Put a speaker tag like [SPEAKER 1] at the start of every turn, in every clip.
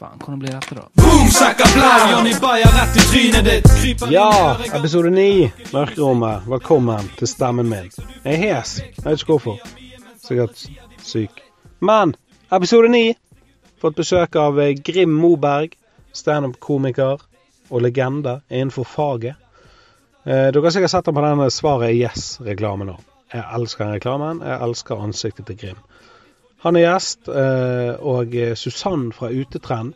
[SPEAKER 1] Faen, hvordan blir dette, da?
[SPEAKER 2] Boom, sakka blam! Johnny Bayer rett i trynet ditt. Kryper
[SPEAKER 3] Ja, episode 9, Mørkerommet. Velkommen til stemmen min. Jeg er hes. Jeg vet ikke hvorfor. Sikkert syk. Men episode 9. Fått besøk av eh, Grim Moberg. Standup-komiker og legende innenfor faget. Eh, dere har sikkert sett ham på denne Svaret er yes-reklamen nå. Jeg elsker den reklamen. Jeg elsker ansiktet til Grim. Han er gjest, eh, og eh, Susann fra Utetrend,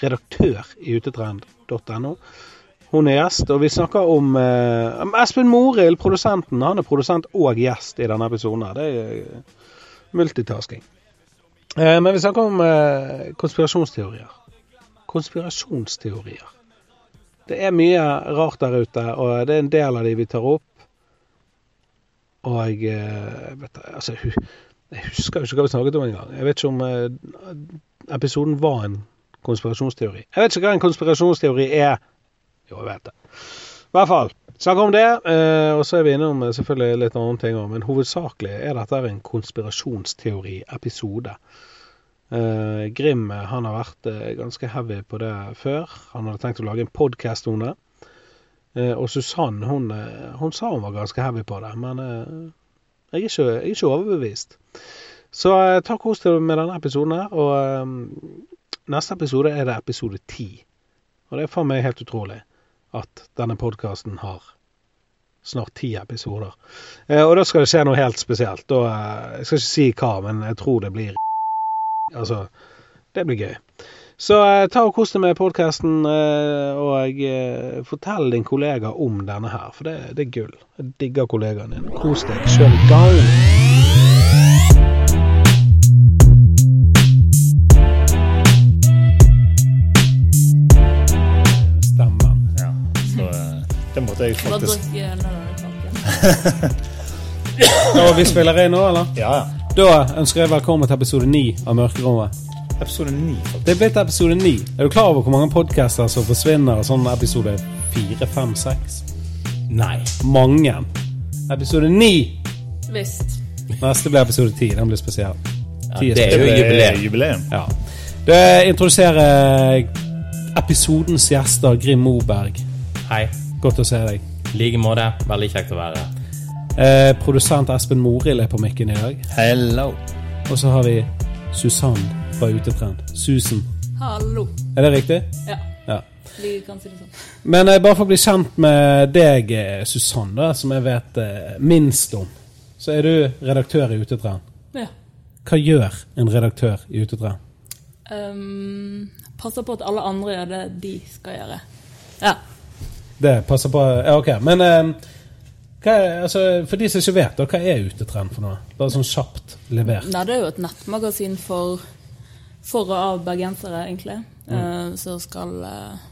[SPEAKER 3] redaktør i utetrend.no, hun er gjest, og vi snakker om eh, om Espen Morild, produsenten. Han er produsent og gjest i denne episoden. her. Det er eh, multitasking. Eh, men vi snakker om eh, konspirasjonsteorier. Konspirasjonsteorier. Det er mye rart der ute, og det er en del av de vi tar opp. Og eh, vet du, altså, jeg hu- jeg husker jo ikke hva vi snakket om engang. Jeg vet ikke om eh, episoden var en konspirasjonsteori. Jeg vet ikke hva en konspirasjonsteori er. Jo, jeg vet det. I hvert fall. Snakker om det, eh, og så er vi innom eh, selvfølgelig litt andre ting òg, men hovedsakelig er dette en konspirasjonsteori-episode. Eh, Grim eh, han har vært eh, ganske heavy på det før. Han hadde tenkt å lage en podkast om det. Eh, Og Susann hun, eh, hun sa hun var ganske heavy på det, men eh, jeg er ikke, jeg er ikke overbevist. Så eh, ta kos deg med denne episoden her. Og eh, neste episode er det episode ti. Og det er faen meg helt utrolig at denne podkasten har snart ti episoder. Eh, og da skal det skje noe helt spesielt. Da, eh, jeg skal ikke si hva, men jeg tror det blir Altså, det blir gøy. Så eh, ta og kos deg med podkasten, eh, og eh, fortell din kollega om denne her, for det, det er gull. Jeg digger kollegaen din. Kos deg sjøl i gang. Stemmen.
[SPEAKER 4] Ja, så eh, det måtte jeg
[SPEAKER 5] Bare
[SPEAKER 4] faktisk
[SPEAKER 5] drikk eh, den der kaken.
[SPEAKER 3] Da vi spiller inn nå, eller?
[SPEAKER 4] Ja, ja.
[SPEAKER 3] Da ønsker jeg velkommen til episode 9 av Mørkerommet.
[SPEAKER 4] Episode 9.
[SPEAKER 3] Det er blitt episode 9. Er du klar over hvor mange podcaster som forsvinner av sånn episode 4, 5, 6? Nei, mange. Episode 9!
[SPEAKER 5] Visst.
[SPEAKER 3] Neste blir episode 10. Den blir spesiell. 10
[SPEAKER 6] det er
[SPEAKER 3] spesiell.
[SPEAKER 6] jo jubileum.
[SPEAKER 4] jubileum.
[SPEAKER 3] Ja. Det introduserer episodens gjester, Grim Moberg.
[SPEAKER 6] Hei.
[SPEAKER 3] Godt å se deg.
[SPEAKER 6] I like måte. Veldig kjekt å være her.
[SPEAKER 3] Eh, produsent Espen Morild er på mikken i dag.
[SPEAKER 4] Hello.
[SPEAKER 3] Og så har vi Susann fra Utetrend. Susan.
[SPEAKER 5] Hallo.
[SPEAKER 3] Er det riktig?
[SPEAKER 5] Ja,
[SPEAKER 3] Ja.
[SPEAKER 5] vi kan si det sånn.
[SPEAKER 3] Men eh, bare for å bli kjent med deg, eh, Susann, da, som jeg vet eh, minst om, så er du redaktør i Utetrend.
[SPEAKER 5] Ja.
[SPEAKER 3] Hva gjør en redaktør i Utetrend?
[SPEAKER 5] Um, passer på at alle andre gjør det de skal gjøre. Ja.
[SPEAKER 3] Det passer på Ja, OK. Men eh, hva er, altså, for de som ikke vet, da, hva er Utetrend for noe? Bare sånn kjapt levert.
[SPEAKER 5] Nei, det er jo et nettmagasin for, for og av bergensere, egentlig. Eh, som skal eh,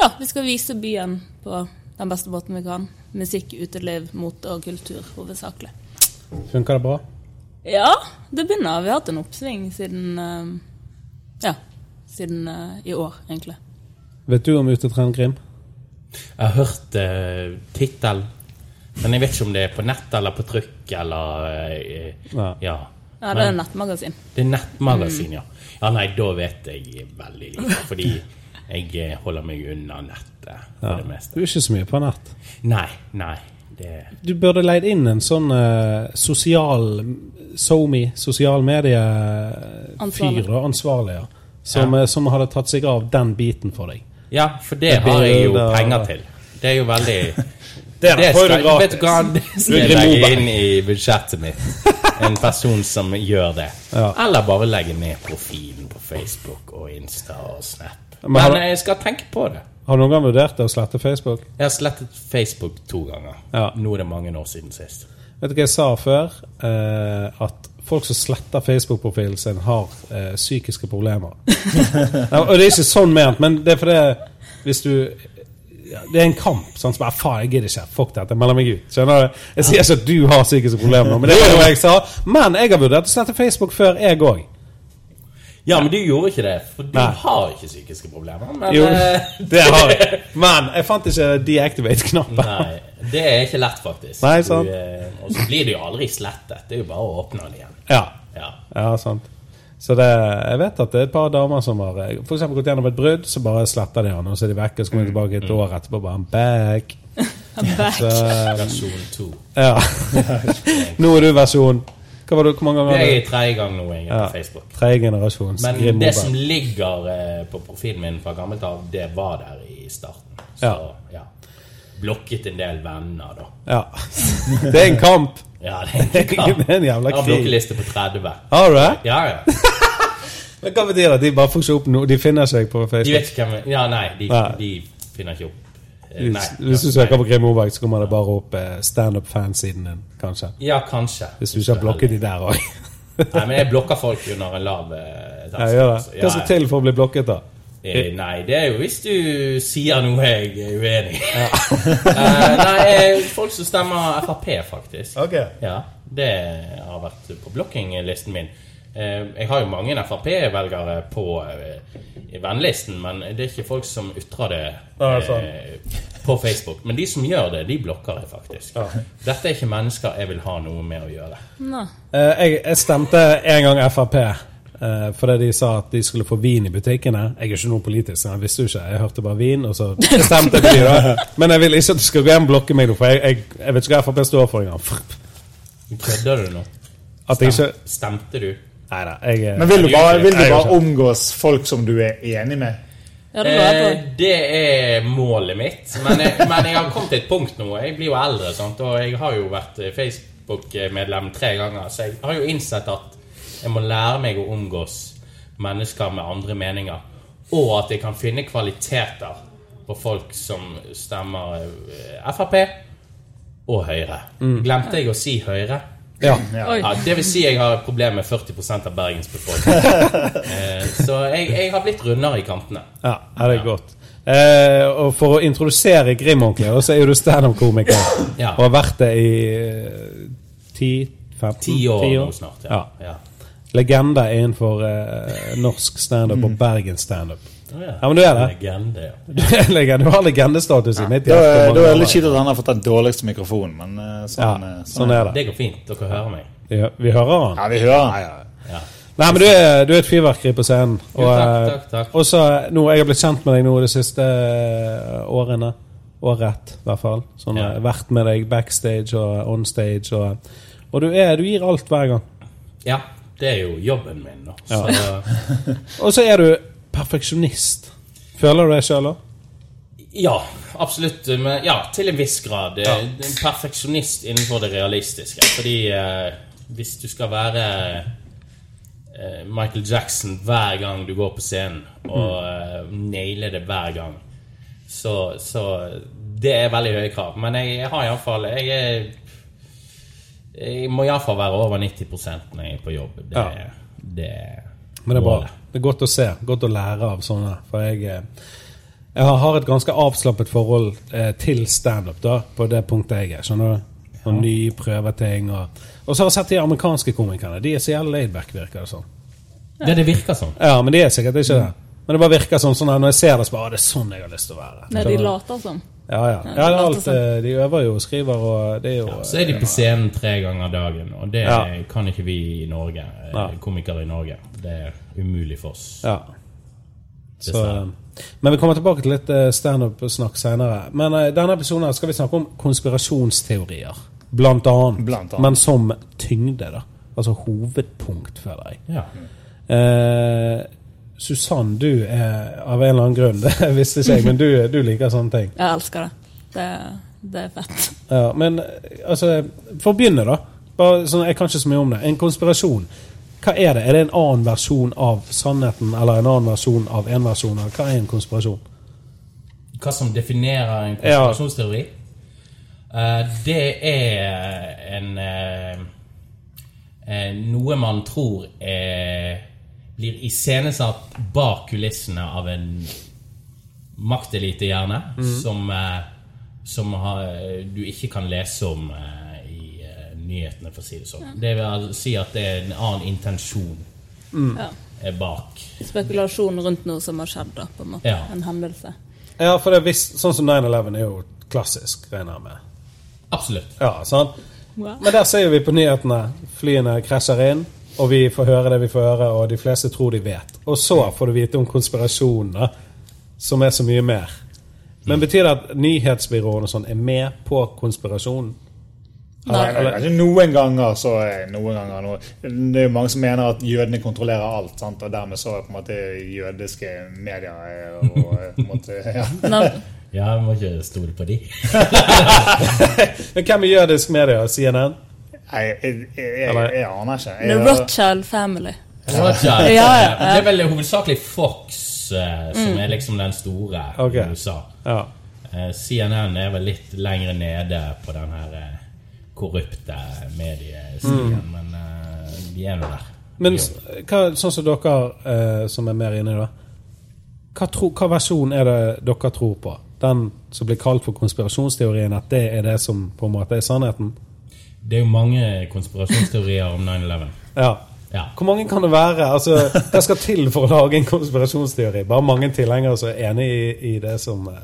[SPEAKER 5] Ja, vi skal vise byen på den beste måten vi kan. Musikk, uteliv, mote og kultur, hovedsakelig.
[SPEAKER 3] Funker det bra?
[SPEAKER 5] Ja, det begynner. Vi har hatt en oppsving siden eh, Ja, siden eh, i år, egentlig.
[SPEAKER 3] Vet du om Utetrend, Grim?
[SPEAKER 6] Jeg har hørt uh, tittel, men jeg vet ikke om det er på nett eller på trykk eller eh,
[SPEAKER 3] Nei.
[SPEAKER 6] Ja.
[SPEAKER 5] Ja, det er nettmagasin.
[SPEAKER 6] Det er nettmagasin, ja. Ja, nei, da vet jeg veldig lite, fordi jeg eh, holder meg unna nettet for det
[SPEAKER 3] Du
[SPEAKER 6] meste.
[SPEAKER 3] er ikke så mye på nett.
[SPEAKER 6] Nei, nei. Det
[SPEAKER 3] Du burde leid inn en sånn eh, sosial SoMe, sosial medie-fyr,
[SPEAKER 5] Ansvarlig.
[SPEAKER 3] da, ansvarlig, ja. Som,
[SPEAKER 6] Ja.
[SPEAKER 3] eh, som hadde tatt seg av den biten for deg.
[SPEAKER 6] Ja, for det
[SPEAKER 3] Med
[SPEAKER 6] har jeg jo
[SPEAKER 3] bilder og-
[SPEAKER 6] penger til. Det er jo veldig
[SPEAKER 3] Det
[SPEAKER 6] det
[SPEAKER 3] der får du
[SPEAKER 6] skal, Vet du hva,
[SPEAKER 3] gratis.
[SPEAKER 6] det skal
[SPEAKER 3] Rugri
[SPEAKER 6] jeg legge
[SPEAKER 3] Moberg.
[SPEAKER 6] inn i budsjettet mitt. En person som gjør det.
[SPEAKER 3] Ja.
[SPEAKER 6] Eller bare legge ned profilen på Facebook og Insta og Snap.
[SPEAKER 3] Men har-
[SPEAKER 6] Men jeg skal tenke på det.
[SPEAKER 3] Har du noen gang vurdert å slette Facebook?
[SPEAKER 6] Jeg har slettet Facebook to ganger.
[SPEAKER 3] Ja.
[SPEAKER 6] Nå er det mange år siden sist.
[SPEAKER 3] Vet du hva jeg sa før? Eh, at folk som sletter Facebook-profilen sin, har eh, psykiske problemer. Nei, og det er ikke sånn ment, men det er fordi hvis du ja, Det er en kamp. Sånn som bare, faen, jeg gidder ikke. Fuck dette. Jeg melder meg ut. Skjønner du? Jeg sier ikke at du har psykiske problemer, men det var jo jeg sa. Men jeg har vurdert å slette Facebook før, jeg òg.
[SPEAKER 6] Ja, men du gjorde ikke det, for du
[SPEAKER 3] Nei.
[SPEAKER 6] har ikke psykiske problemer. Men
[SPEAKER 3] Jo,
[SPEAKER 6] eh,
[SPEAKER 3] det har jeg. Men jeg fant ikke deactivate-knappen.
[SPEAKER 6] Nei, det er ikke lett, faktisk.
[SPEAKER 3] Nei, sant.
[SPEAKER 6] Du, eh, og så blir det jo aldri slettet. Det er jo bare å åpne den igjen.
[SPEAKER 3] Ja.
[SPEAKER 6] Ja.
[SPEAKER 3] Ja, sant. Så det, jeg vet at det er et par damer som har eh, for eksempel gått gjennom et brudd, så bare sletter de han, og så er de vekke, og så kommer
[SPEAKER 6] Mm.
[SPEAKER 3] de tilbake et år etterpå og bare I'm back.
[SPEAKER 5] Back.
[SPEAKER 3] Så,
[SPEAKER 6] Versjon to.
[SPEAKER 3] ja. Nå er du versjon Hva var du, Hvor mange ganger
[SPEAKER 6] Jeg
[SPEAKER 3] har
[SPEAKER 6] er
[SPEAKER 3] du?
[SPEAKER 6] tredje gang nå jeg er
[SPEAKER 3] Ja.
[SPEAKER 6] på Facebook.
[SPEAKER 3] Tredje generasjons
[SPEAKER 6] Men
[SPEAKER 3] Grim
[SPEAKER 6] det
[SPEAKER 3] Moberg.
[SPEAKER 6] som ligger eh, på profilen min fra gammelt av, det var der i starten. Så
[SPEAKER 3] Ja.
[SPEAKER 6] ja. Blokket en del venner, da.
[SPEAKER 3] Ja. Det er en kamp!
[SPEAKER 6] Ja, det er ikke
[SPEAKER 3] Det er en jævla
[SPEAKER 6] Jeg har
[SPEAKER 3] krig.
[SPEAKER 6] blokkeliste på 30.
[SPEAKER 3] Har du det?
[SPEAKER 6] Ja, ja.
[SPEAKER 3] Men Hva betyr det? De bare får ikke opp noe? De finner seg på
[SPEAKER 6] De
[SPEAKER 3] Facebook?
[SPEAKER 6] vet ikke hvem Ja, nei, de,
[SPEAKER 3] Nei.
[SPEAKER 6] de finner ikke opp. Eh,
[SPEAKER 3] Hvis, hvis du søker på Grim Moberg, så kommer det bare opp eh, standup-fansiden din, kanskje.
[SPEAKER 6] Ja, kanskje.
[SPEAKER 3] Hvis du ikke har blokket de der òg.
[SPEAKER 6] Nei, men jeg blokker folk under en lav eh, terskel,
[SPEAKER 3] Jeg gjør det.
[SPEAKER 6] så-
[SPEAKER 3] Hva skal til for å bli blokket, da?
[SPEAKER 6] Eh, Nei, det er jo hvis du sier noe jeg er uenig i. Eh, nei, eh, folk som stemmer Frp, faktisk.
[SPEAKER 3] Ok.
[SPEAKER 6] Ja, Det har vært på blokkinglisten min. Eh, Jeg har jo mange Frp-velgere på eh, i vennlisten, men det er ikke folk som ytrer det
[SPEAKER 3] Nei,
[SPEAKER 6] eh,
[SPEAKER 3] sant.
[SPEAKER 6] på Facebook. Men de som gjør det, de blokker jeg faktisk. Dette er ikke mennesker jeg vil ha noe med å gjøre.
[SPEAKER 5] Nå.
[SPEAKER 3] Eh, jeg, jeg stemte en gang Frp eh, fordi de sa at de skulle få vin i butikkene. Jeg er ikke noe politisk, så jeg visste jo ikke. Jeg hørte bare vin, og så jeg stemte jeg på de da. Men jeg vil ikke at du skal gå hjem og blokke meg nå, for jeg, jeg, jeg vet ikke hva Frp står for engang.
[SPEAKER 6] Kødder du nå?
[SPEAKER 3] At jeg ikke
[SPEAKER 6] Stemte du?
[SPEAKER 3] Nei da. Jeg,
[SPEAKER 6] Men
[SPEAKER 3] eh,
[SPEAKER 6] vil
[SPEAKER 4] Vil
[SPEAKER 6] du
[SPEAKER 4] du bare, vil du
[SPEAKER 3] Jeg gjør
[SPEAKER 4] bare
[SPEAKER 3] ikke.
[SPEAKER 4] omgås folk som du er enig med?
[SPEAKER 5] Ja, det var
[SPEAKER 6] Eh,
[SPEAKER 5] jeg
[SPEAKER 6] det er målet mitt. Men jeg, men jeg har kommet til et punkt nå. Jeg blir jo eldre, sant? og jeg har jo vært eh, Facebook-medlem tre ganger. Så jeg har jo innsett at jeg må lære meg å omgås mennesker med andre meninger. Og at jeg kan finne kvaliteter på folk som stemmer eh, Frp og Høyre. Glemte jeg å si Høyre?
[SPEAKER 3] ja.
[SPEAKER 5] på. Oi.
[SPEAKER 6] Ja, det vil si jeg har et problem med 40 av Bergens befolkning. Eh, Så jeg, jeg har blitt rundere i kantene.
[SPEAKER 3] Ja, ja, det er godt. Eh, og for å introdusere Grim-onkler, så er jo du standup-komiker.
[SPEAKER 6] Ja.
[SPEAKER 3] Og har vært det i eh, 10-15
[SPEAKER 6] Ti år nå snart. Ja. Ja.
[SPEAKER 3] Legende innenfor eh, norsk standup og Bergen standup.
[SPEAKER 6] Å
[SPEAKER 3] Ja, men du er det.
[SPEAKER 6] Legende, ja.
[SPEAKER 3] Du, er en legende. du har legendestatus i mitt
[SPEAKER 4] Da
[SPEAKER 3] hjerte.
[SPEAKER 4] er
[SPEAKER 3] mange
[SPEAKER 4] da er det
[SPEAKER 3] år.
[SPEAKER 4] litt kjipt at han har fått den dårligste mikrofonen, men eh,
[SPEAKER 3] Ja,
[SPEAKER 4] sånn, eh,
[SPEAKER 3] sånn er det.
[SPEAKER 6] Det går fint. Dere hører meg.
[SPEAKER 3] Ja, Vi hører han.
[SPEAKER 4] Ja, vi hører han.
[SPEAKER 3] Nei, men du er, du er et fyrverkeri på scenen. Og,
[SPEAKER 6] Jo, takk,
[SPEAKER 3] eh,
[SPEAKER 6] takk, takk.
[SPEAKER 3] og så nå, jeg har blitt kjent med deg nå de siste eh, årene. Året, i hvert fall. Sånn,
[SPEAKER 6] Ja.
[SPEAKER 3] eh, Vært med deg backstage og onstage. Og, og du, er, du gir alt hver gang.
[SPEAKER 6] Ja, det er jo jobben min, da. Så
[SPEAKER 3] Og så er du perfeksjonist. Føler du det sjøl òg?
[SPEAKER 6] ja, absolutt. Men ja, til en viss grad. Eh, En perfeksjonist innenfor det realistiske. Fordi eh, hvis du skal være eh, Michael Jackson hver gang du går på scenen, og eh, naile det hver gang, så, så Det er veldig høye krav. Men jeg, jeg har iallfall Jeg er jeg må iallfall være over 90 når jeg er på jobb. Det,
[SPEAKER 3] Ja.
[SPEAKER 6] det
[SPEAKER 3] Men det er bra.
[SPEAKER 6] målet.
[SPEAKER 3] Det er godt å se. Godt å lære av sånne. For jeg, eh, jeg har et ganske avslappet forhold eh, til standup da, på det punktet jeg er. Skjønner du? Og nye prøveting og Og så har jeg sett de amerikanske komikerne. De er så jævla laidback, virker det som.
[SPEAKER 6] Det, det virker sånn.
[SPEAKER 3] Ja, men de er sikkert ikke det. Men det bare virker sånn, sånn at når jeg ser det, så bare «Å, Det er sånn jeg har lyst til å være.
[SPEAKER 5] Nei, de
[SPEAKER 3] Skjønner du?
[SPEAKER 5] later som.
[SPEAKER 3] Ja, ja. ja det er alt, eh, de øver jo og skriver, og det er jo eh,
[SPEAKER 6] Så er de på scenen tre ganger dagen, og det
[SPEAKER 3] Ja.
[SPEAKER 6] kan ikke vi i Norge. eh,
[SPEAKER 3] Nei.
[SPEAKER 6] Komikere i Norge. Det er umulig for oss.
[SPEAKER 3] Ja. Så,
[SPEAKER 6] Dessverre.
[SPEAKER 3] eh, men vi kommer tilbake til litt eh, standup-snakk senere. Men i denne episoden her skal vi snakke om konspirasjonsteorier. Blant annet.
[SPEAKER 4] Blant annet.
[SPEAKER 3] Men som tyngde, da. Altså hovedpunkt, føler jeg.
[SPEAKER 6] Ja.
[SPEAKER 3] Eh, Susann, du er av en eller annen grunn, det visste ikke jeg, men du, du liker sånne ting.
[SPEAKER 5] Jeg elsker det. Det, det er fett.
[SPEAKER 3] Ja, men altså, for å begynne, da. Bare, sånn, jeg kan ikke så mye om det. En konspirasjon. Hva er det? Er det en annen versjon av sannheten, eller en annen versjon av en versjon? Eller hva er en konspirasjon?
[SPEAKER 6] Hva som definerer en konspirasjonsteori? Eh, det er en eh, eh, Noe man tror er, blir iscenesatt bak kulissene av en maktelite, gjerne, som, eh, som har, du ikke kan lese om eh, i eh, nyhetene, for å si det sånn. Det vil altså si at det er en annen intensjon
[SPEAKER 5] Ja.
[SPEAKER 6] eh, bak.
[SPEAKER 5] Spekulasjon rundt noe som har skjedd, da, på en måte.
[SPEAKER 6] Ja.
[SPEAKER 5] En hendelse.
[SPEAKER 3] Ja, for det er visst, Sånn som 9-11 er jo klassisk, regner jeg med.
[SPEAKER 6] Absolutt.
[SPEAKER 3] Ja, sant?
[SPEAKER 5] Wow.
[SPEAKER 3] Men der ser jo vi på nyhetene. Flyene krasjer inn, og vi får høre det vi får høre, og de fleste tror de vet. Og så får du vite om konspirasjonene, som er så mye mer. Men betyr det at nyhetsbyråene og sånn er med på konspirasjonen?
[SPEAKER 4] Nei, nei, nei, noen ganger så er noen ganger noe. Det er jo mange som mener at jødene kontrollerer alt, sant? og dermed så er på en måte jødiske medier eh, og eh, på en måte, ja.
[SPEAKER 5] Nå-
[SPEAKER 6] Ja, jeg må ikke stole på de.
[SPEAKER 3] Men hvem er jødisk media? CNN?
[SPEAKER 4] Nei, jeg, jeg, jeg, jeg aner ikke.
[SPEAKER 5] The
[SPEAKER 4] Jeg,
[SPEAKER 5] Rothschild Family.
[SPEAKER 6] Rothschild.
[SPEAKER 5] Ja, ja, Mm. ja.
[SPEAKER 6] Det er vel hovedsakelig Fox eh, som er liksom den store
[SPEAKER 3] Ok.
[SPEAKER 6] i USA.
[SPEAKER 3] Ja.
[SPEAKER 6] Eh, CNN er vel litt lenger nede på den her eh, korrupte mediesiden, men eh, de er nå der.
[SPEAKER 3] Men
[SPEAKER 6] Jo.
[SPEAKER 3] s- hva, sånn som dere eh, som er mer inne i det, hva, tro, hva versjon er det dere tror på? Den som blir kalt for konspirasjonsteorien, at det er det som på en måte er sannheten?
[SPEAKER 6] det er jo mange konspirasjonsteorier om 9-11.
[SPEAKER 3] Ja.
[SPEAKER 6] Ja.
[SPEAKER 3] Hvor mange kan det være? Altså, det skal til for å lage en konspirasjonsteori. Bare mange tilhengere som er enig i, i det som eh,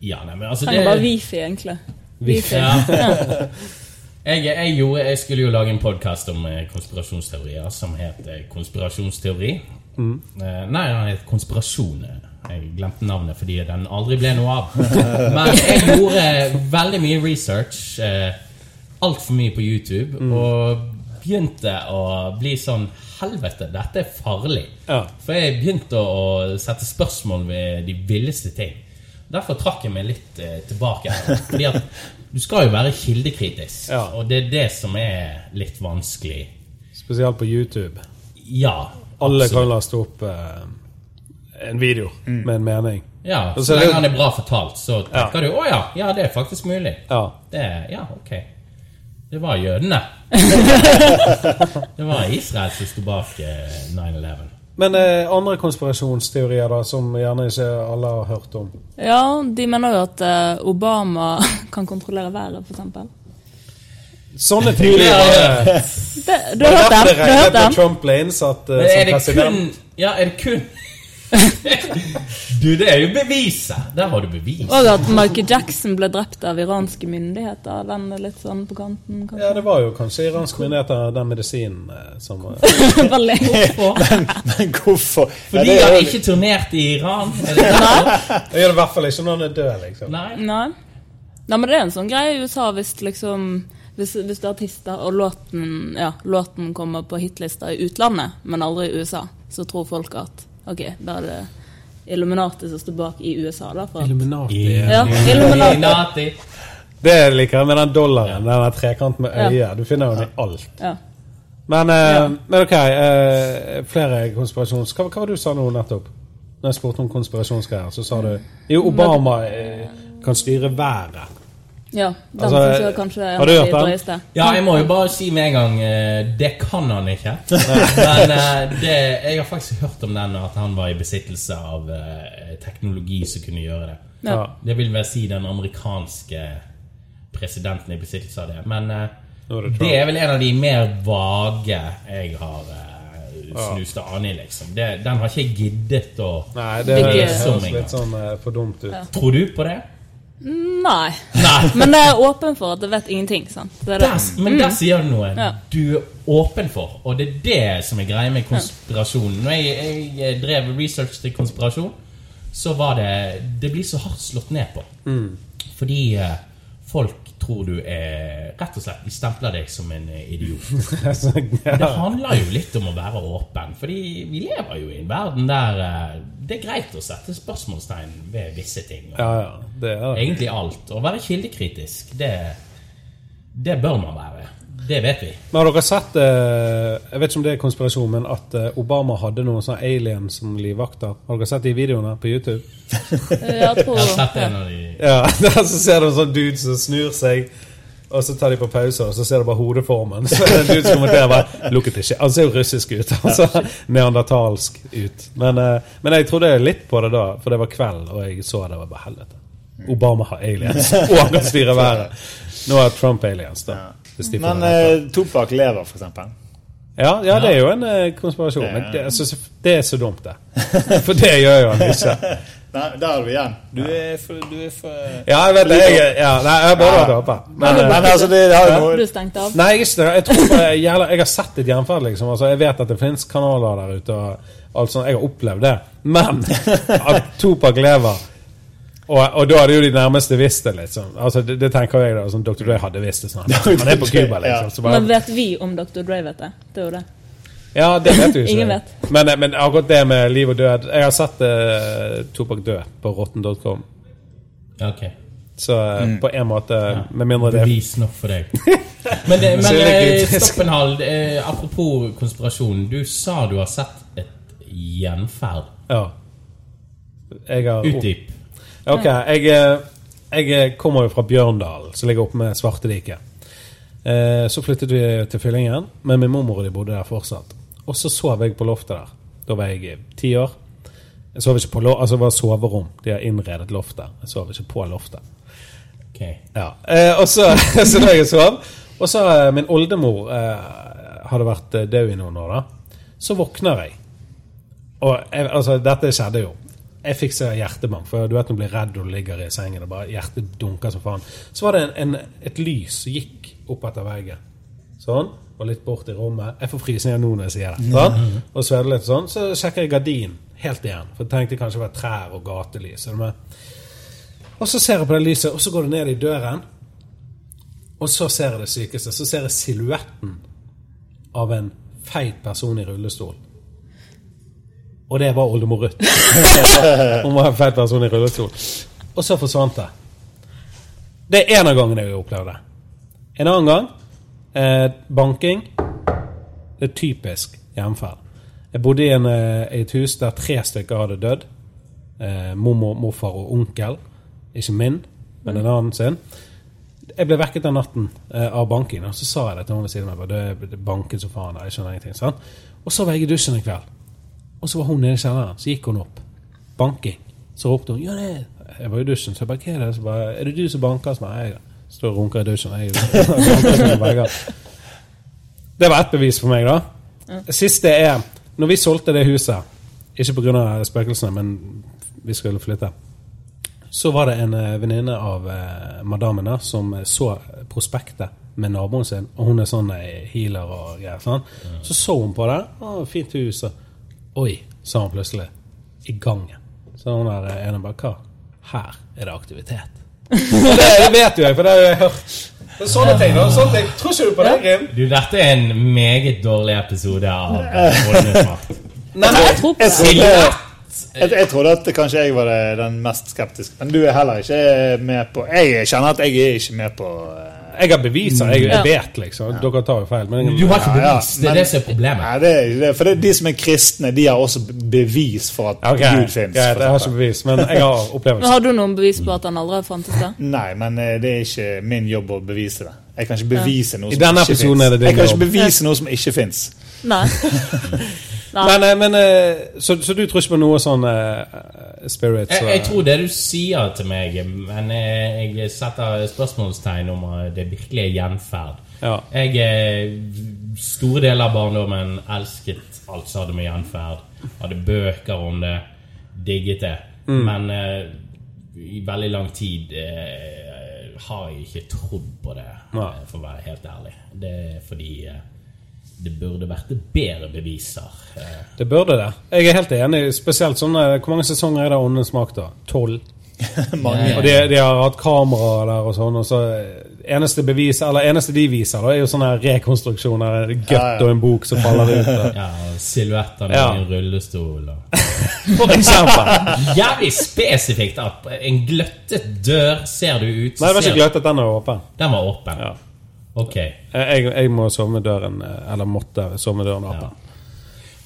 [SPEAKER 6] ja, nei, men altså det
[SPEAKER 5] Trenger bare wifi, egentlig. Wifi.
[SPEAKER 6] Ja. Jeg, jeg, gjorde, jeg skulle jo lage en podkast om eh, konspirasjonsteorier som het eh, Konspirasjonsteori. Eh, Nei, den het Konspirasjon. Jeg glemte navnet fordi den aldri ble noe av. Men jeg gjorde eh, veldig mye research, eh, altfor mye på YouTube, og begynte å bli sånn Helvete, dette er farlig.
[SPEAKER 3] Ja.
[SPEAKER 6] For jeg begynte å sette spørsmål ved de villeste ting. Derfor trakk jeg meg litt eh, tilbake. her, Fordi at du skal jo være kildekritisk,
[SPEAKER 3] Ja.
[SPEAKER 6] og det er det som er litt vanskelig.
[SPEAKER 3] Spesielt på YouTube.
[SPEAKER 6] Ja.
[SPEAKER 3] Alle
[SPEAKER 6] absolutt. Mm.
[SPEAKER 3] kan laste opp eh, en video med en mening.
[SPEAKER 6] Ja,
[SPEAKER 3] Og
[SPEAKER 6] Så
[SPEAKER 3] så er det-
[SPEAKER 6] lenge han er bra fortalt, så tenker du 'Å ja, ja, det er faktisk mulig'.
[SPEAKER 3] Ja.
[SPEAKER 6] Det, ja, ok. Det var jødene. det var Israel som sto bak eh, 9-11.
[SPEAKER 3] Men eh, andre konspirasjonsteorier da, som gjerne ikke alle har hørt om?
[SPEAKER 5] Ja, de mener jo at eh, Obama kan kontrollere været, for eksempel.
[SPEAKER 3] Sånne teorier er det.
[SPEAKER 5] Det, du har hørt den? Du har hørt
[SPEAKER 3] på
[SPEAKER 5] den?
[SPEAKER 3] Trump ble innsatt eh,
[SPEAKER 6] Men er
[SPEAKER 3] som
[SPEAKER 6] det
[SPEAKER 3] president.
[SPEAKER 6] kun Ja, er det kun Du, det er jo beviset! Der har du bevis.
[SPEAKER 5] Og at Michael Jackson ble drept av iranske myndigheter. Den er litt sånn på kanten,
[SPEAKER 3] Ja,
[SPEAKER 5] kanskje.
[SPEAKER 3] det var jo kanskje iranske myndigheter, den medisinen eh, som eh,
[SPEAKER 5] Bare le.
[SPEAKER 4] Men, men hvorfor? Ja,
[SPEAKER 6] Fordi
[SPEAKER 4] det er
[SPEAKER 6] han
[SPEAKER 4] jo-
[SPEAKER 6] ikke turnerte i Iran. Er det det?
[SPEAKER 3] Det gjør det i hvert fall ikke når han er død, liksom.
[SPEAKER 6] Nei.
[SPEAKER 5] Nei. Nei, men det er en sånn greie i USA hvis liksom hvis, hvis du er artister og låten, ja, låten kommer på hitlista i utlandet, men aldri i USA, så tror folk at OK, da er det Illuminati som står bak i USA, da. For at,
[SPEAKER 3] Illuminati.
[SPEAKER 5] ja, Illuminati.
[SPEAKER 6] Illuminati.
[SPEAKER 3] Det liker jeg med den dollaren, den der trekanten med
[SPEAKER 5] Ja.
[SPEAKER 3] øyet. Du finner jo den i alt.
[SPEAKER 5] Ja.
[SPEAKER 3] Men, eh,
[SPEAKER 5] Ja.
[SPEAKER 3] men ok, eh, flere konspirasjons... Hva, hva var det du sa nå nettopp? Når jeg spurte om konspirasjonsgreier, så sa du jo, Obama eh, kan styre været.
[SPEAKER 5] ja den
[SPEAKER 3] Altså,
[SPEAKER 5] synes jeg kanskje er
[SPEAKER 3] har
[SPEAKER 5] en
[SPEAKER 3] du
[SPEAKER 5] av
[SPEAKER 3] hørt
[SPEAKER 5] de
[SPEAKER 3] den?
[SPEAKER 5] drøyeste.
[SPEAKER 6] Ja, jeg må jo bare si med en gang eh, Det kan han ikke. Men eh, det, jeg har faktisk hørt om den, at han var i besittelse av eh, teknologi som kunne gjøre det.
[SPEAKER 5] Ja.
[SPEAKER 6] Det vil vel si den amerikanske presidenten i besittelse av det. Men eh,
[SPEAKER 3] Nå er det Trump.
[SPEAKER 6] det er vel en av de mer vage jeg har eh, snust an i, liksom. Det, den har ikke jeg giddet å
[SPEAKER 3] Nei, det,
[SPEAKER 5] Det er-
[SPEAKER 3] høres litt sånn eh, for dumt ut.
[SPEAKER 6] Tror du på det?
[SPEAKER 5] Nei.
[SPEAKER 6] Nei.
[SPEAKER 5] Men jeg er åpen for at jeg vet ingenting. sant? Det er det.
[SPEAKER 6] Der, men der sier du noe
[SPEAKER 5] Mm. Ja.
[SPEAKER 6] du er åpen for, og det er det som er greia med konspirasjon. Når jeg, jeg drev research til konspirasjon, så var det Det blir så hardt slått ned på. Fordi eh, folk tror du er Rett og slett, de stempler deg som en eh, idiot. Men Det
[SPEAKER 3] ja.
[SPEAKER 6] handler jo litt om å være åpen. Fordi vi lever jo i en verden der eh, det er greit å sette spørsmålstegn ved visse ting. Og
[SPEAKER 3] ja, ja. Det er det.
[SPEAKER 6] Egentlig alt. Å være kildekritisk, det, det bør man være. Det vet vi.
[SPEAKER 3] Men har dere sett eh, Jeg vet ikke om det er konspirasjon, men at eh, Obama hadde noen sånne alien som livvakter? Har dere sett de videoene på YouTube?
[SPEAKER 5] Jeg tror
[SPEAKER 6] Jeg har sett en av de
[SPEAKER 3] Ja, der så ser du en sånn dude som snur seg, og så tar de på pause, og så ser du bare hodeformen. Så er det en dude som kommenterer bare Look at this shit. Han ser jo russisk ut. Han ser neandertalsk ut. Men, eh, men jeg trodde litt på det da, for det var kveld, og jeg så det var bare helvete. Obama har aliens, og han kan styre været. Nå har Trump aliens, da. Hvis de får
[SPEAKER 4] Men
[SPEAKER 3] det rett, da.
[SPEAKER 4] eh, Topak lever, for eksempel.
[SPEAKER 3] Ja, ja, det er jo en eh, konspirasjon. Men det, jeg synes det er så dumt, det. For det gjør jo han ikke.
[SPEAKER 4] Nei, der er du igjen. Du er for, du er for
[SPEAKER 3] Ja, jeg vet det. Jeg, ja, nei, jeg har bare vært oppe.
[SPEAKER 4] Men,
[SPEAKER 3] eh,
[SPEAKER 4] men altså, det har jo
[SPEAKER 5] Ble
[SPEAKER 4] noe
[SPEAKER 5] du stengt av?
[SPEAKER 3] Nei, jeg, er ikke det. jeg, tror på, jeg, jævla- jeg har sett et jernferd, liksom. Altså, jeg vet at det finnes kanaler der ute. Og alt sånt. Jeg har opplevd det. Men at Topak lever og, og da hadde jo de nærmeste visst det, liksom. Altså, det, det tenker jo jeg da, som Dr. Dre hadde visst det snart. Man er på Cuba, liksom. Så
[SPEAKER 5] Men
[SPEAKER 3] bare,
[SPEAKER 5] vet vi om Dr. Dre vet det? Det er jo det.
[SPEAKER 3] ja, det vet du ikke.
[SPEAKER 5] Ingen vet.
[SPEAKER 3] Men, eh, men akkurat det med liv og død Jeg har sett uh, Topak dø på rotten.com.
[SPEAKER 6] Ok.
[SPEAKER 3] Så eh, på en måte, med mindre det
[SPEAKER 6] Bevis nok for deg. Men, det- men
[SPEAKER 3] Så er det
[SPEAKER 6] eh,
[SPEAKER 3] kritisk.
[SPEAKER 6] Stoppenhall, eh, apropos konspirasjon. Du sa du har sett et gjenferd.
[SPEAKER 3] Ja. Jeg har
[SPEAKER 6] Utdyp.
[SPEAKER 3] Ok, jeg, eh, jeg kommer jo fra Bjørndalen, som ligger oppe med Svartediket. Eh, Så flyttet vi til Fyllingen, men min mormor og de bodde der fortsatt. Og så sov jeg på loftet der. Da var jeg eh, ti år. Jeg sov ikke på lo altså, det var soverom. De har innredet loftet. Jeg sov ikke på loftet.
[SPEAKER 6] Ok.
[SPEAKER 3] Ja. Eh, og så, så da jeg sov Og så eh, min oldemor eh, hadde vært eh, død i noen år, da. Så våkner jeg. Og jeg, altså, dette skjedde jo. Jeg fikk så hjertebank, for du vet når du blir redd og du ligger i sengen og bare hjertet dunker som faen. Så var det en, en, et lys som gikk opp etter veggen. Sånn. Og litt bort i rommet. Jeg får frysninger nå når jeg sier det. Sånn. Og svever litt sånn. Så sjekker jeg gardinen helt igjen. For jeg tenkte kanskje det var trær og gatelys. er du med? Og så ser jeg på det lyset, og så går det ned i døren. Og så ser jeg det sykeste. Så ser jeg silhuetten av en feit person i rullestol. Og det var oldemor Ruth. Hun var en feit person i rullestol. Og så forsvant det. Det er en av gangene jeg har opplevd det. En annen gang eh, banking. Det er typisk hjemferd. Jeg bodde i, en, eh, i et hus der tre stykker hadde dødd. Eh, mormor, morfar og onkel. Ikke min, men en annen sin. Jeg ble vekket den natten eh, av banking, og så sa jeg det til noen ved siden av meg. bare, «Du, Det er banken som faen, jeg skjønner ingenting. sant? Og så var jeg i dusjen en kveld, og så var hun nede i kjelleren. Så gikk hun opp. Banking. Så ropte hun ja, det er-» Jeg var i dusjen, så jeg bare hva er det? Så bare, er det du som banker? Så bare, jeg da. står og runker i dusjen. Jeg, banker som en begger. Det var ett bevis for meg, da. Siste er Når vi solgte det huset, ikke pga. spøkelsene, men vi skulle flytte, så var det en eh, venninne av eh, madammen der som eh, så prospektet med naboen sin, og hun er sånn eh, healer og greier. Sånn. Så så hun på det. Å, fint hus. og Oi, sa hun plutselig. I gangen. Så hun der eh, ene bare Hva? Her er det aktivitet. Og det, det vet jo jeg, for det har jo jeg hørt. Så Sånne ting. da, sånne ting. Tror ikke du på det, Grim?
[SPEAKER 6] Du, dette er en meget dårlig episode av Rådnesmakt.
[SPEAKER 3] Nei, nei.
[SPEAKER 5] Jeg tror på det.
[SPEAKER 4] Jeg, jeg trodde at kanskje jeg var det- den mest skeptiske, men du er heller ikke med på Jeg kjenner at jeg er ikke med på eh,
[SPEAKER 3] Jeg har beviser.
[SPEAKER 6] Mm.
[SPEAKER 3] Jeg, jeg
[SPEAKER 5] Ja.
[SPEAKER 3] vet, liksom. Dere tar jo feil. Men
[SPEAKER 6] Du har ikke
[SPEAKER 4] Ja, ja,
[SPEAKER 6] bevis. Det er
[SPEAKER 4] men-
[SPEAKER 6] det som er problemet.
[SPEAKER 4] Nei, det er ikke det. For det er de som er kristne, de har også bevis for at
[SPEAKER 3] Ok,
[SPEAKER 4] Gud
[SPEAKER 3] greit,
[SPEAKER 4] fins.
[SPEAKER 3] jeg har ikke bevis, men jeg har
[SPEAKER 5] Men
[SPEAKER 3] opplevelse.
[SPEAKER 5] har du noen bevis på at han aldri har fantes der?
[SPEAKER 4] Nei, men eh, det er ikke min jobb å bevise det. Jeg kan ikke bevise noe
[SPEAKER 3] I
[SPEAKER 4] som
[SPEAKER 3] denne
[SPEAKER 4] ikke
[SPEAKER 3] episoden
[SPEAKER 4] finnes.
[SPEAKER 3] er det din
[SPEAKER 4] Jeg kan ikke
[SPEAKER 3] jobb.
[SPEAKER 4] bevise noe som ikke fins.
[SPEAKER 5] Nei. Nei.
[SPEAKER 3] Men, eh, men, eh, så, så du tror ikke på noe sånn eh, spirit?
[SPEAKER 6] Jeg,
[SPEAKER 3] Så,
[SPEAKER 6] jeg tror det du sier til meg, men eh, jeg setter spørsmålstegn om eh, det virkelig er gjenferd.
[SPEAKER 3] Ja.
[SPEAKER 6] Jeg eh, Store deler av barndommen elsket alt som hadde med gjenferd. Hadde bøker om det. Digget det.
[SPEAKER 3] Mm.
[SPEAKER 6] Men eh, i veldig lang tid eh, har jeg ikke trodd på det,
[SPEAKER 3] Nei.
[SPEAKER 6] eh, for å være helt ærlig. Det er fordi eh, det burde vært bedre beviser. Eh,
[SPEAKER 3] Det burde det. Jeg er helt enig. Spesielt sånn eh, Hvor mange sesonger er det Åndens makt, da? Tolv?
[SPEAKER 4] Mange.
[SPEAKER 3] Og de, de har hatt kameraer der og sånn, og så eh, eneste bevis, eller eneste de viser, da, er jo sånne her rekonstruksjoner. Gutt
[SPEAKER 7] Ja, ja.
[SPEAKER 3] og en bok som faller ut. og-
[SPEAKER 6] Ja, og Silhuetter med
[SPEAKER 3] Ja.
[SPEAKER 6] en rullestol og
[SPEAKER 3] For eksempel.
[SPEAKER 6] Jævlig spesifikt at en gløttet dør ser du ut
[SPEAKER 3] Nei, det var
[SPEAKER 6] ser
[SPEAKER 3] ikke
[SPEAKER 6] du-
[SPEAKER 3] gløtt at den er åpen.
[SPEAKER 6] Den var åpen.
[SPEAKER 3] Ja.
[SPEAKER 6] Ok.
[SPEAKER 3] Eh, Jeg, jeg må sove med døren eh, Eller måtte sove med døren åpen.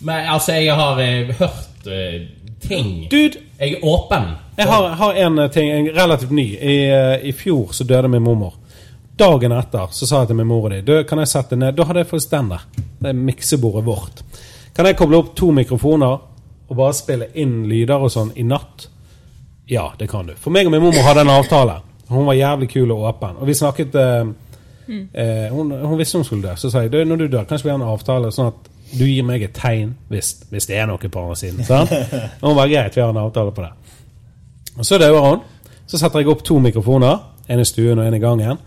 [SPEAKER 6] Men altså, jeg har eh, hørt eh, ting
[SPEAKER 3] Dude,
[SPEAKER 6] Jeg er åpen.
[SPEAKER 3] Jeg har, har en eh, ting, en relativt ny. I, eh, I fjor så døde min mormor. Dagen etter så sa jeg til min mor og de «Du, Kan jeg sette ned Da hadde jeg faktisk den der. Det er miksebordet vårt. Kan jeg koble opp to mikrofoner og bare spille inn lyder og sånn i natt? Ja, det kan du. For meg og min mormor hadde en avtale. Hun var jævlig kul og åpen. Og vi snakket eh, eh, hun, hun visste hun skulle dø. Så sa jeg «Du, når du dør, kanskje vi har en avtale, sånn at du gir meg et tegn hvis, hvis det er noe på andre siden. Sant? Og hun var greit, vi har en avtale på det. Og så dauer hun. Så setter jeg opp to mikrofoner, en i stuen og en i gangen.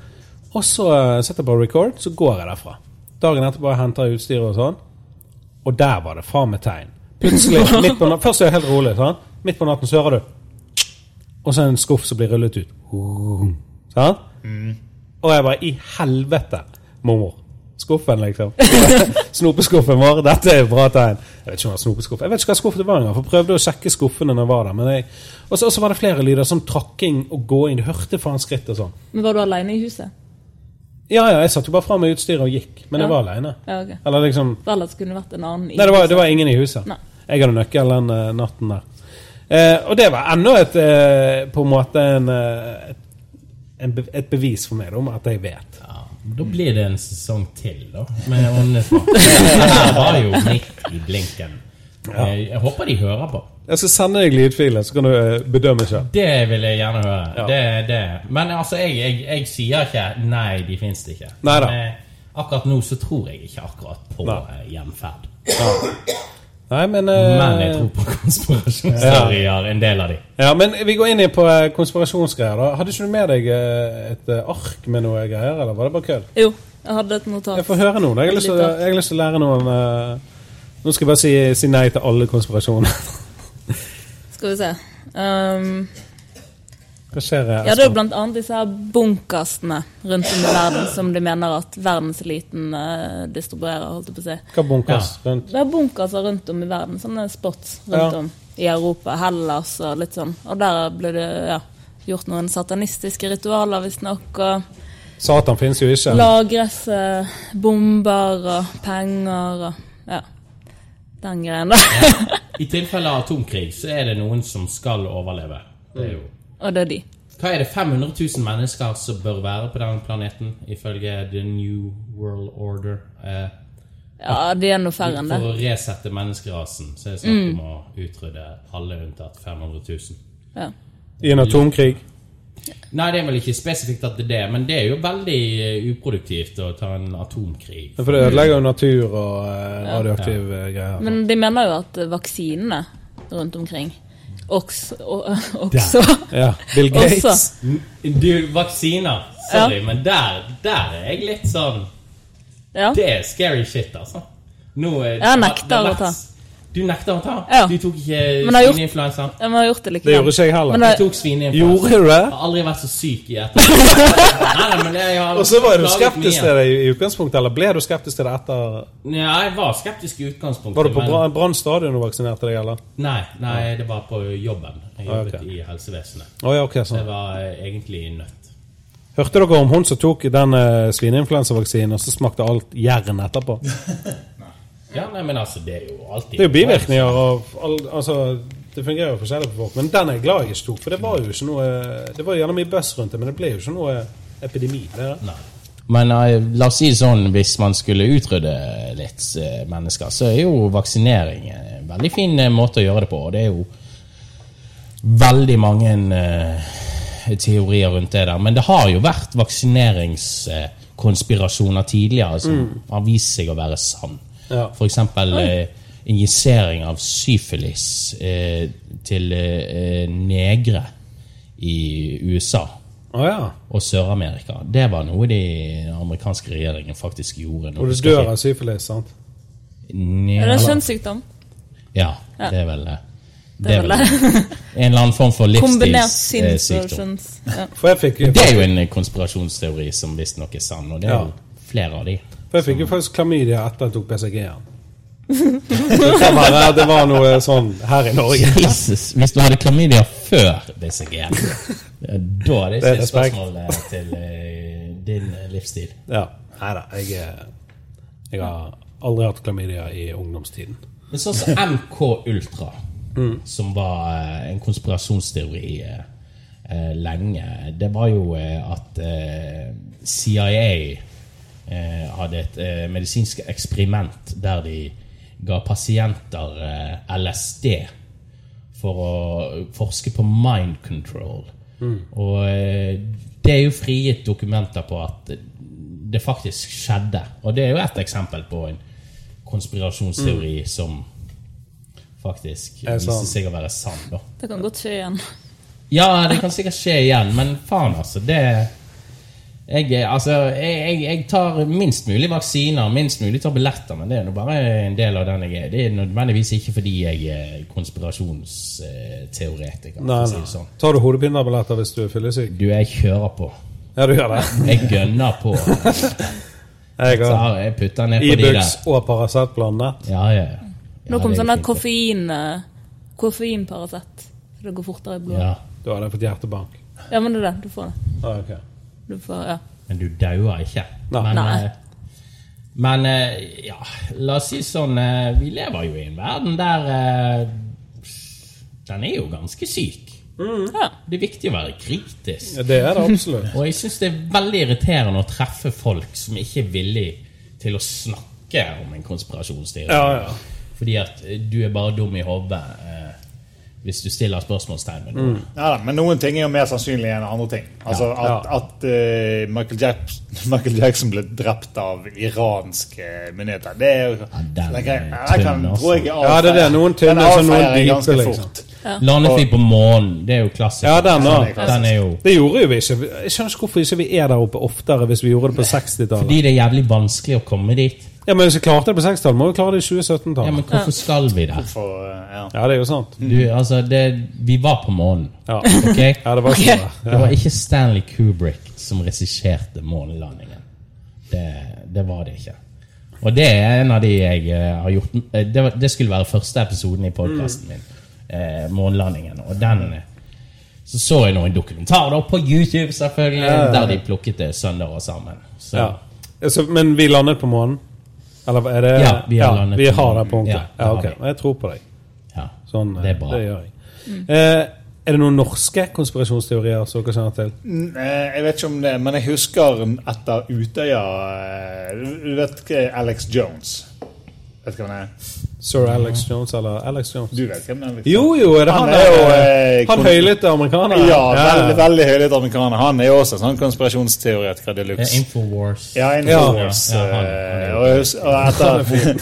[SPEAKER 3] Og så eh, setter jeg på record, så går jeg derfra. Dagen etterpå henter jeg utstyret og sånn. Og der var det faen meg tegn. Plutselig, midt på natten, Først er jeg helt rolig. Sånn. Midt på natten så hører du Og så en skuff som blir rullet ut. Vroom. Sånn? Og jeg bare I helvete, mormor. Skuffen, liksom. Snopeskuffen vår. Dette er et bra tegn. Jeg vet ikke om det var snopeskuff. Jeg vet ikke hva skuff det var engang. For jeg prøvde å sjekke skuffene når jeg var der. Men jeg... Og så og så var det flere lyder, som trakking og gåing. Du hørte faen skritt og sånn.
[SPEAKER 5] Men var du aleine i huset?
[SPEAKER 3] Ja, ja, jeg satt jo bare fra meg utstyret og gikk. Men jeg var aleine.
[SPEAKER 5] Ja, ok.
[SPEAKER 3] Eller liksom
[SPEAKER 5] For ellers kunne det vært en annen i
[SPEAKER 3] Nei, det var, det var ingen i huset.
[SPEAKER 5] Nei.
[SPEAKER 3] Jeg hadde nøkkel den eh, natten der. Eh, og det var enda et eh, På en måte en, eh, et- en, be- et bevis for meg da, om at jeg vet.
[SPEAKER 6] Ja, da blir det en sesong til, da. Med åndesmak. Det var jo midt i blinken. Eh, Jeg, jeg håper de hører på.
[SPEAKER 3] Jeg skal sende deg lydfilen, så kan du eh, bedømme sjøl.
[SPEAKER 6] Det vil jeg gjerne høre.
[SPEAKER 3] Ja.
[SPEAKER 6] Det, det. Men altså, jeg, jeg, jeg sier ikke 'nei, de fins ikke'.
[SPEAKER 3] Neida.
[SPEAKER 6] Men, eh, Akkurat nå så tror jeg ikke akkurat på eh, gjenferd.
[SPEAKER 3] Nei, men, eh,
[SPEAKER 6] Men jeg tror på konspirasjonsteorier, en del av de.
[SPEAKER 3] Ja, men vi går inn i på eh, konspirasjonsgreier. da. Hadde ikke du med deg eh, et eh, ark med noe greier, eller var det bare kødd?
[SPEAKER 5] Jo, jeg hadde et notat.
[SPEAKER 3] Jeg får høre noe. da. Jeg har lyst til, å- jeg har lyst til å lære noen eh, Nå skal jeg bare si, si nei til alle konspirasjoner.
[SPEAKER 5] Skal vi se. Um,
[SPEAKER 3] Hva skjer? eh,
[SPEAKER 5] ja, det er jo
[SPEAKER 3] Espen?
[SPEAKER 5] blant annet disse her bunkasene rundt om i verden som de mener at verdenseliten eh, distribuerer, holdt jeg på å si.
[SPEAKER 3] Hva bunkers rundt?
[SPEAKER 5] Det er bunkaser rundt om i verden, sånne spots rundt
[SPEAKER 3] Ja.
[SPEAKER 5] om i Europa, Hellas og litt sånn. Og der ble det ja, gjort noen satanistiske ritualer, visstnok, og
[SPEAKER 3] Satan finnes jo ikke.
[SPEAKER 5] lagres eh, bomber og penger og ja, den greien der.
[SPEAKER 6] I tilfelle av atomkrig så er det noen som skal overleve. Det er jo.
[SPEAKER 5] og det er de.
[SPEAKER 6] Hva er det 500 000 mennesker som bør være på den planeten, ifølge The New World Order? Eh,
[SPEAKER 5] Ja, de er noe færre enn det.
[SPEAKER 6] for å resette menneskerasen så er det snakk om å utrydde alle unntatt 500 000.
[SPEAKER 5] Ja.
[SPEAKER 3] I en atomkrig.
[SPEAKER 6] Nei, det er vel ikke spesifikt at det er det, men det er jo veldig eh, uproduktivt å ta en atomkrig.
[SPEAKER 3] For det ødelegger jo natur og eh, radioaktive eh, greier.
[SPEAKER 5] Men de mener jo at vaksinene rundt omkring også, og, også
[SPEAKER 3] Ja, Bill Gates.
[SPEAKER 5] Også.
[SPEAKER 6] Du, vaksiner. Sorry, men der, der er jeg litt sånn
[SPEAKER 5] Ja.
[SPEAKER 6] Det er scary shit, altså. Nå er,
[SPEAKER 5] Jeg nekter
[SPEAKER 6] har- det har
[SPEAKER 5] å ta.
[SPEAKER 6] vært- Du nekter å ta?
[SPEAKER 5] Ja.
[SPEAKER 6] Du tok ikke
[SPEAKER 5] Men jeg har gjort-
[SPEAKER 6] svineinfluensa?
[SPEAKER 5] Men vi har gjort det
[SPEAKER 3] Det
[SPEAKER 5] likevel.
[SPEAKER 3] gjorde ikke jeg
[SPEAKER 5] Men
[SPEAKER 3] heller.
[SPEAKER 5] det-
[SPEAKER 6] Jeg tok svineinfluensa.
[SPEAKER 3] Gjorde du det?
[SPEAKER 6] Jeg har aldri vært så syk i ettertid. Nei, nei, men jeg har
[SPEAKER 3] Og så var du
[SPEAKER 6] klaget
[SPEAKER 3] skeptisk
[SPEAKER 6] mye.
[SPEAKER 3] til det i i utgangspunktet, eller ble du skeptisk til det etter
[SPEAKER 6] Ja, jeg var skeptisk i utgangspunktet.
[SPEAKER 3] Var du på
[SPEAKER 6] men-
[SPEAKER 3] Bra- Brann stadion og vaksinerte deg, eller?
[SPEAKER 6] Nei, nei, det var på jobben. Jeg
[SPEAKER 3] Ah,
[SPEAKER 6] jobbet
[SPEAKER 3] ok.
[SPEAKER 6] i helsevesenet.
[SPEAKER 3] Å ja, ok,
[SPEAKER 6] Det
[SPEAKER 3] sånn.
[SPEAKER 6] var eh, egentlig nødt.
[SPEAKER 3] Hørte dere om hun som tok den eh, svineinfluensavaksinen, og så smakte alt jern etterpå?
[SPEAKER 6] Ja, nei, men altså, det er jo alltid
[SPEAKER 3] Det er jo bivirkninger og all, Altså, det fungerer jo forskjellig for folk. Men den er jeg glad jeg ikke tok, for det var jo ikke noe Det var jo gjerne mye buzz rundt det, men det ble jo ikke noe epidemi. Det er det.
[SPEAKER 6] Nei. Men eh, la oss si det sånn, hvis man skulle utrydde litt eh, mennesker, så er jo vaksinering en veldig fin eh, måte å gjøre det på. Og det er jo veldig mange eh, teorier rundt det der. Men det har jo vært vaksineringskonspirasjoner tidligere som har vist seg å være sann.
[SPEAKER 3] Ja.
[SPEAKER 6] F.eks. Eh, injisering av syfilis eh, til eh, eh, negre i USA.
[SPEAKER 3] Å ja.
[SPEAKER 6] og Sør-Amerika. Det var noe de den amerikanske regjeringen faktisk gjorde.
[SPEAKER 3] Og du dør altså. av syfilis, sant?
[SPEAKER 5] Er det en
[SPEAKER 6] Nederland.
[SPEAKER 5] kjønnssykdom?
[SPEAKER 6] Ja, det er vel det. Det eh, er vel en eller annen form for
[SPEAKER 5] Kombinert
[SPEAKER 6] livsstilssykdom.
[SPEAKER 5] sinnsversions. Ja.
[SPEAKER 3] For jeg fikk,
[SPEAKER 6] Det er jo en konspirasjonsteori som visstnok er sann, og det er
[SPEAKER 3] Ja.
[SPEAKER 6] jo flere av de.
[SPEAKER 3] for jeg fikk jo faktisk klamydia etter jeg tok PCG-en. Det kan være at det var noe sånn her i Norge.
[SPEAKER 6] Jesus, Hvis du hadde klamydia før BCG, da er det
[SPEAKER 3] Det er
[SPEAKER 6] ikke
[SPEAKER 3] respekt.
[SPEAKER 6] spørsmål eh, til eh, din eh, livsstil.
[SPEAKER 3] Ja. Nei da, jeg, eh, jeg har aldri hatt klamydia i ungdomstiden.
[SPEAKER 6] Men sånn som MK Ultra, som var eh, en konspirasjonsteori eh, eh, lenge, det var jo eh, at eh, CIA eh, hadde et eh, medisinsk eksperiment der de ga pasienter eh, LSD for å forske på mind control. Og eh, det er jo frigitt dokumenter på at det faktisk skjedde. Og det er jo et eksempel på en konspirasjonsteori som faktisk
[SPEAKER 3] Er
[SPEAKER 6] viser
[SPEAKER 3] sann.
[SPEAKER 6] seg å være sann. Da.
[SPEAKER 5] Det kan godt skje igjen.
[SPEAKER 6] Ja, det kan sikkert skje igjen, men faen, altså. Det jeg, er- altså, jeg, jeg, jeg tar minst mulig vaksiner, minst mulig tabletter, men det er nå bare en del av den jeg er. Det er nødvendigvis ikke fordi jeg er konspirasjonsteoretiker.
[SPEAKER 3] Nei,
[SPEAKER 6] for å si
[SPEAKER 3] nei.
[SPEAKER 6] det sånn.
[SPEAKER 3] Tar du hodepinebilletter hvis du er fyllesyk?
[SPEAKER 6] Du, jeg kjører på.
[SPEAKER 3] Ja, du gjør det?
[SPEAKER 6] Jeg gønner på.
[SPEAKER 3] Jeg
[SPEAKER 6] Så
[SPEAKER 3] har
[SPEAKER 6] har jeg putter ned på de der.
[SPEAKER 3] Ibux og Paracet blandet.
[SPEAKER 6] Ja, ja. ja.
[SPEAKER 5] Nå kom
[SPEAKER 6] det er jo
[SPEAKER 5] sånn der
[SPEAKER 6] fint, det.
[SPEAKER 5] koffein eh, koffeinparacet. Så det går fortere i blodet.
[SPEAKER 6] Ja,
[SPEAKER 5] Ja.
[SPEAKER 3] Da hadde jeg fått hjertebank.
[SPEAKER 5] men det er det. Du får det.
[SPEAKER 3] Ah, ok.
[SPEAKER 5] Du får, ja.
[SPEAKER 6] Men du dauer ikke.
[SPEAKER 3] Nei.
[SPEAKER 6] Men,
[SPEAKER 5] Nei.
[SPEAKER 6] eh, men eh, ja, la oss si sånn eh, Vi lever jo i en verden der eh, Den er jo ganske syk.
[SPEAKER 5] ja.
[SPEAKER 6] Det er viktig å være kritisk.
[SPEAKER 3] Ja, Det er det absolutt.
[SPEAKER 6] Og jeg syns det er veldig irriterende å treffe folk som ikke er villig til å snakke om en konspirasjonsteori.
[SPEAKER 3] Ja, ja.
[SPEAKER 6] Fordi at eh, du er bare dum i hodet eh, hvis du stiller spørsmålstegn ved noe.
[SPEAKER 4] Ja, da, men noen ting er jo mer sannsynlig enn andre ting. Altså At, at eh, Michael, Jackson, Michael Jackson ble drept av iranske myndigheter, det er jo
[SPEAKER 6] den
[SPEAKER 4] det kan,
[SPEAKER 6] er
[SPEAKER 4] det kan,
[SPEAKER 6] tynn, altså.
[SPEAKER 4] tror jeg
[SPEAKER 3] Ja, det er det. Noen tynne,
[SPEAKER 4] den
[SPEAKER 3] så noen
[SPEAKER 4] avfeier jeg
[SPEAKER 3] dype,
[SPEAKER 4] ganske
[SPEAKER 3] liksom.
[SPEAKER 4] fort.
[SPEAKER 6] Landet vi på månen, det er jo klassisk.
[SPEAKER 3] Ja, den da.
[SPEAKER 6] Den er jo
[SPEAKER 3] Det gjorde jo vi ikke. Jeg skjønner ikke hvorfor ikke vi er der oppe oftere hvis vi gjorde det på 60-tallet.
[SPEAKER 6] Fordi det er jævlig vanskelig å komme dit.
[SPEAKER 3] Ja, men hvis vi klarte det på 60-tallet, må vi klare det i
[SPEAKER 6] Ja,
[SPEAKER 3] 2017-tallet.
[SPEAKER 6] men hvorfor skal vi der?
[SPEAKER 4] For, eh, ja.
[SPEAKER 3] Ja, det er jo sant.
[SPEAKER 6] Du, altså, det, vi var på månen,
[SPEAKER 3] Ja,
[SPEAKER 6] ok?
[SPEAKER 3] ja det var ikke det.
[SPEAKER 6] Det var ikke Stanley Kubrick som regisserte månelandingen. Det, det var det ikke. Og det er en av de jeg eh, har gjort eh, Det, var, det skulle være første episoden i podkasten min. Eh, månelandingen. Og den eh, Så så jeg nå en dokumentar da, på YouTube, selvfølgelig, der de plukket det søndager sammen. Så
[SPEAKER 3] Ja. Altså, men vi landet på månen? Eller er det
[SPEAKER 6] Ja, vi har landet
[SPEAKER 3] vi
[SPEAKER 6] på
[SPEAKER 3] har
[SPEAKER 6] månen.
[SPEAKER 3] det på ordentlig. Ja,
[SPEAKER 6] Ja, det har
[SPEAKER 3] ok.
[SPEAKER 6] vi.
[SPEAKER 3] Jeg tror på deg.
[SPEAKER 6] ja,
[SPEAKER 3] Sånn,
[SPEAKER 6] det er bra.
[SPEAKER 3] Det gjør jeg.
[SPEAKER 5] Mm.
[SPEAKER 3] Eh, er det noen norske konspirasjonsteorier som dere kjenner til?
[SPEAKER 4] Mm, eh, Jeg vet ikke om det, men jeg husker etter Utøya eh, Du vet hva Alex Jones? Vet du hvem han er?
[SPEAKER 3] Sir
[SPEAKER 5] Mm.
[SPEAKER 3] Alex Jones eller Alex Jones?
[SPEAKER 4] Du vet hvem han er?
[SPEAKER 3] Jo, jo, er det han,
[SPEAKER 4] Han er jo,
[SPEAKER 3] eh,
[SPEAKER 4] eh,
[SPEAKER 3] Han
[SPEAKER 4] kon-
[SPEAKER 3] høylytte amerikaner?
[SPEAKER 4] Ja, veldig, veldig høylytt amerikaner. Han er jo også sånn konspirasjonsteoretiker de
[SPEAKER 6] Det er
[SPEAKER 4] luxe.
[SPEAKER 6] Infowars.
[SPEAKER 4] Ja, Infowars.
[SPEAKER 6] Ja, ja, han- han er jo
[SPEAKER 4] eh, Og jeg hus- og etter,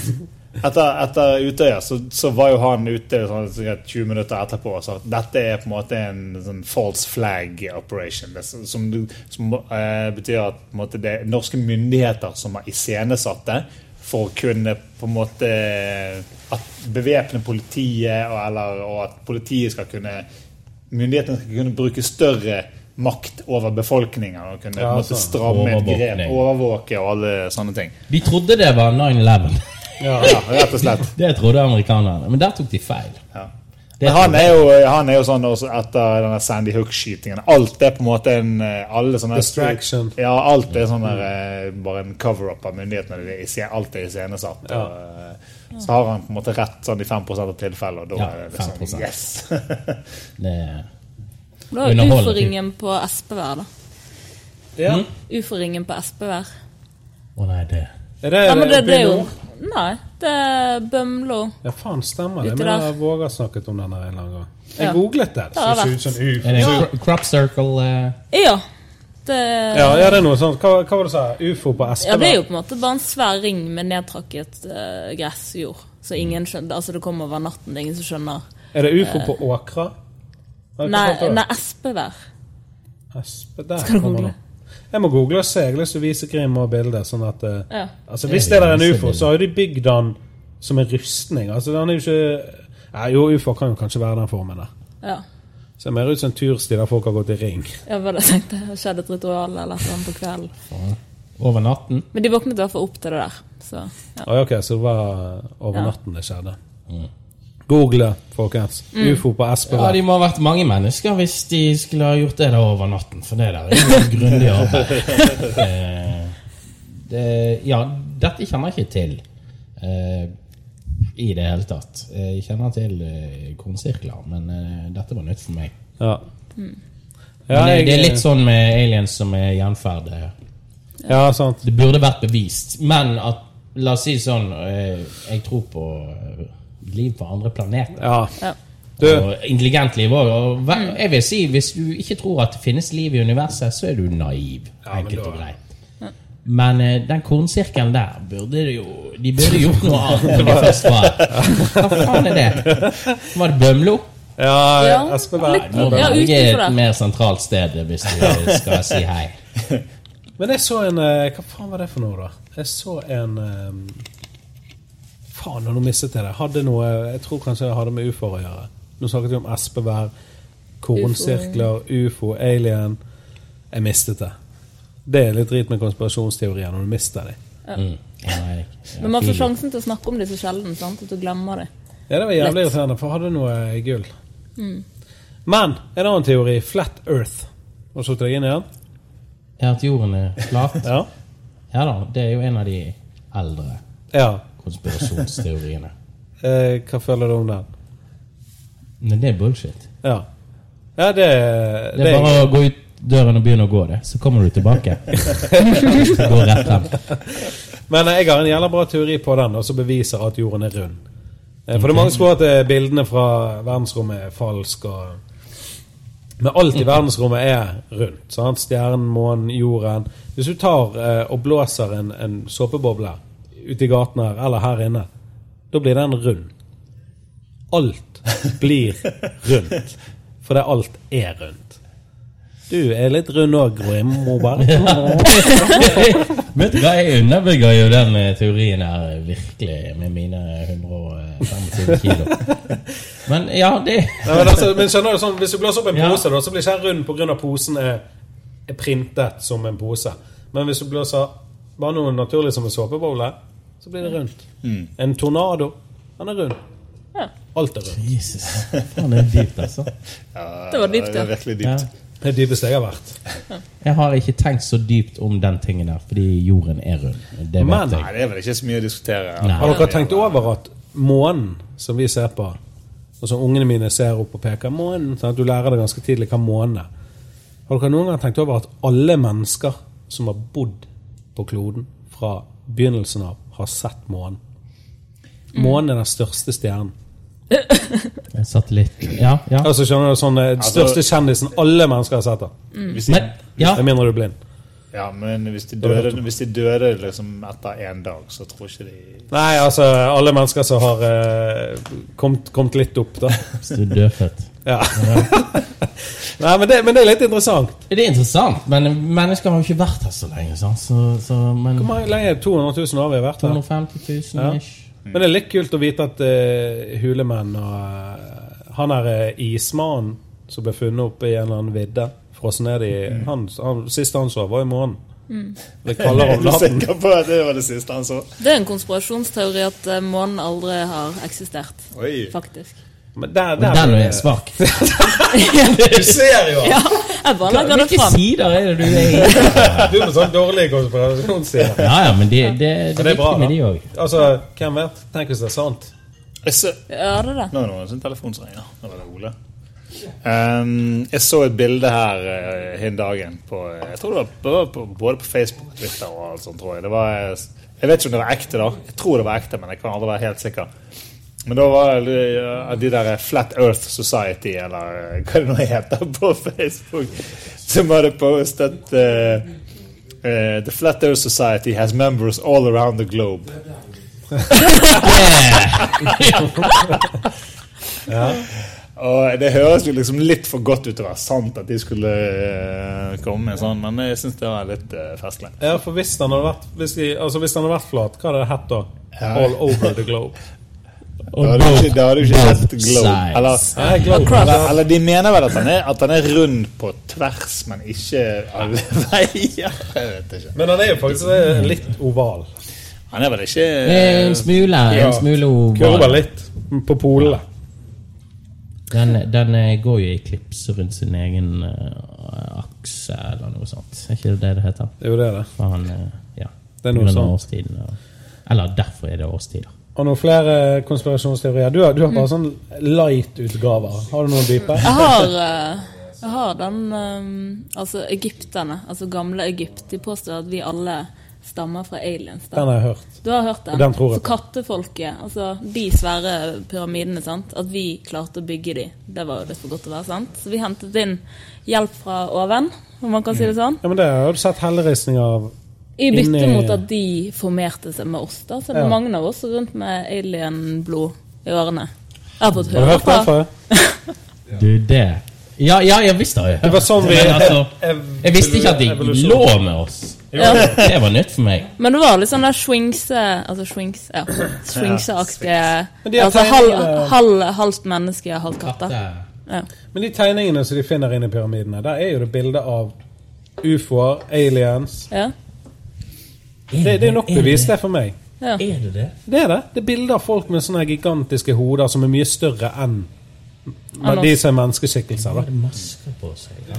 [SPEAKER 4] etter, etter Utøya så, så var jo han ute sånn, sikkert 20 minutter etterpå og sa at dette er på en måte en sånn false flag operation. Det, som- som du- som eh, betyr at på en måte, det er norske myndigheter som har iscenesatt det for å kunne på en måte eh, at bevæpne politiet, og, eller, og at politiet skal kunne Myndighetene skal kunne bruke større makt over befolkningen og kunne på en måte
[SPEAKER 3] sånn.
[SPEAKER 6] altså.
[SPEAKER 4] stramme et grep,
[SPEAKER 6] Overvåkning.
[SPEAKER 4] overvåke og alle sånne ting.
[SPEAKER 6] De trodde det var 9-11.
[SPEAKER 4] Ja, rett og slett.
[SPEAKER 6] Det trodde amerikanerne, men der tok de feil.
[SPEAKER 4] Ja.
[SPEAKER 6] Det
[SPEAKER 4] Men han er jo, han er jo sånn også etter denne Sandy Hook-skytingen. Alt er på en måte en eh, alle sånne
[SPEAKER 3] Distraction.
[SPEAKER 4] Ja, alt er sånn der eh, bare en cover-up av myndighetene. Det er isce- Alt er iscenesatt. og, eh, Så har han på en måte rett sånn i 5 av tilfellene, og da
[SPEAKER 6] Ja,
[SPEAKER 4] er det liksom
[SPEAKER 6] 5%.
[SPEAKER 4] Yes!
[SPEAKER 6] Det-
[SPEAKER 5] Da er jo
[SPEAKER 6] Underholdende.
[SPEAKER 5] uforingen på Espevær, da.
[SPEAKER 3] Ja.
[SPEAKER 5] Uforingen på Espevær.
[SPEAKER 6] Å nei, det
[SPEAKER 3] Er det,
[SPEAKER 5] Nei, men det, det er jo
[SPEAKER 3] Bino?
[SPEAKER 5] Nei, det er Bømlo.
[SPEAKER 3] Ja, faen, stemmer det.
[SPEAKER 5] Ute
[SPEAKER 3] Men
[SPEAKER 5] der.
[SPEAKER 3] jeg våger snakket om den her en eller annen gang. Jeg
[SPEAKER 5] Ja.
[SPEAKER 3] googlet det.
[SPEAKER 5] har
[SPEAKER 3] Så
[SPEAKER 5] vært.
[SPEAKER 3] ut som ufo.
[SPEAKER 6] Er det cro- crop circle eh?
[SPEAKER 5] Ja. Det,
[SPEAKER 3] Ja, ja, det er noe sånt. Hva, hva var det du sa? Ufo på
[SPEAKER 5] ja,
[SPEAKER 3] Espeland?
[SPEAKER 5] det er jo på en måte bare en svær ring med nedtrakket eh, gress og jord. Så
[SPEAKER 3] Mm.
[SPEAKER 5] ingen skjønner Altså, det kommer over natten, det er ingen som skjønner.
[SPEAKER 3] Er det ufo på Åkra? Hva- hva
[SPEAKER 5] Nei,
[SPEAKER 3] kalte du det?
[SPEAKER 5] nei Espevær.
[SPEAKER 3] Espe, der
[SPEAKER 5] Skal du
[SPEAKER 3] kommer
[SPEAKER 5] google?
[SPEAKER 3] det. Jeg må google og se. Jeg har lyst til å vise Grim og bildet. Sånn at, eh,
[SPEAKER 5] Ja.
[SPEAKER 3] altså, hvis det er en ufo, så har jo de bygd den som en rustning. Altså, den er jo ikke Nei, jo, ufa kan jo kanskje være den formen der.
[SPEAKER 5] Ja.
[SPEAKER 3] Ser mer ut som en tursti der folk har gått i ring.
[SPEAKER 5] Jeg bare tenkte det skjedde et ritual eller et eller annet på kvelden.
[SPEAKER 6] Over natten.
[SPEAKER 5] Men de våknet i hvert fall opp til det der. Så ja.
[SPEAKER 3] Oi, ok, så det var over
[SPEAKER 5] Ja.
[SPEAKER 3] natten det skjedde. Google, folkens.
[SPEAKER 5] Mm.
[SPEAKER 3] Ufo på
[SPEAKER 6] Mm. Ja,
[SPEAKER 3] Espevær.
[SPEAKER 6] De må ha vært mange mennesker hvis de skulle ha gjort det der over natten. For det der er jo et grundig arbeid. Eh, det, ja, dette kjenner jeg ikke til eh, i det hele tatt. Eh, Jeg kjenner til eh, kornsirkler, men eh, dette var nytt for meg.
[SPEAKER 3] Ja.
[SPEAKER 5] Mm.
[SPEAKER 3] Ja,
[SPEAKER 6] Men det,
[SPEAKER 3] jeg-
[SPEAKER 6] det er litt sånn med aliens som er gjenferd. eh,
[SPEAKER 3] Ja, sant.
[SPEAKER 6] Det burde vært bevist, men at La oss si det sånn eh, Jeg tror på eh, liv på andre planeter.
[SPEAKER 3] Ja.
[SPEAKER 5] Ja.
[SPEAKER 3] Du,
[SPEAKER 6] Og intelligent liv òg. Og
[SPEAKER 5] Mm.
[SPEAKER 6] hver- jeg vil si, hvis du ikke tror at det finnes liv i universet, så er du naiv. enkelt og greit. Men eh, den kornsirkelen der burde det jo De burde gjort noe annet. når de først var her. Hva faen er det? Var det Bømlo?
[SPEAKER 3] ja,
[SPEAKER 5] Ja,
[SPEAKER 3] Espevær.
[SPEAKER 5] litt-
[SPEAKER 6] Nå
[SPEAKER 5] Ja,
[SPEAKER 6] er det
[SPEAKER 5] utenfor
[SPEAKER 6] et
[SPEAKER 5] det.
[SPEAKER 6] mer sentralt sted hvis du skal si hei.
[SPEAKER 3] Men jeg så en eh, Hva faen var det for noe, da? Jeg så en eh, Faen, nå mistet jeg det. Hadde noe Jeg tror kanskje det hadde med ufoer å gjøre. Nå snakket vi om espevær, kornsirkler, ufo, alien Jeg mistet det. Det er litt drit med konspirasjonsteorier når du mister dem.
[SPEAKER 6] Mm. Ja, nei, ja,
[SPEAKER 5] Men man får
[SPEAKER 6] fint.
[SPEAKER 5] sjansen til å snakke om det så sjelden, sant? at du glemmer det.
[SPEAKER 3] Ja, det var jævlig irriterende, for hadde noe eh, gull.
[SPEAKER 6] Mm.
[SPEAKER 3] Men en annen teori, Flat Earth. Har du satt deg inn i den?
[SPEAKER 5] sånn-
[SPEAKER 6] Ja, at jorden er flat?
[SPEAKER 3] Ja.
[SPEAKER 6] Ja da, det er jo en av de eldre
[SPEAKER 3] ja.
[SPEAKER 6] konspirasjonsteoriene.
[SPEAKER 3] Eh, hva føler du om den?
[SPEAKER 6] Men det er bullshit.
[SPEAKER 3] Ja. Ja, det
[SPEAKER 6] Det er bare å gå ut døren og begynne å gå, det. Så kommer du tilbake. Gå rett frem.
[SPEAKER 3] Men eh, jeg har en jævla bra teori på den, og så beviser at jorden er rund. Eh, For det er mange som tror at eh, bildene fra verdensrommet er falske. Og... Men alt i verdensrommet er rundt. Sant? Stjernen, månen, jorden. Hvis du tar eh, og blåser en, en såpeboble ute i gaten her, eller her inne, da blir den rund. Alt blir rundt. Fordi alt er rundt. Du er litt rund òg, Gro. Jeg må bare
[SPEAKER 6] Vet du hva, jeg underbygger jo den eh, teorien her eh, virkelig med mine 125 kilo. Men ja, det
[SPEAKER 3] Nei, men, altså, men skjønner du sånn, Hvis du blåser opp en
[SPEAKER 6] Ja.
[SPEAKER 3] pose, da, så blir ikke den rund pga. posen er, er printet som en pose. Men hvis du blåser bare noe naturlig som en såpebolle, så blir det rundt. En tornado, den er rund.
[SPEAKER 5] Ja.
[SPEAKER 3] Alt er rundt.
[SPEAKER 6] Jesus. Faen, det er dypt, altså.
[SPEAKER 5] Det var dypt,
[SPEAKER 4] det
[SPEAKER 5] ja.
[SPEAKER 4] er virkelig
[SPEAKER 6] Ja.
[SPEAKER 4] dypt.
[SPEAKER 3] Det er det dypeste jeg har vært.
[SPEAKER 6] Jeg har ikke tenkt så dypt om den tingen der, fordi jorden er rund. Det
[SPEAKER 3] Men-
[SPEAKER 6] vet
[SPEAKER 4] Nei,
[SPEAKER 6] jeg.
[SPEAKER 4] det er vel ikke så mye å diskutere.
[SPEAKER 6] Nei.
[SPEAKER 3] Har dere tenkt over at månen som vi ser på, og som ungene mine ser opp og peker månen, sånn at Du lærer det ganske tidlig hva månen er. Har dere noen gang tenkt over at alle mennesker som har bodd på kloden fra begynnelsen av, har sett månen? Månen er den største stjernen.
[SPEAKER 6] En Satellitt. Ja, ja.
[SPEAKER 3] Altså skjønner du, sånn, eh, Den største kjendisen alle mennesker har sett. da.
[SPEAKER 4] Hvis de,
[SPEAKER 6] Men, ja.
[SPEAKER 3] Med mindre du er blind.
[SPEAKER 4] ja, men hvis de døde, hvis de døde liksom etter én dag, så tror ikke de
[SPEAKER 3] Nei, altså alle mennesker som har eh, kommet, kommet litt opp, da.
[SPEAKER 6] Hvis du er dødfødt.
[SPEAKER 3] Ja. Nei, men det, men det er litt interessant.
[SPEAKER 6] Det er interessant, men mennesker har jo ikke vært her så lenge. Sant? Så, så, men
[SPEAKER 3] Hvor mange- lenge? 200 000 år vi har vært her.
[SPEAKER 6] 250
[SPEAKER 3] Ja.
[SPEAKER 6] 000 ish.
[SPEAKER 3] Men det er litt kult å vite at eh, hulemenn og eh, Han er eh, ismannen som ble funnet oppe i en eller annen vidde, frosset ned i
[SPEAKER 6] Mm.
[SPEAKER 3] han, han, Siste han så, var i månen. Det kaller
[SPEAKER 4] Er
[SPEAKER 3] om
[SPEAKER 4] du
[SPEAKER 3] natten.
[SPEAKER 4] sikker på at det var det siste han så?
[SPEAKER 5] Det er en konspirasjonsteori at eh, månen aldri har eksistert,
[SPEAKER 4] Oi.
[SPEAKER 5] faktisk.
[SPEAKER 3] Men der,
[SPEAKER 6] Men
[SPEAKER 3] der,
[SPEAKER 6] den er svak.
[SPEAKER 3] Du ser jo!
[SPEAKER 5] Ja, jeg bare legger det fram.
[SPEAKER 6] sider er det du er i?
[SPEAKER 3] Du er på sånn dårlig konspirasjonsside.
[SPEAKER 6] Ja, ja, men det, det, det,
[SPEAKER 3] Men
[SPEAKER 6] er bra, med de òg.
[SPEAKER 3] Altså, hvem vet? Tenk hvis det er sant.
[SPEAKER 4] Jeg så,
[SPEAKER 5] Ja, det er det.
[SPEAKER 4] nå er det noen sin telefon som ringer. Nå var det Ole. Ehm, jeg så et bilde her eh, hin dagen på eh, Jeg tror det var, det var på, både på Facebook og Twitter og alt sånt, tror jeg. Det var, eh, s- jeg vet ikke om det var ekte, da. Jeg tror det var ekte, men jeg kan aldri være helt sikker. Men da var det eh, de der Flat Earth Society, eller eh, hva det nå heter, på Facebook, som hadde postet eh, eh, The Flat Earth Society has members all around the globe. Og Det høres jo liksom litt for godt ut til å være sant at de skulle eh, komme med sånn, men jeg syns det var litt eh, festlig.
[SPEAKER 3] Ja, for hvis den hadde vært, hvis de, altså, hvis den hadde vært flat, hva hadde det hett da? All over the globe.
[SPEAKER 4] Da
[SPEAKER 6] og
[SPEAKER 4] har du ikke,
[SPEAKER 6] both-
[SPEAKER 4] da har du ikke
[SPEAKER 6] both
[SPEAKER 4] sett glow.
[SPEAKER 6] sides.
[SPEAKER 4] Eller,
[SPEAKER 3] Nei, Glow.
[SPEAKER 4] eller, eller de mener vel at han, er, at han er rund på tvers, men ikke alle veier. Jeg vet ikke.
[SPEAKER 3] Men han er jo faktisk eh, litt oval.
[SPEAKER 4] Han er vel ikke eh,
[SPEAKER 6] Det er en smule,
[SPEAKER 3] Ja.
[SPEAKER 6] en smule
[SPEAKER 3] Kurver
[SPEAKER 6] oval.
[SPEAKER 3] litt på polene.
[SPEAKER 6] Den, den eh, går jo i klips rundt sin egen eh, akse eller noe sånt. Er ikke det det det heter?
[SPEAKER 3] Det er jo det, det.
[SPEAKER 6] For han, eh, ja.
[SPEAKER 3] Det er noe
[SPEAKER 6] Grunnet
[SPEAKER 3] sånt.
[SPEAKER 6] årstiden, og- Eller derfor er det årstider.
[SPEAKER 3] Og noen flere konspirasjonsteorier. Du har, du har bare sånn light-utgaver. Har du noen dype?
[SPEAKER 5] Jeg har, eh, jeg har den eh, Altså egypterne, altså gamle Egypt, de påstår at vi alle stammer fra aliens.
[SPEAKER 3] Den
[SPEAKER 5] Da.
[SPEAKER 3] har jeg hørt.
[SPEAKER 5] Du har hørt den?
[SPEAKER 3] Den tror jeg
[SPEAKER 5] Så kattefolket, altså de svære pyramidene, sant? at vi klarte å bygge de, det var jo litt for godt å være sant. Så vi hentet inn hjelp fra oven, om man kan si det sånn.
[SPEAKER 3] Ja, men det har du sett helleristninger av.
[SPEAKER 5] I bytte
[SPEAKER 3] Inni-
[SPEAKER 5] mot at de formerte seg med oss, da. Så det er
[SPEAKER 3] Ja.
[SPEAKER 5] mange av oss rundt med alienblod i ørene. Jeg har fått
[SPEAKER 3] Har du
[SPEAKER 5] høre
[SPEAKER 3] hørt det
[SPEAKER 5] fra
[SPEAKER 3] før?
[SPEAKER 6] Du, det Ja, ja jeg visste det.
[SPEAKER 3] Det var sånn vi
[SPEAKER 6] Men altså, jeg visste ikke at de
[SPEAKER 3] Evolusjon.
[SPEAKER 6] lå med oss. Det var nytt for meg.
[SPEAKER 5] Men det var litt sånn der swingse Altså swings, ja. Swingseaktige
[SPEAKER 3] Men de har eh,
[SPEAKER 5] Altså halv,
[SPEAKER 3] tegninger-
[SPEAKER 5] halv, halvt menneske, halvt katte.
[SPEAKER 6] Det
[SPEAKER 5] Ja.
[SPEAKER 3] Men de tegningene som de finner inne i pyramidene, der er jo det bilde av ufoer, aliens
[SPEAKER 5] ja.
[SPEAKER 3] Det, det er nok bevis, det, for meg.
[SPEAKER 5] ja.
[SPEAKER 6] Er det det?
[SPEAKER 3] Det er det. Det er bilder av folk med sånne gigantiske hoder som er mye større enn men
[SPEAKER 5] Anders.
[SPEAKER 3] de som er menneskeskikkelser.
[SPEAKER 6] Var
[SPEAKER 3] da.
[SPEAKER 6] det masker på seg? Ja.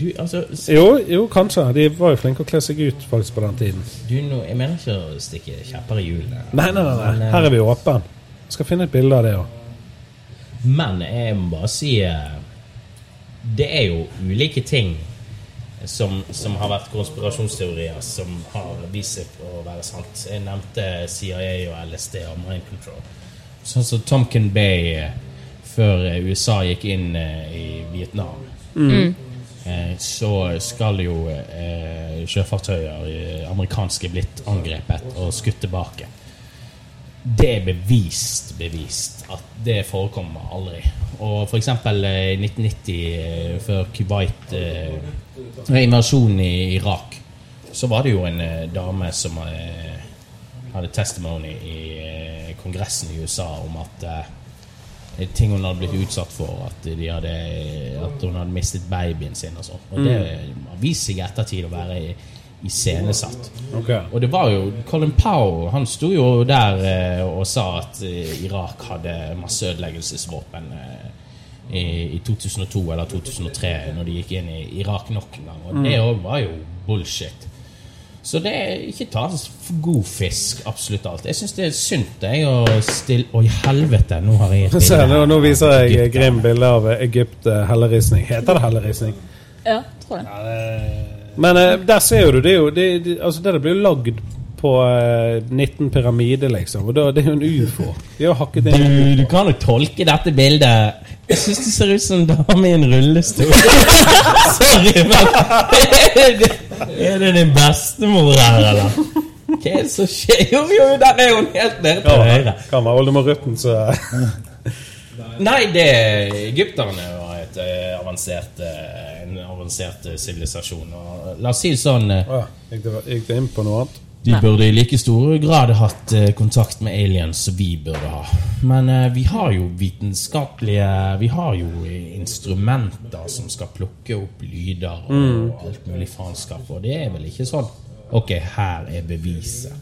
[SPEAKER 6] Du, altså, s-
[SPEAKER 3] Jo, jo, kanskje. De var jo flinke å kle seg ut faktisk på den tiden.
[SPEAKER 6] du, nå, jeg mener ikke å stikke kjepper i hjulene,
[SPEAKER 3] Nei, nei, nei.
[SPEAKER 6] eh,
[SPEAKER 3] nei. Her er vi åpne. Skal finne et bilde av det òg.
[SPEAKER 6] men jeg må bare si eh, Det er jo ulike ting som, som har vært konspirasjonsteorier som har vist seg å være sant. Jeg nevnte CIA og LSD og Mind Control. Sånn som Tomkin Bay eh, før eh, USA gikk inn eh, i Vietnam. Eh, Så skal jo eh, sjøfartøyer eh, amerikanske blitt angrepet og skutt tilbake. Det er bevist, bevist at det forekommer aldri. Og for eksempel eh, i 1990, eh, før Kuwait eh, invasjonen i Irak, så var det jo en eh, dame som eh, hadde testimony i eh, Kongressen i USA om at eh, ting hun hadde blitt utsatt for, at, de hadde, at hun hadde mistet babyen sin og sånn. Og det har vist seg i ettertid å være iscenesatt. Og det var jo Colin Powell han sto jo der eh, og sa at eh, Irak hadde masse ødeleggelsesvåpen eh, i, i 2002 eller 2003, når de gikk inn i Irak nok en gang. Og det òg var jo bullshit. Så det er ikke ta for god fisk, absolutt alt. Jeg syns det er sunt jeg, å stille Oi, helvete, nå har jeg et
[SPEAKER 3] Se,
[SPEAKER 6] bilde
[SPEAKER 3] nå,
[SPEAKER 6] her.
[SPEAKER 3] nå viser jeg
[SPEAKER 6] Egypt.
[SPEAKER 3] Grim bilde av Egypt eh, helleristning. Heter det helleristning?
[SPEAKER 5] ja, tror jeg.
[SPEAKER 3] Men eh, der ser jo du, det er jo det, det, altså, det der blir jo lagd på eh, 19 pyramider, liksom. Og da, det er jo en ufo. De har jo hakket inn
[SPEAKER 6] Du, du kan jo tolke dette bildet Jeg syns det ser ut som en dame i en rullestol. Sorry, men er det, er det din bestemor her, eller? Hva er det som skjer? Jo, jo, der er hun helt nede til høyre.
[SPEAKER 3] kamera. Oldemor Rutten, så
[SPEAKER 6] Nei, det egypterne var et eh, avansert eh, en avansert eh, sivilisasjon. og La oss si det sånn eh,
[SPEAKER 3] Å ja, gikk det, gikk det inn på noe annet?
[SPEAKER 6] De burde i like stor grad hatt eh, kontakt med aliens som vi burde ha. Men eh, vi har jo vitenskapelige Vi har jo eh, instrumenter som skal plukke opp lyder og, og alt mulig faenskap, og det er vel ikke sånn Ok, her er beviset.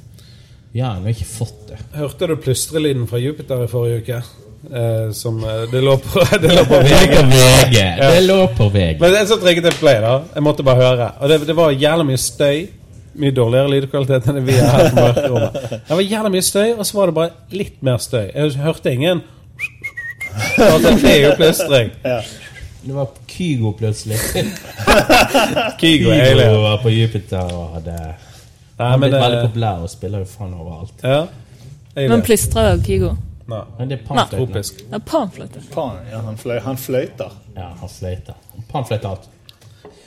[SPEAKER 6] Vi har ennå ikke fått det.
[SPEAKER 3] Hørte du plystrelyden fra Jupiter i forrige uke? Eh, som eh, Det lå på, det lå på
[SPEAKER 6] Det
[SPEAKER 3] VG.
[SPEAKER 6] er VG. Det lå på VG.
[SPEAKER 3] Men jeg så trykket jeg play, da. Jeg måtte bare høre. Og det, det var jævla mye støy. Mye dårligere lydkvalitet enn det vi er her på mørkerommet. Det var jævla mye støy, og så var det bare litt mer støy. Jeg hørte ingen Altså, det er jo plystring.
[SPEAKER 6] Det var Kygo plutselig.
[SPEAKER 3] Kygo er
[SPEAKER 6] Kygo
[SPEAKER 3] alien.
[SPEAKER 6] var på Jupiter og hadde
[SPEAKER 3] Nei,
[SPEAKER 6] Han ble
[SPEAKER 3] men
[SPEAKER 6] veldig
[SPEAKER 3] eh,
[SPEAKER 6] populær og spiller jo faen overalt.
[SPEAKER 3] Ja.
[SPEAKER 5] Men
[SPEAKER 3] Alien.
[SPEAKER 5] plystra jo Kygo.
[SPEAKER 3] Nei,
[SPEAKER 6] Men det er pamfløyten.
[SPEAKER 3] tropisk.
[SPEAKER 5] Ja, panfløyte.
[SPEAKER 4] Faen, ja, han, fløy, han fløyter.
[SPEAKER 6] Ja, han fløyter. Han fløyter alt.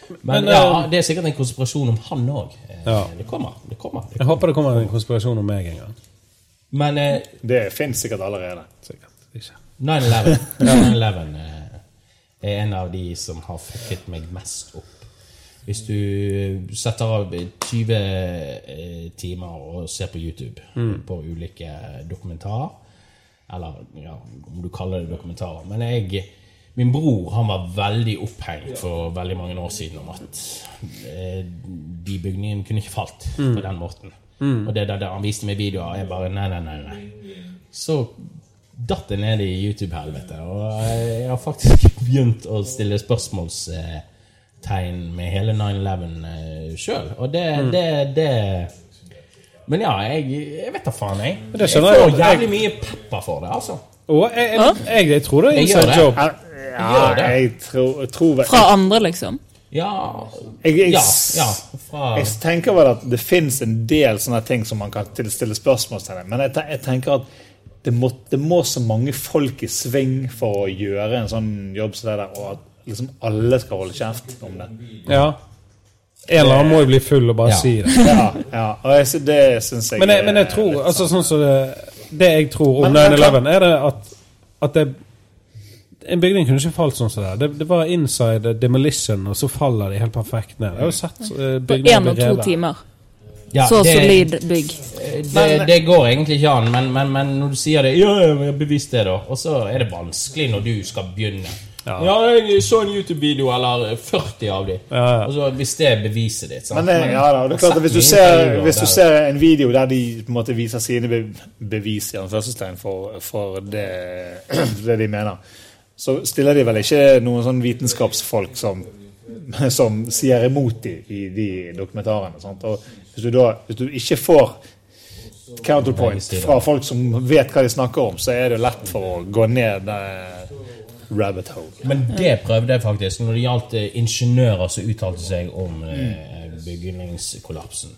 [SPEAKER 6] Men,
[SPEAKER 3] Men,
[SPEAKER 6] ja,
[SPEAKER 3] eh,
[SPEAKER 6] det er sikkert en konspirasjon om han òg.
[SPEAKER 3] Ja.
[SPEAKER 6] Det kommer. det kommer. Det
[SPEAKER 3] Jeg
[SPEAKER 6] kommer.
[SPEAKER 3] håper det kommer en konspirasjon om meg en gang.
[SPEAKER 6] Men eh,
[SPEAKER 4] Det fins sikkert allerede.
[SPEAKER 3] Sikkert ikke.
[SPEAKER 6] 9-11 9-11, eh, er en av de som har fucket meg mest opp. Hvis du setter av 20 eh, timer og ser på YouTube på ulike dokumentarer Eller ja, om du kaller det dokumentarer. Men jeg, min bror han var veldig opphengt for veldig mange år siden om at eh, de bygningene kunne ikke falt på den måten. Og det der, der han viste meg videoer, jeg bare nei, nei, nei. nei. Så datt jeg ned i YouTube-helvete. Og jeg har faktisk begynt å stille spørsmålstegn med hele 9-11 sjøl. Og det,
[SPEAKER 3] Mm.
[SPEAKER 6] det, det Men ja, jeg, jeg vet da faen, jeg.
[SPEAKER 3] Men det
[SPEAKER 6] Jeg
[SPEAKER 3] skjønner jeg
[SPEAKER 6] får
[SPEAKER 3] jo.
[SPEAKER 6] jævlig mye pepper for det, altså.
[SPEAKER 3] Og jeg, jeg, jeg, jeg tror det er
[SPEAKER 6] Jeg gjør
[SPEAKER 3] inside
[SPEAKER 6] det.
[SPEAKER 3] job.
[SPEAKER 4] Ja,
[SPEAKER 6] Gjør det.
[SPEAKER 4] jeg tror, jeg tror vel-
[SPEAKER 5] Fra andre, liksom.
[SPEAKER 6] Ja,
[SPEAKER 4] Jeg- jeg-
[SPEAKER 6] ja, ja fra
[SPEAKER 3] Ah.
[SPEAKER 4] Jeg tenker vel at det finnes en del sånne ting som man kan til- stille spørsmålstegn ved, men jeg, te- jeg tenker at det må, det må så mange folk i sving for å gjøre en sånn jobb som det der, og at liksom alle skal holde kjeft om det.
[SPEAKER 3] Ja. En eller annen må jo bli full og bare
[SPEAKER 6] Ja.
[SPEAKER 3] si det.
[SPEAKER 4] Ja, ja, og jeg, sy- det syns jeg
[SPEAKER 3] Men jeg,
[SPEAKER 4] er
[SPEAKER 3] men jeg tror
[SPEAKER 4] litt
[SPEAKER 3] altså sånn
[SPEAKER 4] sånn.
[SPEAKER 3] som det, det jeg tror om
[SPEAKER 4] Men- men
[SPEAKER 3] 9-11, er det at, at det, en bygning kunne ikke falt sånn som det. er. det. Det var inside demolition, og så faller de helt perfekt ned. Jeg
[SPEAKER 4] Mm.
[SPEAKER 3] har jo sett eh,
[SPEAKER 5] På
[SPEAKER 3] bygninger
[SPEAKER 5] én og
[SPEAKER 3] bli
[SPEAKER 5] to
[SPEAKER 3] revet.
[SPEAKER 5] timer.
[SPEAKER 6] ja,
[SPEAKER 5] Så
[SPEAKER 6] det-
[SPEAKER 5] solid bygg.
[SPEAKER 6] det, det går egentlig ikke an, men, men, men når du sier det Ja, ja, men jeg bevisst det, da. Og så er det vanskelig når du skal begynne. Ja, jeg så en YouTube-video, eller eh, 40 av de.
[SPEAKER 3] ja.
[SPEAKER 6] Og så Hvis det er beviset ditt.
[SPEAKER 4] Men
[SPEAKER 6] sant?
[SPEAKER 4] det, ja da, det er klart at hvis du, ser, hvis du ser en video der de på en måte viser sine be bevis i anførselstegn for, for det, det de mener, så stiller de vel ikke noen sånn vitenskapsfolk som, som sier imot de i de dokumentarene. Sant? Og hvis du da hvis du ikke får counterpoint fra folk som vet hva de snakker om, så er det jo lett for å gå ned eh, rabbit hole.
[SPEAKER 6] Men det prøvde jeg faktisk når det gjaldt eh, ingeniører som uttalte seg om eh, bygningskollapsen.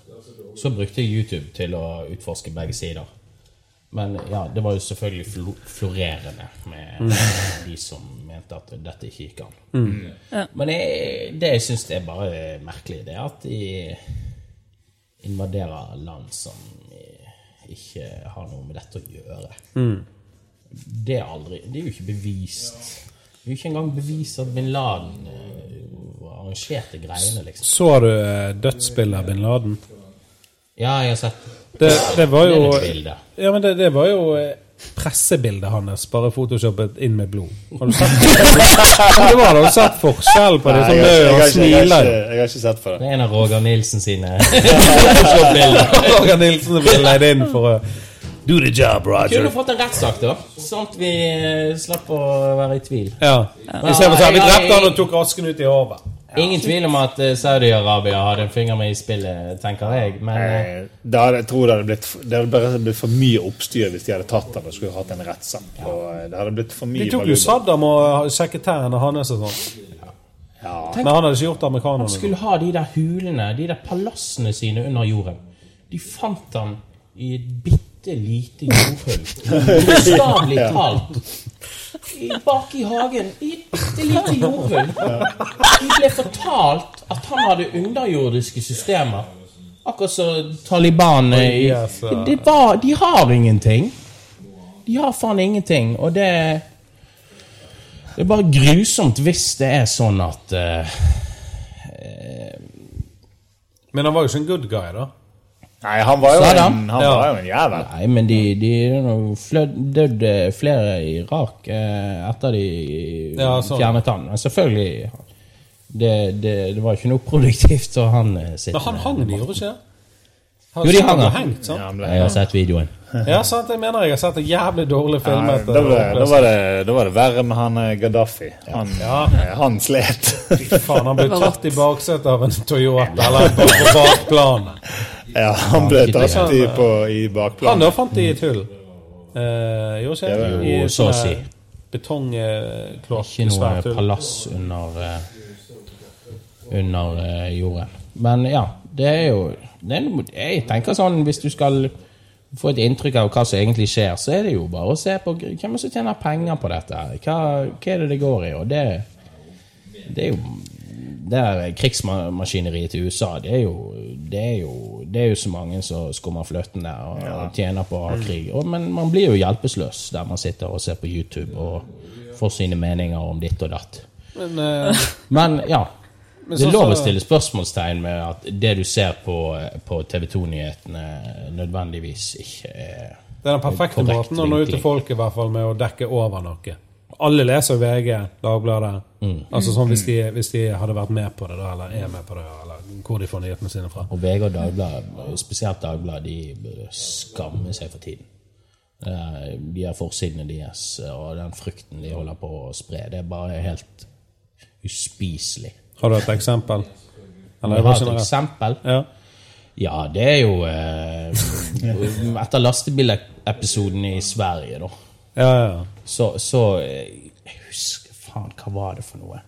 [SPEAKER 6] Så brukte jeg YouTube til å utforske begge sider. Men ja, det var jo selvfølgelig flo florerende med de som mente at dette ikke gikk an. Men jeg, det jeg syns er bare merkelig, det er at de invaderer land som eh, ikke har noe med dette å gjøre. Det er aldri Det er jo ikke bevist. Det er jo ikke engang bevist at bin Laden eh, arrangerte greiene, liksom.
[SPEAKER 3] Så du eh, dødsbildet av bin Laden?
[SPEAKER 6] Ja, jeg har sett
[SPEAKER 3] Det, det var
[SPEAKER 6] det
[SPEAKER 3] jo
[SPEAKER 6] er et bilde.
[SPEAKER 3] Ja, men det, det var jo eh, pressebildet hans, bare photoshoppet inn med blod. Har du sett det? det var, har du sett forskjell på det?
[SPEAKER 4] Nei,
[SPEAKER 3] Sånn,
[SPEAKER 4] jeg,
[SPEAKER 3] det
[SPEAKER 4] har
[SPEAKER 3] er
[SPEAKER 4] ikke-
[SPEAKER 3] jo, han
[SPEAKER 4] jeg, har ikke- jeg, har ikke-
[SPEAKER 3] smiler.
[SPEAKER 4] jeg har ikke sett på det.
[SPEAKER 6] Det er en av Roger Nilsen sine bilder.
[SPEAKER 3] Roger Nilsen ble leid inn for å Do the job,
[SPEAKER 6] Kunne
[SPEAKER 3] Roger.
[SPEAKER 6] fått en rettssak, da. Sånn at vi eh, slapp å være i tvil.
[SPEAKER 3] Ja. I stedet for sånn, vi drepte han og tok asken ut i havet.
[SPEAKER 6] Ingen tvil om at eh, Saudi-Arabia hadde en finger med i spillet, tenker jeg. Men eh,
[SPEAKER 4] Eh, Da hadde, jeg tror det hadde blitt f- Det hadde bare blitt for mye oppstyr hvis de hadde tatt han og skulle hatt en rettssak. Og eh, Det hadde blitt for mye
[SPEAKER 3] De tok
[SPEAKER 4] baluba.
[SPEAKER 3] jo Saddam og sekretærene hans og sånn.
[SPEAKER 4] Ja.
[SPEAKER 3] Men han hadde ikke gjort amerikanerne.
[SPEAKER 6] skulle ha de der hulene, de der palassene sine under jorden. De fant han i et bitte lite jordhull. Bokstavelig talt. I- Bak i hagen, i et bitte lite jordhull. De ble fortalt at han hadde underjordiske systemer. Akkurat som Taliban i
[SPEAKER 3] yes, ja.
[SPEAKER 6] det var, De har ingenting. De har faen ingenting, og det Det er bare grusomt hvis det er sånn at eh,
[SPEAKER 3] Men han var jo ikke en good guy, da.
[SPEAKER 4] Nei, han var jo
[SPEAKER 6] Saddam?
[SPEAKER 4] en, han
[SPEAKER 3] Ja.
[SPEAKER 4] var jo en jævel.
[SPEAKER 6] Nei, men de, de er nå flødd- døde flere i Irak eh, etter de
[SPEAKER 3] Ja, sånn.
[SPEAKER 6] fjernet han. Men selvfølgelig det, det, det var ikke noe produktivt, så han eh, sitter
[SPEAKER 3] Men han hang, de gjorde ikke det? Han
[SPEAKER 6] Jo, de hang,
[SPEAKER 3] ble
[SPEAKER 6] ja.
[SPEAKER 3] hengt, sant?
[SPEAKER 4] Ja, han ble,
[SPEAKER 6] Jeg har sett videoen.
[SPEAKER 3] Ja, sant, jeg mener jeg har sett en jævlig dårlig film
[SPEAKER 4] Nei,
[SPEAKER 3] etter
[SPEAKER 4] da, ble, da, var det, da var det verre med han eh, Gaddafi. Han, eh, han slet.
[SPEAKER 3] Faen, han ble tatt i baksetet av en Toyota, eller på, på bakplanet.
[SPEAKER 4] ja, han ble
[SPEAKER 6] Han
[SPEAKER 4] tatt i,
[SPEAKER 6] skikkelig.
[SPEAKER 4] på, i
[SPEAKER 3] Han da
[SPEAKER 4] bakplanet.
[SPEAKER 3] fant de i et hull. Eh, jo, ikke
[SPEAKER 4] Det var
[SPEAKER 6] jo
[SPEAKER 3] I
[SPEAKER 6] så å
[SPEAKER 3] sånne
[SPEAKER 6] si.
[SPEAKER 3] Betongkloss.
[SPEAKER 6] Ikke noe palass under eh, under eh, jorden. Men ja, det er jo det er, noe- Jeg tenker sånn, hvis du skal få et inntrykk av hva som egentlig skjer, så er det jo bare å se på gr- hvem er det som tjener penger på dette. her? Hva, hva er det det går i? Og det, det er jo det er krigsmaskineriet til USA. Det er jo, det er jo, det er jo så mange som skummer fløten der og, og tjener på å ha krig. Og, men man blir jo hjelpeløs der man sitter og ser på YouTube og får sine meninger om ditt og datt.
[SPEAKER 3] Men, eh,
[SPEAKER 6] Men ja. det
[SPEAKER 3] sånn
[SPEAKER 6] er lov å
[SPEAKER 3] så-
[SPEAKER 6] stille spørsmålstegn med at det du ser på, på TV 2-nyhetene, nødvendigvis ikke er
[SPEAKER 3] Det er den perfekte
[SPEAKER 6] Korrekt
[SPEAKER 3] måten å nå ut til
[SPEAKER 6] vinkling.
[SPEAKER 3] folk i hvert fall med å dekke over noe. Alle leser jo VG, Dagbladet.
[SPEAKER 6] Mm.
[SPEAKER 3] Altså sånn hvis de, hvis de hadde vært med på det, da, eller er med på det, eller hvor de får nyhetene sine fra.
[SPEAKER 6] Og VG og Dagbladet, spesielt Dagbladet, de burde skamme seg for tiden. Det er- De her forsidene deres og den frykten de holder på å spre, det er bare helt uspiselig.
[SPEAKER 3] Har du et eksempel? Eller
[SPEAKER 6] Jeg
[SPEAKER 3] er det
[SPEAKER 6] har et
[SPEAKER 3] generelt?
[SPEAKER 6] eksempel.
[SPEAKER 3] Ja.
[SPEAKER 6] Ja, det er jo eh, Etter lastebilepisoden i Sverige, da.
[SPEAKER 3] Ja, ja, ja.
[SPEAKER 6] så, så eh, Jeg husker faen, hva var det for noe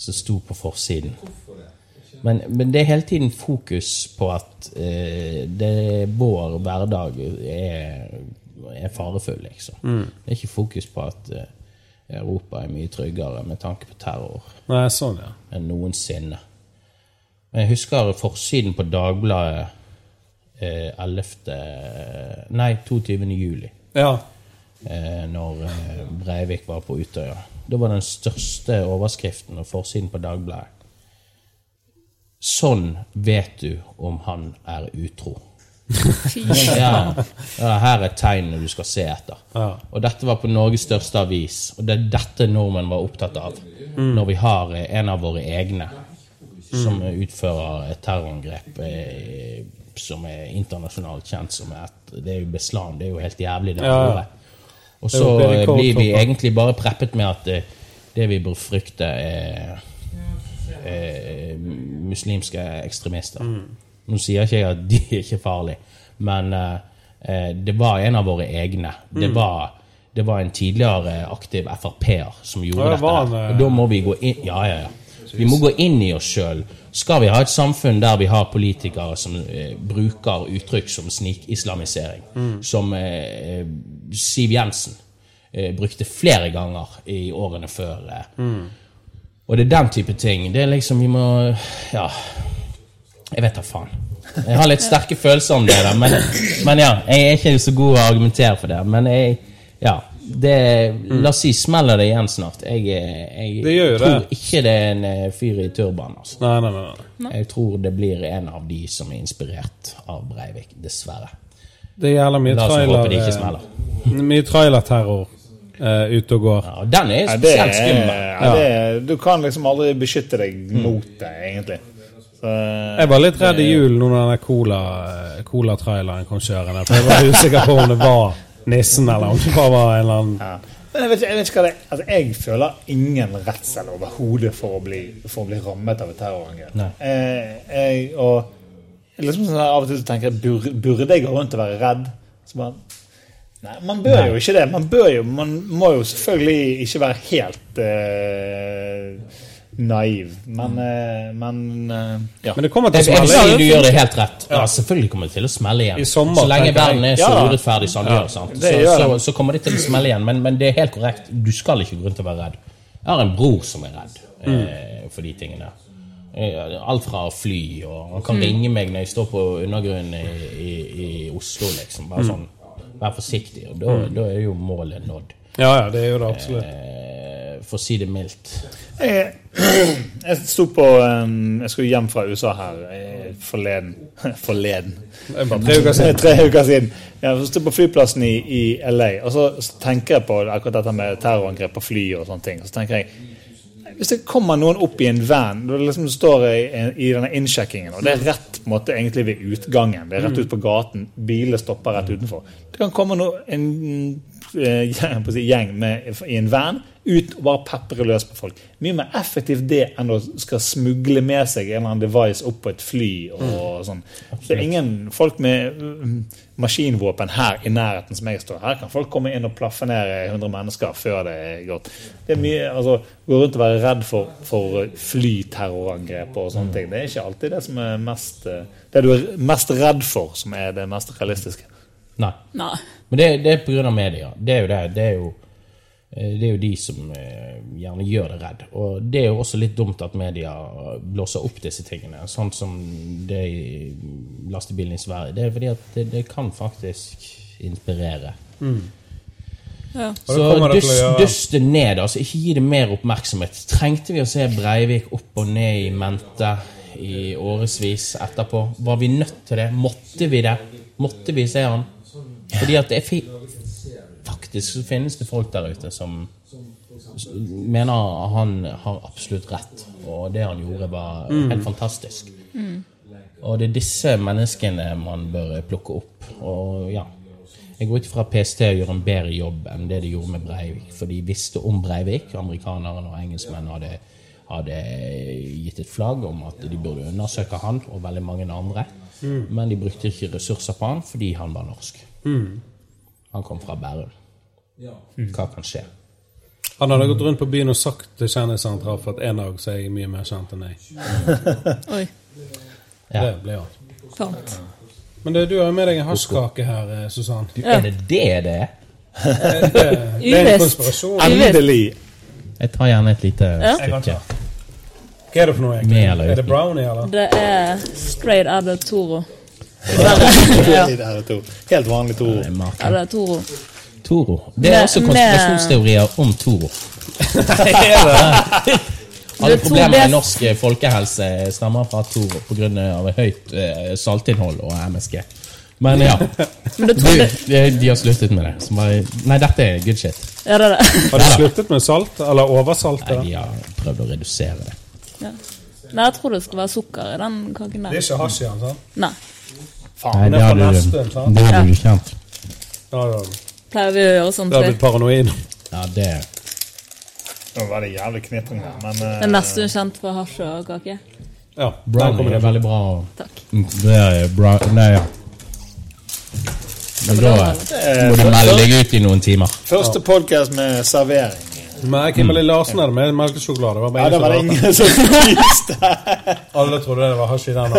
[SPEAKER 6] som sto på forsiden? Men, men det er hele tiden fokus på at eh, det, vår hverdag er, er farefull, liksom. Det er ikke fokus på at eh, Europa er mye tryggere med tanke på terror
[SPEAKER 3] Nei, sånn, ja.
[SPEAKER 6] enn noensinne. Men jeg husker forsiden på Dagbladet eh, 11. Nei, 22. juli
[SPEAKER 3] Ja,
[SPEAKER 6] eh, når eh, Breivik var på Utøya. Da var den største overskriften og forsiden på Dagbladet. Sånn vet du om han er utro. Ja, ja, her er tegnene du skal se etter.
[SPEAKER 3] Ja.
[SPEAKER 6] Og dette var på Norges største avis, og det er dette nordmenn var opptatt av når vi har eh, en av våre egne som eh, utfører et terrorangrep eh, som er internasjonalt kjent som et Det er jo beslam, det er jo helt jævlig. det
[SPEAKER 3] Ja.
[SPEAKER 6] ordet. Og
[SPEAKER 3] Det er
[SPEAKER 6] så
[SPEAKER 3] jo
[SPEAKER 6] eh,
[SPEAKER 3] rekord
[SPEAKER 6] blir
[SPEAKER 3] for
[SPEAKER 6] vi
[SPEAKER 3] folk.
[SPEAKER 6] egentlig bare preppet med at eh, det vi bør frykte, er eh, muslimske ekstremister.
[SPEAKER 3] Mm.
[SPEAKER 6] Nå sier ikke jeg at de er ikke farlige, men eh, eh, det var en av våre egne.
[SPEAKER 3] Mm.
[SPEAKER 6] Det, var, det var en tidligere aktiv Frp-er som
[SPEAKER 3] Ja,
[SPEAKER 6] gjorde
[SPEAKER 3] det
[SPEAKER 6] dette.
[SPEAKER 3] var
[SPEAKER 6] her.
[SPEAKER 3] han, eh.
[SPEAKER 6] Og da må vi gå inn Ja, ja, ja. Vi må gå inn i oss sjøl. Skal vi ha et samfunn der vi har politikere som eh, bruker uttrykk som snikislamisering, som eh, eh, Siv Jensen eh, brukte flere ganger i årene før eh, og det er den type ting. Det er liksom Vi må Ja. Jeg vet da faen. Jeg har litt sterke følelser om det, der, men, men ja. Jeg er ikke så god å argumentere for det. Men jeg Ja. Det, la oss si smeller det igjen snart. Jeg, jeg
[SPEAKER 3] Mm. Det gjør jo
[SPEAKER 6] tror
[SPEAKER 3] det.
[SPEAKER 6] ikke det er en eh, fyr i turban. Altså.
[SPEAKER 3] nei, nei, nei. nei.
[SPEAKER 6] Jeg tror det blir en av de som er inspirert av Breivik, dessverre.
[SPEAKER 3] Det gjelder mye
[SPEAKER 6] La oss
[SPEAKER 3] trailer...
[SPEAKER 6] håpe det ikke
[SPEAKER 3] eh,
[SPEAKER 6] smeller.
[SPEAKER 3] Mye trailerterror eh, ute og går.
[SPEAKER 6] Ja, og den er
[SPEAKER 4] Ja, det, er,
[SPEAKER 6] spesielt skummel.
[SPEAKER 4] ja, det er, du kan liksom aldri beskytte deg mot det, egentlig. Så, eh,
[SPEAKER 3] Jeg var litt redd i jul når den der cola- eh, cola-traileren kom kjørende. For jeg var usikker på om det var nissen, eller om det bare var en eller annen
[SPEAKER 4] ja. Men jeg vet, ikke- jeg vet ikke hva det er. Altså, jeg føler ingen redsel overhodet for, å bli- for å bli rammet av et terrorangrep.
[SPEAKER 6] Nei.
[SPEAKER 4] Eh, jeg, og jeg liksom sånn, Av og til så tenker jeg burde, burde jeg gå rundt og være redd? Så bare, nei, man bør jo ikke det. Man, bør jo, man må jo selvfølgelig ikke være helt eh, naiv, men, eh, men eh, ja.
[SPEAKER 3] Men det kommer til å
[SPEAKER 6] Jeg, jeg vil
[SPEAKER 3] smelle.
[SPEAKER 6] si du gjør det helt rett. Ja, selvfølgelig kommer det til å smelle igjen.
[SPEAKER 3] I sommer,
[SPEAKER 6] så lenge
[SPEAKER 3] tenker jeg.
[SPEAKER 6] verden er så
[SPEAKER 4] Ja.
[SPEAKER 6] urettferdig som den gjør, sant? Så,
[SPEAKER 4] det gjør
[SPEAKER 6] så,
[SPEAKER 4] den.
[SPEAKER 6] så kommer det til å smelle igjen. Men, men det er helt korrekt. Du skal ikke gå rundt og være redd. Jeg har en bror som er redd eh, for de tingene. Eh, Alt fra å fly og Han kan ringe meg når jeg står på undergrunnen i, i, i Oslo, liksom. Bare sånn Vær forsiktig. Og da, da er jo målet nådd.
[SPEAKER 3] Ja, ja, det er jo det absolutt.
[SPEAKER 6] Eh, for å si det mildt.
[SPEAKER 4] Jeg, jeg sto på um, Jeg skulle hjem fra USA her eh, forleden. Forleden.
[SPEAKER 3] Det er bare tre uker siden.
[SPEAKER 4] Tre uker siden. Ja, så sto jeg på flyplassen i, i LA, og så så tenker jeg på akkurat dette med terrorangrep på fly og sånne ting. Så tenker jeg hvis det kommer noen opp i en van Du liksom står i, i denne innsjekkingen, og det er rett på en måte egentlig ved utgangen. Det er rett ut på gaten. Bilene stopper rett utenfor. Det kan komme no, en eh, gjeng- på å si, gjeng med, i en van ut og bare pepre løs på folk. Mye mer effektivt det enn å skal smugle med seg en eller annen device opp på et fly. og sånn. Det er ingen folk med mm, maskinvåpen her i nærheten som jeg står. Her kan folk komme inn og plaffe ned 100 mennesker før det er gått. Det er mye, altså, Gå rundt og være redd for, for flyterrorangrep og sånne ting. Det er ikke alltid det som er mest eh, Det du er mest redd for, som er det mest realistiske.
[SPEAKER 6] Nei.
[SPEAKER 5] Nei.
[SPEAKER 6] Men det, det er pga. media. Det er jo det. Det er jo, eh, det er jo de som eh, gjerne gjør det redd. Og det er jo også litt dumt at media blåser opp disse tingene. Sånn som det i lastebilen i Sverige. Det er fordi at det, det kan faktisk inspirere.
[SPEAKER 5] Ja.
[SPEAKER 3] Mm. Og
[SPEAKER 6] Så
[SPEAKER 3] det kommer det til å
[SPEAKER 6] dust,
[SPEAKER 3] gjøre.
[SPEAKER 6] dust det ned. altså Ikke gi det mer oppmerksomhet. Trengte vi å se Breivik opp og ned i mente i årevis etterpå? Var vi nødt til det? Måtte vi det? Måtte vi se han?
[SPEAKER 8] Fordi
[SPEAKER 6] at det er fi Faktisk så finnes det folk der ute som mener han har absolutt rett, og det han gjorde, var helt fantastisk.
[SPEAKER 5] Mm.
[SPEAKER 6] Og det er disse menneskene man bør plukke opp. Og ja Jeg går ut ifra at PST gjør en bedre jobb enn det de gjorde med Breivik. For de visste om Breivik. Amerikanerne og engelskmennene hadde, hadde gitt et flagg om at de burde undersøke han og veldig mange andre.
[SPEAKER 3] Mm.
[SPEAKER 6] Men de brukte ikke ressurser på han fordi han var norsk.
[SPEAKER 3] Mm.
[SPEAKER 6] Han kom fra Bærum.
[SPEAKER 3] Mm.
[SPEAKER 6] Hva kan skje?
[SPEAKER 3] Han hadde gått rundt på byen og sagt til kjendisene han traff, at en dag så er jeg mye mer kjent enn deg.
[SPEAKER 5] Oi.
[SPEAKER 3] Det ble han.
[SPEAKER 5] Sant.
[SPEAKER 3] Men det, du har jo med deg en hasjkake her, eh, Susann.
[SPEAKER 5] Ja. er det
[SPEAKER 6] det det er?
[SPEAKER 3] Det er en
[SPEAKER 5] Uvisst.
[SPEAKER 3] konspirasjon.
[SPEAKER 5] Endelig.
[SPEAKER 6] Jeg tar gjerne et lite
[SPEAKER 5] Ja.
[SPEAKER 6] stykke.
[SPEAKER 3] Hva er det for noe, egentlig?
[SPEAKER 6] Med eller
[SPEAKER 3] Er det
[SPEAKER 6] uten?
[SPEAKER 3] brownie, eller?
[SPEAKER 5] Det er straight out of Toro.
[SPEAKER 4] Ja.
[SPEAKER 5] Ja.
[SPEAKER 4] Det her er to. Helt vanlig to.
[SPEAKER 5] Ja, det er Toro.
[SPEAKER 6] Toro. Det er
[SPEAKER 5] Med-
[SPEAKER 6] også konspirasjonsteorier om Toro. Alle
[SPEAKER 5] Det er to
[SPEAKER 6] problemer
[SPEAKER 5] best-
[SPEAKER 6] med norsk eh, folkehelse stammer fra Toro pga. høyt eh, saltinnhold og MSG. Men ja.
[SPEAKER 5] Men det
[SPEAKER 6] Du,
[SPEAKER 5] trodde
[SPEAKER 6] de, de har sluttet med det. Så bare, nei, dette er good shit.
[SPEAKER 5] Ja, det er det.
[SPEAKER 3] Har du sluttet med salt? Eller oversalt?
[SPEAKER 6] Nei,
[SPEAKER 3] Eller?
[SPEAKER 6] de har prøvd å redusere det.
[SPEAKER 5] Ja. Nei, jeg tror det skal være sukker i den kaken der.
[SPEAKER 3] Det er ikke hasj i den, sant?
[SPEAKER 5] Nei.
[SPEAKER 6] Nei,
[SPEAKER 3] den
[SPEAKER 6] det
[SPEAKER 3] er fra
[SPEAKER 6] har du,
[SPEAKER 3] Nesttun, sant?
[SPEAKER 6] det har
[SPEAKER 5] Ja.
[SPEAKER 6] du ikke kjent.
[SPEAKER 3] Ja, ja.
[SPEAKER 5] Pleier vi å gjøre sånn sånt?
[SPEAKER 3] Det har
[SPEAKER 5] vi?
[SPEAKER 3] blitt paranoid.
[SPEAKER 6] Ja, det
[SPEAKER 4] Nå var det jævlig knitring der, men eh,
[SPEAKER 5] Det er nesten kjent for hasj og kake.
[SPEAKER 3] Ja, der
[SPEAKER 6] Brownie
[SPEAKER 3] kommer
[SPEAKER 6] er
[SPEAKER 3] det.
[SPEAKER 6] veldig bra.
[SPEAKER 5] Takk.
[SPEAKER 6] Mm, Det er bra Nei, ja. Men da eh, må du melde deg ut i noen timer.
[SPEAKER 4] Første podcast med servering.
[SPEAKER 3] Men Kimberly Larsen hadde med melkesjokolade. Det var
[SPEAKER 4] Ja,
[SPEAKER 3] bare
[SPEAKER 4] det var det
[SPEAKER 3] ingen som
[SPEAKER 4] ingen som spiste.
[SPEAKER 3] lærte. Alle trodde det var hasj i den. da.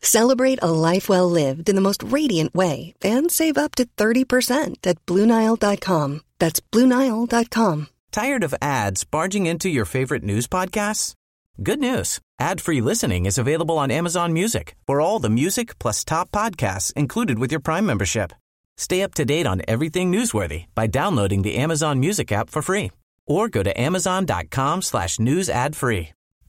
[SPEAKER 9] Celebrate a life well lived in the most radiant way and save up to 30% at BlueNile.com. That's BlueNile.com.
[SPEAKER 10] Tired of ads barging into your favorite news podcasts? Good news. Ad-free listening is available on Amazon Music for all the music plus top podcasts included with your Prime membership. Stay up to date on everything newsworthy by downloading the Amazon Music app for free or go to amazon.com slash news ad free.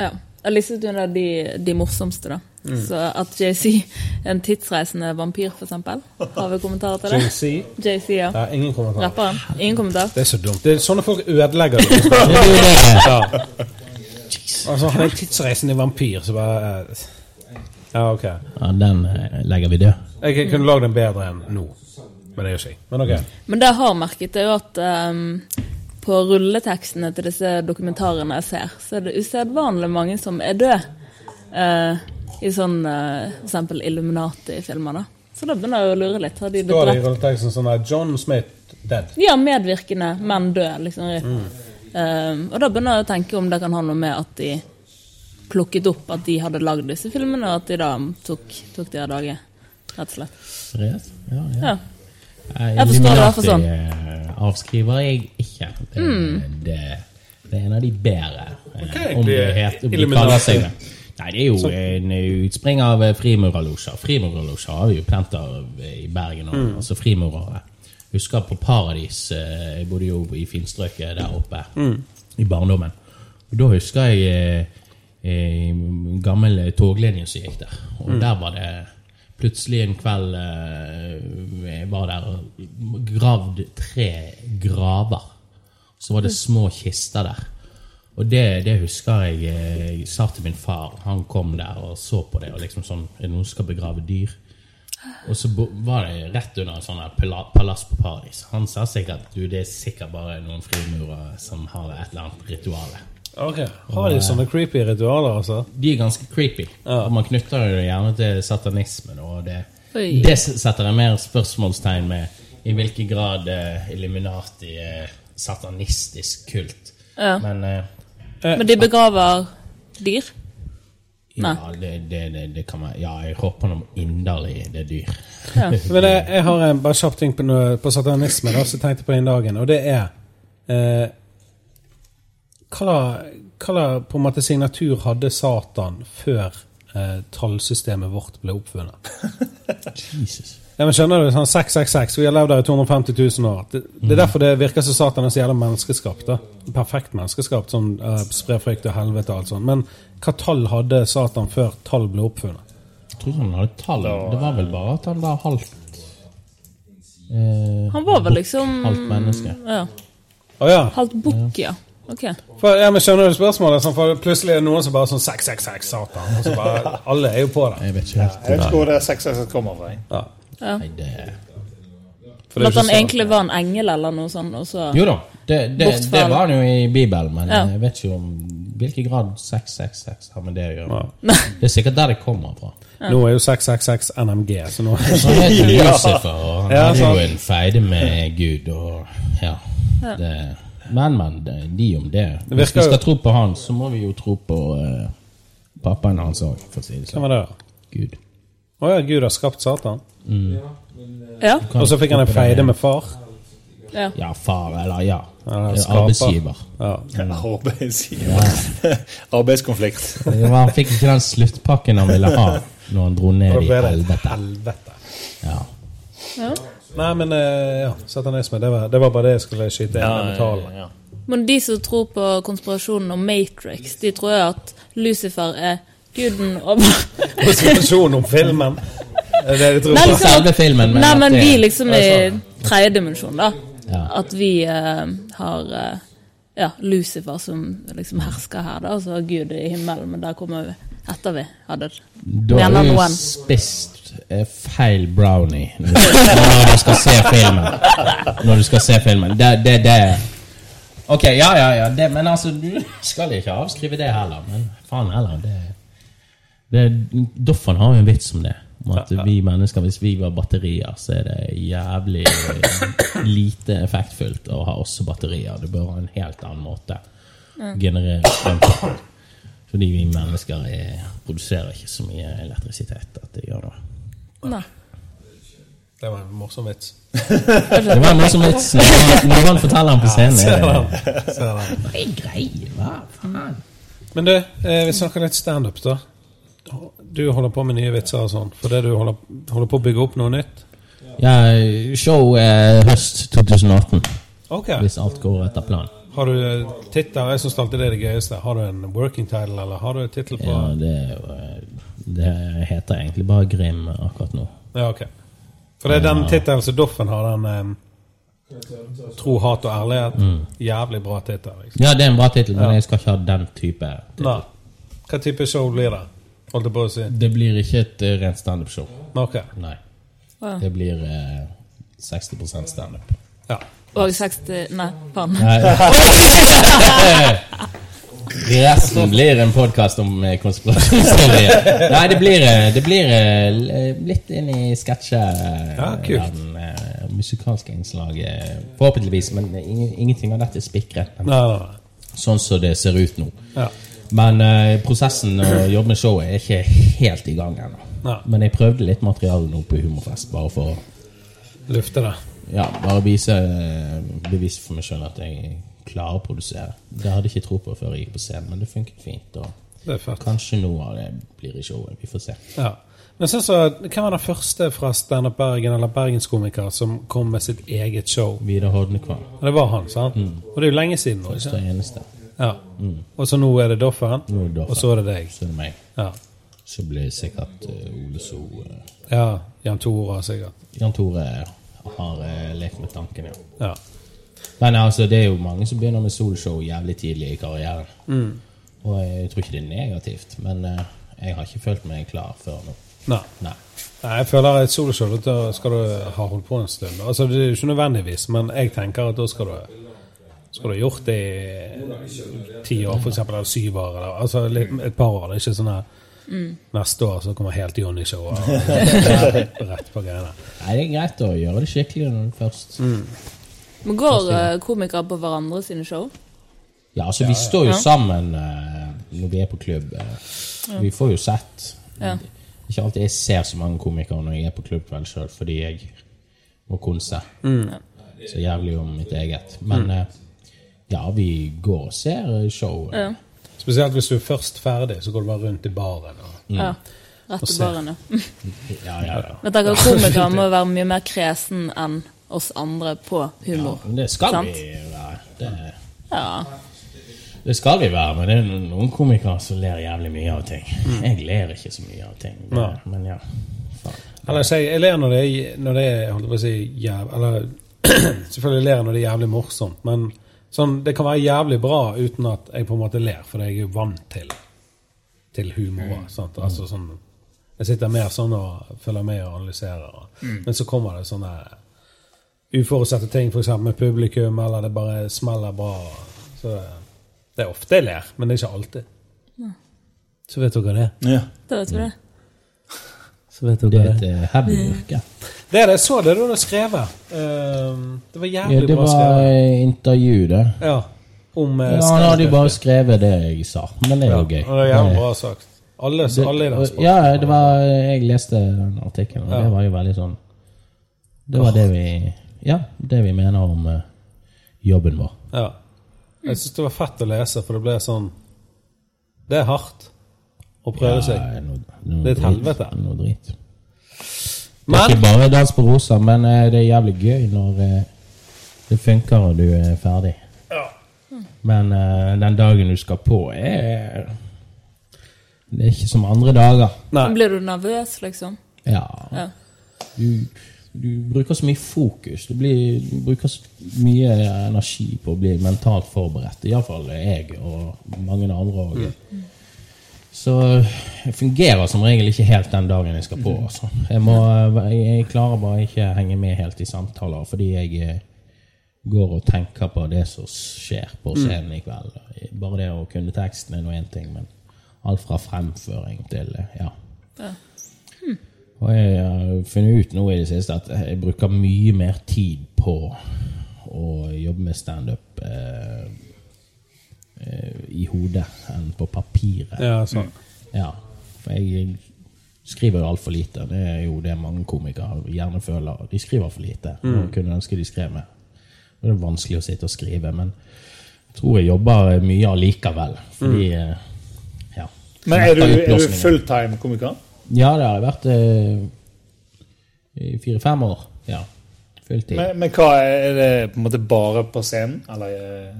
[SPEAKER 5] Ja. Jeg listet under de, de morsomste, da. Så at JC er en tidsreisende vampyr, for eksempel. Har vi kommentarer til det?
[SPEAKER 3] JC?
[SPEAKER 5] JC, ja.
[SPEAKER 3] Ja, ingen kommentarer.
[SPEAKER 5] Rapperen. Ingen kommentar.
[SPEAKER 3] Det er så dumt. Det er sånne folk ødelegger det. ja. Altså, han er en tidsreisende vampyr som bare eh, Ja, ok.
[SPEAKER 6] Ja, den eh, legger vi død.
[SPEAKER 3] Jeg kunne lagd en bedre enn nå. Men det gjør ikke jeg. Men ok.
[SPEAKER 5] Men det jeg har merket, er jo at ehm, på rulletekstene til disse dokumentarene jeg ser, så er det usedvanlig mange som er døde. Eh, I sånn eh, for eksempel Illuminati-filmer, da. Så da begynner jeg å lure litt. Har de
[SPEAKER 3] Da
[SPEAKER 5] blitt
[SPEAKER 3] er det i
[SPEAKER 5] drept?
[SPEAKER 3] rulleteksten sånn der John Smith dead.
[SPEAKER 5] Ja, medvirkende, men død, liksom.
[SPEAKER 6] Mm.
[SPEAKER 5] Ehm, og da begynner jeg å tenke om det kan ha noe med at de plukket opp at de hadde lagd disse filmene, og at de da tok, tok de av dage. Rett og slett.
[SPEAKER 6] Seriøst? Ja, ja.
[SPEAKER 5] Ja. Jeg forstår det i hvert fall sånn. Mm.
[SPEAKER 6] Illuminati, eh, Avskriver jeg ikke. Det, det, det er en av de bedre. eh,
[SPEAKER 3] Ok,
[SPEAKER 6] om
[SPEAKER 3] det
[SPEAKER 6] det
[SPEAKER 3] er
[SPEAKER 6] heter, om de
[SPEAKER 3] Illuminati.
[SPEAKER 6] kaller seg det. Nei, det er jo en utspring eh,
[SPEAKER 3] Mm.
[SPEAKER 6] av eh, frimurerlosjer. Frimurerlosjer har vi jo plenty av eh, i Bergen. Og, Altså frimurere. husker på Paradis. eh, Jeg bodde jo i finstrøket der oppe
[SPEAKER 3] Mm.
[SPEAKER 6] i barndommen. Og Da husker jeg eh, eh, en gammel toglinje som gikk der. Og
[SPEAKER 3] Mm.
[SPEAKER 6] der var det plutselig en kveld eh, Jeg var der og gravd tre graver. Så var det små kister der. Og det, det husker jeg eh, jeg sa til min far. Han kom der og så på det. Og liksom sånn, Er det noen som skal begrave dyr? Og så bo- var det rett under en sånn her pala- palass på Paradis. Han sa sikkert du, det er sikkert bare noen frimurere som har et eller annet ritual.
[SPEAKER 3] Ok, Har de
[SPEAKER 6] Og, eh,
[SPEAKER 3] sånne creepy ritualer, altså?
[SPEAKER 6] De er ganske creepy. Og man knytter det gjerne til satanismen. Og det,
[SPEAKER 3] Oi.
[SPEAKER 6] det setter jeg mer spørsmålstegn med i hvilken grad eh, Illuminati er satanistisk kult.
[SPEAKER 5] Ja.
[SPEAKER 6] Men eh,
[SPEAKER 5] Men de begraver dyr?
[SPEAKER 6] ja, det, det, det, det kan være Ja, jeg håper noe inderlig det er dyr.
[SPEAKER 3] Men jeg, jeg har en bare kjapp ting på, noe- på satanisme da, som jeg tenkte på den dagen, og det er eh, Hva la- hva la på en måte signatur hadde Satan før eh, tallsystemet vårt ble oppfunnet?
[SPEAKER 6] Jesus.
[SPEAKER 3] Ja, men skjønner du, sånn 666, Vi har levd her i 250 000 år. Det, det
[SPEAKER 6] Mhm.
[SPEAKER 3] er derfor det virker som Satan er så jævla menneskeskapt. da. Perfekt menneskeskapt, som eh, sprer frykt og helvete og alt sånt. Men hva tall hadde Satan før tall ble oppfunnet?
[SPEAKER 6] Jeg tror han hadde tall. Det var vel bare at han var halvt eh,
[SPEAKER 5] Han var vel
[SPEAKER 6] bukk,
[SPEAKER 5] liksom
[SPEAKER 6] Halvt menneske.
[SPEAKER 5] Ja.
[SPEAKER 3] Å ja.
[SPEAKER 5] Halvt bukk, ja. Ok.
[SPEAKER 3] For, ja, men Skjønner du spørsmålet? Sånn, for plutselig er det noen som bare sånn 666, satan. Og så bare, alle er jo på det.
[SPEAKER 6] Jeg vet ikke helt
[SPEAKER 4] Jeg vet ikke hvor det 666 kommer fra. jeg.
[SPEAKER 3] Ja.
[SPEAKER 5] Ja.
[SPEAKER 3] For det er jo
[SPEAKER 5] Men at han
[SPEAKER 3] ikke så-
[SPEAKER 5] egentlig var en engel eller noe sånt, og så
[SPEAKER 6] Jo da, det, det, det
[SPEAKER 5] Bortfall.
[SPEAKER 6] var han jo i Bibelen, men
[SPEAKER 5] Ja.
[SPEAKER 6] jeg vet ikke om hvilken grad 666 har med det å gjøre. Det er sikkert der det kommer fra.
[SPEAKER 5] Ja.
[SPEAKER 3] Nå er jo 666 NMG, så nå
[SPEAKER 6] Så han heter Lucifer, og han
[SPEAKER 3] Ja,
[SPEAKER 6] hadde
[SPEAKER 3] sant.
[SPEAKER 6] jo en feide med Gud, og ja.
[SPEAKER 3] Ja.
[SPEAKER 6] Det, men, men, det- de om det.
[SPEAKER 3] Det
[SPEAKER 6] Hvis
[SPEAKER 3] virker
[SPEAKER 6] vi
[SPEAKER 3] jo-
[SPEAKER 6] skal tro på han, så må vi jo tro på eh, pappaen hans òg, for å si det
[SPEAKER 3] Hvem var
[SPEAKER 6] sånn.
[SPEAKER 3] det?
[SPEAKER 6] Gud.
[SPEAKER 3] Å ja, Gud har skapt Satan?
[SPEAKER 6] Mm.
[SPEAKER 5] Ja.
[SPEAKER 6] Du kan
[SPEAKER 3] Og så fikk han en
[SPEAKER 6] tro på det.
[SPEAKER 3] feide med far?
[SPEAKER 5] Ja.
[SPEAKER 6] Ja, far, eller ja. eh,
[SPEAKER 3] Ja, skaper.
[SPEAKER 6] Arbeidsgiver.
[SPEAKER 3] Ja.
[SPEAKER 4] Arbeidsgiver. Arbeidskonflikt.
[SPEAKER 6] Det var- Han fikk ikke den sluttpakken han ville ha når han dro ned i
[SPEAKER 3] Det var et
[SPEAKER 6] helvete. Ja.
[SPEAKER 5] Ja.
[SPEAKER 3] Nei, men eh, ja, satanisme. Det var, det var bare det jeg skulle skyte inn.
[SPEAKER 4] Ja,
[SPEAKER 3] med tallene.
[SPEAKER 5] Men de som tror på konspirasjonen om Matrix, de tror jo at Lucifer er guden over
[SPEAKER 3] Konspirasjon om filmen. Det er det de tror
[SPEAKER 5] Nei,
[SPEAKER 3] på.
[SPEAKER 5] liksom at-
[SPEAKER 6] Selve filmen, men
[SPEAKER 5] Nei,
[SPEAKER 6] at
[SPEAKER 5] men
[SPEAKER 6] det-
[SPEAKER 5] vi liksom
[SPEAKER 3] Ja,
[SPEAKER 5] i tredje dimensjon, da.
[SPEAKER 6] Ja.
[SPEAKER 5] At vi eh, har eh, ja, Lucifer som liksom hersker her, da, og så har Gud i himmelen, men der kommer vi etter vi har dødd.
[SPEAKER 6] Da
[SPEAKER 5] Gjerne
[SPEAKER 6] har du
[SPEAKER 5] noen.
[SPEAKER 6] spist eh, feil brownie når du- når du skal se filmen. Når du skal se filmen. Det, det, det. Ok, ja, ja, ja. Det, men altså, du skal ikke avskrive det heller. Men faen heller. Det, det, Doffen har jo en vits om det. Om at vi mennesker, hvis vi var batterier, så er det jævlig eh, lite effektfullt å ha også batterier. Det bør ha en helt annen måte å
[SPEAKER 5] Mm.
[SPEAKER 6] generere strøm på. Fordi vi mennesker er, produserer ikke så mye elektrisitet at det gjør noe.
[SPEAKER 5] Nei.
[SPEAKER 3] Det var en morsom vits.
[SPEAKER 6] Det var noe som litt snø- Når han forteller den på scenen,
[SPEAKER 3] Ja,
[SPEAKER 6] er det-
[SPEAKER 3] ser den. Ser den.
[SPEAKER 6] Det er greie, hva faen?
[SPEAKER 3] Men du, eh, vi snakker litt standup, da. Du holder på med nye vitser og sånn. Fordi du holder, holder på å bygge opp noe nytt?
[SPEAKER 6] Ja, show eh, høst 2018.
[SPEAKER 3] Ok.
[SPEAKER 6] Hvis alt går etter planen.
[SPEAKER 3] Har du eh, titler? Jeg syns alltid det er det gøyeste. Har du en working title, eller har du en tittel på
[SPEAKER 6] Ja, det, er jo, eh, det heter egentlig bare Grim akkurat nå.
[SPEAKER 3] Ja, ok. For det er den tittelen som Doffen har, den eh, Tro, hat og ærlighet.
[SPEAKER 6] Mm.
[SPEAKER 3] Jævlig bra tittel. Liksom.
[SPEAKER 6] Ja, det er en bra tittel, men
[SPEAKER 3] Ja.
[SPEAKER 6] jeg skal ikke ha den type.
[SPEAKER 3] Nei. Hva type show blir det? Holdt jeg på å si.
[SPEAKER 6] Det blir ikke et eh, rent standup-show.
[SPEAKER 3] Ok.
[SPEAKER 6] Nei.
[SPEAKER 5] Wow.
[SPEAKER 6] Det blir eh, 60 standup.
[SPEAKER 5] Og 60 Nei, faen.
[SPEAKER 6] Nei. Resten blir en podkast om eh, konspirasjonsteorier. Nei, det blir, eh, det blir eh, l- eh, litt inn i
[SPEAKER 3] Ja, kult.
[SPEAKER 6] sketsjeverden. Ja, musikalske innslag, eh, forhåpentligvis. Men ingen, ingenting av dette er spikret.
[SPEAKER 3] Nei, nei, nei.
[SPEAKER 6] Sånn som det ser ut nå.
[SPEAKER 3] Ja.
[SPEAKER 6] Men eh, prosessen å jobbe med showet er ikke helt i gang ennå.
[SPEAKER 3] Nei.
[SPEAKER 6] Men jeg prøvde litt materiale nå på Humorfest, bare for å
[SPEAKER 3] Lufte det.
[SPEAKER 6] ja, bare vise eh, bevis for meg sjøl at jeg klarer å produsere. Det hadde jeg ikke tro på før jeg gikk på scenen, men det funket fint. Og
[SPEAKER 3] Det er fett.
[SPEAKER 6] kanskje noe av det blir i showet. Vi får se.
[SPEAKER 3] Ja. Men sånn så, Hvem var den første fra Standup Bergen eller bergenskomiker som kom med sitt eget show?
[SPEAKER 6] Vidar Hodnekvam.
[SPEAKER 3] Ja, det var han, sant?
[SPEAKER 6] Mm.
[SPEAKER 3] Og det er jo lenge siden nå.
[SPEAKER 6] Første og eneste.
[SPEAKER 3] Ja. Og så nå er det Doffen,
[SPEAKER 6] Mm. Nå er det Doffen.
[SPEAKER 3] og så er det deg.
[SPEAKER 6] Så er det meg.
[SPEAKER 3] Ja.
[SPEAKER 6] Så blir det sikkert eh, Ole So eh,
[SPEAKER 3] ja. Jan Tore, sikkert.
[SPEAKER 6] Jan Tore har eh, lekt med tanken, ja.
[SPEAKER 3] Ja.
[SPEAKER 6] Men altså, det er jo mange som begynner med soloshow jævlig tidlig i karrieren.
[SPEAKER 3] Mm.
[SPEAKER 6] Og jeg tror ikke det er negativt, men eh, jeg har ikke følt meg klar før nå.
[SPEAKER 3] Nei.
[SPEAKER 6] Nei.
[SPEAKER 3] Nei, jeg føler et soloshow da skal du ha holdt på en stund. Altså, Det er jo ikke nødvendigvis, men jeg tenker at da skal du skal du ha gjort det i ti år, for eksempel, eller syv år, eller altså, litt- et par år. Det er ikke sånn her neste år så kommer helt Johnny-showet og rett på greiene.
[SPEAKER 6] Nei, det er greit å gjøre det skikkelig når du først
[SPEAKER 5] Men går eh, komikere på hverandre sine show?
[SPEAKER 6] Ja, altså, vi står jo
[SPEAKER 5] Ja.
[SPEAKER 6] sammen eh, når vi er på klubb. eh, Vi får jo sett.
[SPEAKER 5] Ja.
[SPEAKER 6] Ikke alltid jeg ser så mange komikere når jeg er på klubbkveld sjøl, fordi jeg må konse så jævlig om mitt eget. Men eh, ja, vi går og ser eh, show.
[SPEAKER 5] Ja.
[SPEAKER 3] Spesielt hvis du er først ferdig, så går du bare rundt i baren. Og,
[SPEAKER 5] ja. Rett
[SPEAKER 3] Og
[SPEAKER 5] til
[SPEAKER 3] se.
[SPEAKER 5] baren, ja.
[SPEAKER 6] Ja, ja, ja.
[SPEAKER 5] Men tenker komikere må være mye mer kresen enn oss andre på humor.
[SPEAKER 6] Men det skal
[SPEAKER 5] Sant?
[SPEAKER 6] vi være. Det,
[SPEAKER 5] Ja.
[SPEAKER 6] det skal vi være, men det er no- noen komikere som ler jævlig mye av ting. Jeg ler ikke så mye av ting. Det,
[SPEAKER 3] Nei.
[SPEAKER 6] Men ja. Faen.
[SPEAKER 3] Eller jeg, sier- jeg ler når det er, når det er jeg holdt på å si, jæv, eller, Selvfølgelig ler jeg når det er jævlig morsomt, men sånn, det kan være jævlig bra uten at jeg på en måte ler, for jeg er vant til, til humor. Sant? Altså, sånn, jeg sitter mer sånn og følger med og analyserer, og, men så kommer det sånne uforutsette ting, f.eks. med publikum, eller det bare smeller bra. Og, så det, det er ofte jeg ler, men det er ikke alltid. Så vet dere det.
[SPEAKER 4] Ja.
[SPEAKER 5] Da vet vi det.
[SPEAKER 3] Så vet
[SPEAKER 6] det er et eh, heavy yrke.
[SPEAKER 3] Det er det. Jeg så det du hadde skrevet. Ehm, det var jævlig
[SPEAKER 6] Ja, det
[SPEAKER 3] bra
[SPEAKER 6] var
[SPEAKER 3] skrevet.
[SPEAKER 6] eh, intervju, det.
[SPEAKER 3] Ja, om eh,
[SPEAKER 6] Ja, han hadde jo
[SPEAKER 3] standup.
[SPEAKER 6] bare skrevet det jeg sa, men det er jo gøy.
[SPEAKER 3] Ja, det var jævlig bra sagt. Alle,
[SPEAKER 6] Det-
[SPEAKER 3] alle i den sporten.
[SPEAKER 6] ja, det var, jeg leste den artikkelen, og det var jo veldig sånn Det var det vi Ja, det vi mener om eh, jobben vår.
[SPEAKER 3] Ja. Jeg syns det var fett å lese, for det ble sånn Det er hardt å prøve seg.
[SPEAKER 6] Ja, noe- noe
[SPEAKER 3] Det er et
[SPEAKER 6] drit.
[SPEAKER 3] helvete.
[SPEAKER 6] Noe drit. Det er
[SPEAKER 3] Men
[SPEAKER 6] ikke bare dans på roser, men eh, det er jævlig gøy når eh, det funker og du er ferdig. Men eh, den dagen du skal på, er Det er ikke som andre dager.
[SPEAKER 3] Nei.
[SPEAKER 5] Blir du nervøs, liksom?
[SPEAKER 6] Ja.
[SPEAKER 5] Ja.
[SPEAKER 6] Du, du bruker så mye fokus. Du, blir, du bruker så mye energi på å bli mentalt forberedt. Iallfall jeg og mange andre
[SPEAKER 3] Mm.
[SPEAKER 6] òg. Så jeg fungerer som regel ikke helt den dagen jeg skal på. Altså. Jeg, må, jeg, jeg klarer bare ikke å henge med helt i samtaler, fordi jeg eh, går og tenker på det som skjer på scenen i kveld. Bare det å kunne teksten er nå én ting, men alt fra fremføring til eh, ja. Og jeg har funnet ut nå i det siste at jeg bruker mye mer tid på å jobbe med standup eh, eh, i hodet enn på papiret.
[SPEAKER 3] Ja, sånn.
[SPEAKER 6] Ja, for jeg skriver jo altfor lite. Det er jo det mange komikere gjerne føler. De skriver for lite.
[SPEAKER 4] Mm.
[SPEAKER 6] og Kunne ønske de skrev mer. Og Det er vanskelig å sitte og skrive, men jeg tror jeg jobber eh, mye allikevel. Fordi eh, ja.
[SPEAKER 4] Mm. Men er du, er du
[SPEAKER 6] Utblåsningen.
[SPEAKER 4] fulltime komiker?
[SPEAKER 6] Ja, det har jeg vært eh, i fire-fem år. Ja. Fulltid.
[SPEAKER 4] Men, men hva er er det på en måte bare på scenen? Eller eh,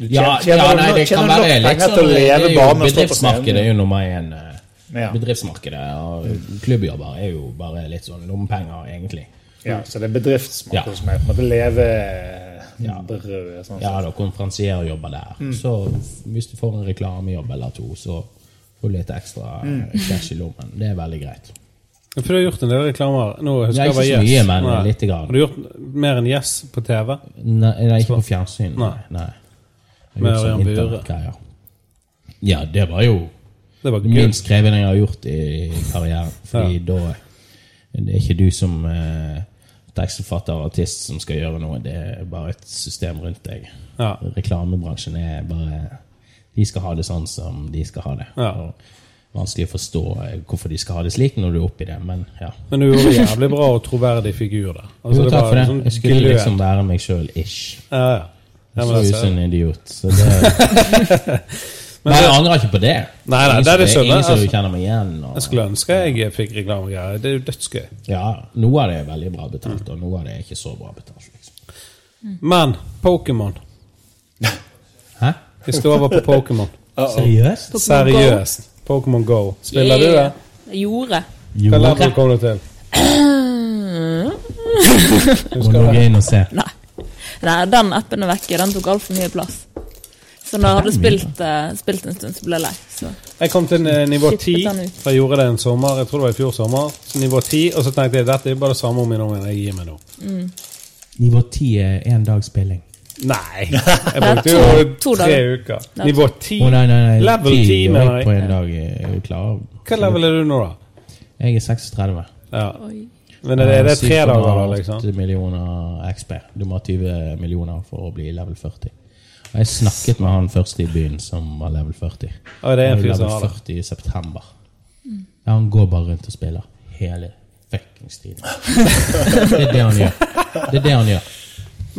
[SPEAKER 4] du
[SPEAKER 6] ja,
[SPEAKER 4] tjener- tjener
[SPEAKER 6] ja,
[SPEAKER 4] du
[SPEAKER 6] nei,
[SPEAKER 4] no-
[SPEAKER 6] det kan
[SPEAKER 4] tjener du nok
[SPEAKER 6] være litt
[SPEAKER 4] penger
[SPEAKER 6] sånn
[SPEAKER 4] til å
[SPEAKER 6] det er
[SPEAKER 4] leve
[SPEAKER 6] jo
[SPEAKER 4] bare med å stå på
[SPEAKER 6] Bedriftsmarkedet
[SPEAKER 4] scenen?
[SPEAKER 6] er jo nummer én. eh,
[SPEAKER 4] Ja.
[SPEAKER 6] Bedriftsmarkedet og klubbjobber er jo bare litt sånn lommepenger, egentlig.
[SPEAKER 4] Ja, så det er bedriftsmarkedet
[SPEAKER 6] Ja.
[SPEAKER 4] som er på en måte leve
[SPEAKER 6] Ja.
[SPEAKER 4] brødet. Sånn,
[SPEAKER 6] Ja da, konferansierjobber der.
[SPEAKER 4] Mm.
[SPEAKER 6] Så hvis du får en reklamejobb eller to, så får du litt ekstra eh,
[SPEAKER 4] Mm.
[SPEAKER 6] cash i lommen. Det er veldig greit.
[SPEAKER 3] For du har gjort en del reklamer. Nå husker
[SPEAKER 6] Nei,
[SPEAKER 3] jeg
[SPEAKER 6] ikke
[SPEAKER 3] bare
[SPEAKER 6] så
[SPEAKER 3] Yes.
[SPEAKER 6] mye, men
[SPEAKER 3] Nei.
[SPEAKER 6] lite grann.
[SPEAKER 3] Har du gjort mer enn Yes på TV?
[SPEAKER 6] Nei, nei ikke på fjernsyn. Nei. nei. Jeg har
[SPEAKER 3] Med
[SPEAKER 6] gjort sånn
[SPEAKER 3] Ørjan Bure.
[SPEAKER 6] internettgreier. Ja, det var jo
[SPEAKER 3] Det var
[SPEAKER 6] det
[SPEAKER 3] gøy.
[SPEAKER 6] minst krevende jeg har gjort i karrieren. Fordi da Det er ikke du som eh, tekstforfatter og artist som skal gjøre noe, det er bare et system rundt deg.
[SPEAKER 3] Ja.
[SPEAKER 6] Reklamebransjen er bare De skal ha det sånn som de skal ha det.
[SPEAKER 3] Ja.
[SPEAKER 6] Og vanskelig å forstå eh, hvorfor de skal ha det slik når du er oppi det, men ja.
[SPEAKER 3] Men du gjorde en jævlig bra og troverdig figur der. Altså,
[SPEAKER 6] jo, takk
[SPEAKER 3] var
[SPEAKER 6] for det.
[SPEAKER 3] sånn
[SPEAKER 6] Jeg skulle
[SPEAKER 3] glød.
[SPEAKER 6] liksom være meg sjøl-ish.
[SPEAKER 3] ja, ja. Ja, men
[SPEAKER 6] Så
[SPEAKER 3] det
[SPEAKER 6] ut
[SPEAKER 3] ser
[SPEAKER 6] som
[SPEAKER 3] jeg.
[SPEAKER 6] en idiot. Så det, Nei, jeg angrer ikke på det.
[SPEAKER 3] Nei, nei,
[SPEAKER 6] Ingen
[SPEAKER 3] det er det
[SPEAKER 6] som-
[SPEAKER 3] skjønner.
[SPEAKER 6] Ingen som
[SPEAKER 3] Altså-
[SPEAKER 6] kjenner meg igjen. Og,
[SPEAKER 3] Jeg skulle ønske jeg fikk reklamegreier. Det er jo dødsgøy.
[SPEAKER 6] ja, Noe av det er veldig bra betalt, og noe av det er ikke så bra betalt. Liksom.
[SPEAKER 3] Men Pokémon.
[SPEAKER 6] Hæ?
[SPEAKER 3] Vi skal over på Pokémon.
[SPEAKER 6] Seriøst?
[SPEAKER 5] Pokémon
[SPEAKER 3] Seriøst. Pokémon Go. Spiller du det?
[SPEAKER 5] Jeg gjorde.
[SPEAKER 3] Hva level kom du til?
[SPEAKER 6] Må logge inn og se.
[SPEAKER 5] Nei. Nei, den appen er vekke. Den tok altfor mye plass. Så når jeg hadde spilt, eh, spilt en stund, så ble jeg lei. Så.
[SPEAKER 3] Jeg kom til eh, nivå
[SPEAKER 5] Shit,
[SPEAKER 3] 10.
[SPEAKER 5] den ut.
[SPEAKER 3] Jeg gjorde det en sommer, jeg tror det var i fjor sommer. Så nivå 10, Og så tenkte jeg dette er bare det samme om igjen, om igjen. Jeg gir meg nå.
[SPEAKER 6] Nivå 10 er én dags spilling.
[SPEAKER 3] Nei! Jeg brukte
[SPEAKER 5] Ja,
[SPEAKER 3] jo
[SPEAKER 5] to- to
[SPEAKER 3] tre
[SPEAKER 5] dager.
[SPEAKER 3] uker.
[SPEAKER 5] Ja.
[SPEAKER 3] Nivå 10.
[SPEAKER 6] Å, nei, nei, nei.
[SPEAKER 3] Level 10,
[SPEAKER 6] og
[SPEAKER 3] mener
[SPEAKER 6] På
[SPEAKER 3] jeg.
[SPEAKER 6] en dag eh, er jeg klar.
[SPEAKER 3] Hva level er du nå, da?
[SPEAKER 6] Jeg er 36.
[SPEAKER 3] Ja. Men er det, er det tre dager, da?
[SPEAKER 6] 708
[SPEAKER 3] liksom?
[SPEAKER 6] millioner XP. Du må ha 20 millioner for å bli level 40. Og jeg snakket med han første i byen som var level 40.
[SPEAKER 3] Å, det er en
[SPEAKER 6] Han
[SPEAKER 3] fyr som
[SPEAKER 6] level
[SPEAKER 3] har det.
[SPEAKER 6] 40 i september. Ja, han går bare rundt og spiller hele fuckings tiden. Det er det han gjør. Det er det han gjør.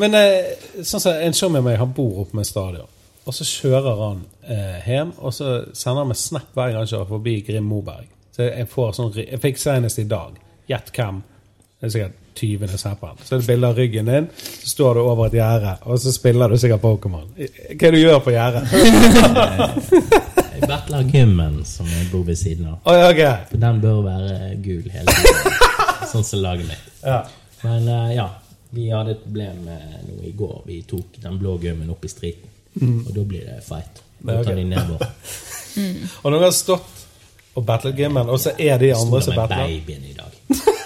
[SPEAKER 3] Men eh, sånn som en sjå med meg, han bor oppe med stadion. Og så kjører han eh, hjem, og så sender han meg snap hver gang han kjører forbi Grim Moberg. Så jeg, får sånn, ry- jeg fikk senest i dag. Gjett hvem. Det er sikkert 20. september. Så er det bilde av ryggen din, så står du over et gjerde, og så spiller du sikkert Pokémon. Hva er det du gjør på gjerdet?
[SPEAKER 6] Jeg battler gymmen som jeg bor ved siden av.
[SPEAKER 3] Oi, ok.
[SPEAKER 6] For den bør være gul hele tiden. Sånn som laget mitt.
[SPEAKER 3] Ja.
[SPEAKER 6] Men eh, ja, vi hadde et problem eh, nå i går. Vi tok den blå gummen opp i striden. Og da blir det fight. Da
[SPEAKER 3] Mm. Ja, ok.
[SPEAKER 6] tar de nedover.
[SPEAKER 3] Og når du har stått og battlet gimmen, og så er de andre
[SPEAKER 6] Sto
[SPEAKER 3] som
[SPEAKER 6] der med
[SPEAKER 3] battler
[SPEAKER 6] babyen i dag.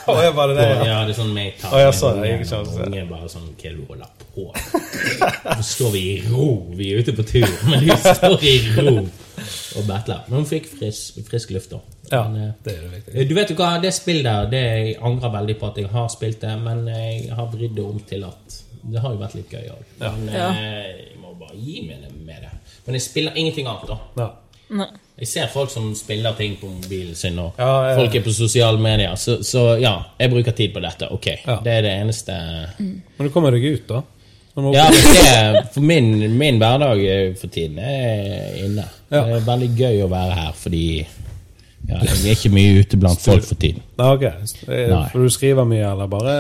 [SPEAKER 3] Å, jeg var det det,
[SPEAKER 6] Og
[SPEAKER 3] ja.
[SPEAKER 6] ja, det er sånn meg tar
[SPEAKER 3] Å, jeg
[SPEAKER 6] med
[SPEAKER 3] så det, jeg
[SPEAKER 6] ungen,
[SPEAKER 3] ikke
[SPEAKER 6] og
[SPEAKER 3] sant.
[SPEAKER 6] ungen bare sånn Hva er det du holder på med?» Så står vi i ro. Vi er ute på tur, men vi står i ro og battler. Men hun fikk frisk, frisk luft, da.
[SPEAKER 3] Ja,
[SPEAKER 6] Men, eh,
[SPEAKER 3] det er jo viktig.
[SPEAKER 6] Du vet jo hva, det spillet der det Jeg angrer veldig på at jeg har spilt det, men eh, jeg har vridd det om til at Det har jo vært litt gøy òg. Men
[SPEAKER 5] Ja.
[SPEAKER 6] eh, jeg må bare gi meg det med det. Men jeg spiller ingenting annet, da.
[SPEAKER 3] Ja.
[SPEAKER 5] Nei.
[SPEAKER 6] Jeg ser folk som spiller ting på mobilen sin, og
[SPEAKER 3] Ja, ja, ja.
[SPEAKER 6] folk er på sosiale medier. Så, så ja, jeg bruker tid på dette. Ok, Det er det eneste
[SPEAKER 3] Men du kommer deg ut, da? Du må
[SPEAKER 6] Ja, men det, For min, min hverdag eh, for tiden er inne. Det er veldig gøy å være her, fordi ja, jeg er ikke mye ute blant folk for tiden.
[SPEAKER 3] Nei, ok. Eh,
[SPEAKER 6] Nei.
[SPEAKER 3] For du skriver mye, eller bare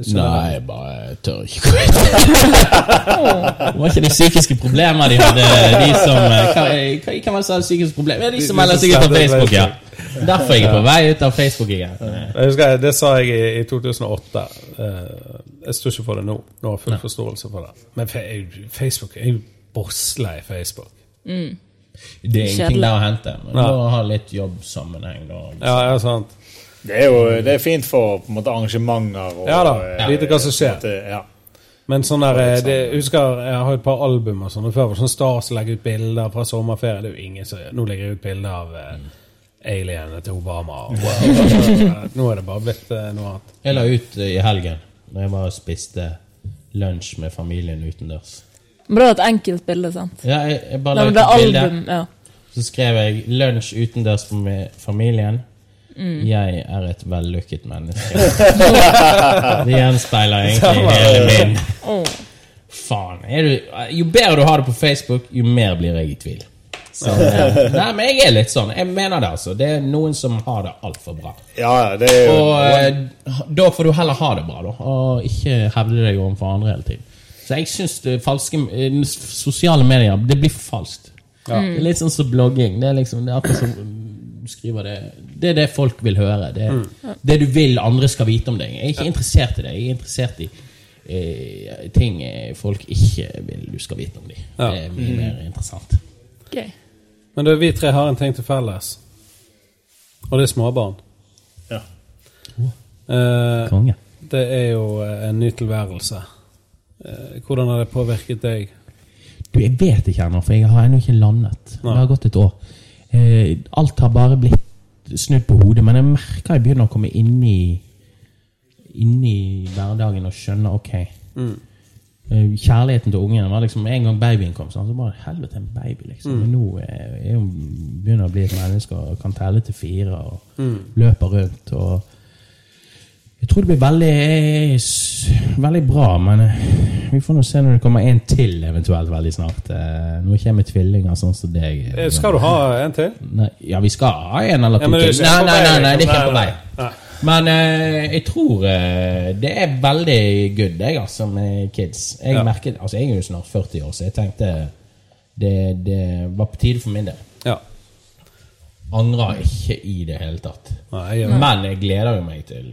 [SPEAKER 6] Nei, jeg bare tør ikke gå ut. Det var ikke de psykiske problemer de hadde, de som eh, Hva hva- hvem var det som hadde psykiske problemer? Ja, De som melder seg ut på Facebook, ja. Derfor er jeg på vei ut av Facebook igjen.
[SPEAKER 3] Jeg husker, jeg- Det sa jeg i, i 2008. Eh, jeg står ikke for det nå. Nå har jeg full forståelse for det. Men fe jeg- Facebook jeg er jo bosslei Facebook.
[SPEAKER 6] Det er ingenting
[SPEAKER 5] Kjedelig.
[SPEAKER 6] der å hente. Men
[SPEAKER 3] Nei.
[SPEAKER 6] da ha litt jobbsammenheng, da.
[SPEAKER 3] Ja, ja, sant.
[SPEAKER 4] Det er jo det er fint for på en måte, arrangementer. Og,
[SPEAKER 3] Ja da,
[SPEAKER 4] eh,
[SPEAKER 3] vite hva som skjer.
[SPEAKER 4] på en måte, ja.
[SPEAKER 3] Men sånn der, eh, det, jeg husker, jeg har et par album og sånn, og før var det sånn Stars legger ut bilder fra sommerferie. Det er jo ingen som, Nå legger jeg ut bilder av eh,
[SPEAKER 6] Mm.
[SPEAKER 3] alienene til Obama. og- Nå er det bare blitt eh, noe annet.
[SPEAKER 6] Jeg la ut eh, i helgen, da jeg var og spiste lunsj med familien utendørs.
[SPEAKER 5] Men det var et enkelt bilde, sant?
[SPEAKER 6] Ja, jeg, jeg bare
[SPEAKER 5] Nei,
[SPEAKER 6] la
[SPEAKER 5] men
[SPEAKER 6] ut
[SPEAKER 5] det
[SPEAKER 6] et
[SPEAKER 5] er
[SPEAKER 6] bilde.
[SPEAKER 5] album, ja.
[SPEAKER 6] Så skrev jeg 'lunsj utendørs med familien'.
[SPEAKER 5] Mm.
[SPEAKER 6] Jeg er et vellykket menneske. det gjenspeiler egentlig hele min. Faen. Er du, jo bedre du har det på Facebook, jo mer blir jeg i tvil. Så, eh, nei, men jeg er litt sånn. Jeg mener det, altså. Det er noen som har det altfor bra.
[SPEAKER 4] ja, ja, det er jo
[SPEAKER 6] Og eh, da får du heller ha det bra, da, og ikke hevde deg overfor andre hele tiden. Så jeg syns falske eh, s- sosiale medier Det blir falskt. Det er litt sånn som blogging. Det er liksom det er akkurat som mm, du skriver det Det er det folk vil høre. Det, det du vil andre skal vite om deg. Jeg er ikke interessert i det. Jeg er interessert i eh, ting eh, folk ikke vil du skal vite om dem.
[SPEAKER 3] Ja.
[SPEAKER 6] Det er mye mer interessant.
[SPEAKER 5] Gøy.
[SPEAKER 3] Men du, vi tre har en ting til felles, og det er småbarn.
[SPEAKER 4] Ja.
[SPEAKER 3] Eh,
[SPEAKER 6] Konge.
[SPEAKER 3] Det er jo eh, en ny tilværelse. Eh, Hvordan har det påvirket deg?
[SPEAKER 6] Du, jeg vet ikke ennå, for jeg har ennå ikke landet.
[SPEAKER 3] Nei.
[SPEAKER 6] Det har gått et år. Eh, alt har bare blitt snudd på hodet, men jeg merker jeg begynner å komme inn i, inn i hverdagen og skjønne ok. Eh, Kjærligheten til ungen var liksom En gang babyen kom, sånn, så bare Helvete, en baby, liksom. Men nå eh, er hun begynner å bli et menneske og kan telle til fire og løper rundt. og Jeg tror det blir veldig, s- veldig bra, men eh, vi får nå se når det kommer en til eventuelt veldig snart. Eh, Nå kommer tvillinger sånn som deg.
[SPEAKER 3] Eh, Skal du ha en til?
[SPEAKER 6] Nei, ja, vi skal ha en eller to
[SPEAKER 3] Ja, men det er
[SPEAKER 6] til.
[SPEAKER 3] ikke
[SPEAKER 6] Nei,
[SPEAKER 3] på vei,
[SPEAKER 6] nei, nei, nei, det er ikke
[SPEAKER 3] liksom.
[SPEAKER 6] på vei.
[SPEAKER 3] Nei, nei.
[SPEAKER 6] Men eh, jeg tror eh, det er veldig good, jeg, altså, med kids. Jeg
[SPEAKER 3] Ja.
[SPEAKER 6] merket, altså, jeg er jo snart 40 år, så jeg tenkte det, det var på tide for min del.
[SPEAKER 3] Ja.
[SPEAKER 6] Angrer ikke i det hele tatt.
[SPEAKER 3] Nei, jeg gjør det.
[SPEAKER 6] Men jeg gleder jo meg til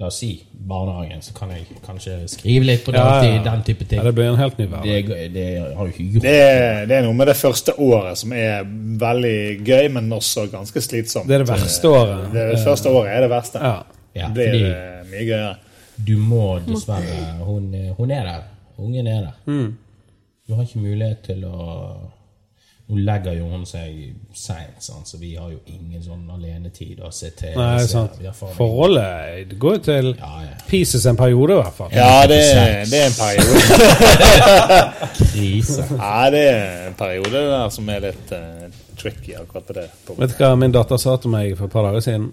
[SPEAKER 6] La oss si barnehagen, så kan jeg kanskje skrive litt på
[SPEAKER 3] Ja,
[SPEAKER 6] dagtid,
[SPEAKER 3] ja.
[SPEAKER 6] den type ting.
[SPEAKER 3] Ja, det blir en helt ny verden.
[SPEAKER 6] Det, det har du ikke gjort.
[SPEAKER 4] Det er, det er noe med det første året som er veldig gøy, men også ganske slitsomt. Eh,
[SPEAKER 3] Det er det verste året.
[SPEAKER 4] Det, er det første året er det verste.
[SPEAKER 3] Ja.
[SPEAKER 6] Ja,
[SPEAKER 4] Det blir
[SPEAKER 6] fordi-
[SPEAKER 4] eh, mye gøyere.
[SPEAKER 6] Du må dessverre Hun, hun er der. Ungen er der.
[SPEAKER 3] Mm.
[SPEAKER 6] Du har ikke mulighet til å Nå legger jo hun seg seint, sant, så vi har jo ingen sånn alenetid å se til.
[SPEAKER 3] Nei,
[SPEAKER 6] Se-
[SPEAKER 3] sant.
[SPEAKER 6] vi har faen
[SPEAKER 3] Forholdet eh, det går jo til
[SPEAKER 6] Ja, ja.
[SPEAKER 3] pieces en periode, i hvert fall.
[SPEAKER 4] Ja, det, er- det er en periode.
[SPEAKER 6] ingen Krise.
[SPEAKER 4] Ja, det er en periode der som er litt eh, tricky akkurat på det. punktet.
[SPEAKER 3] Vet du hva min datter sa til meg for et par dager siden?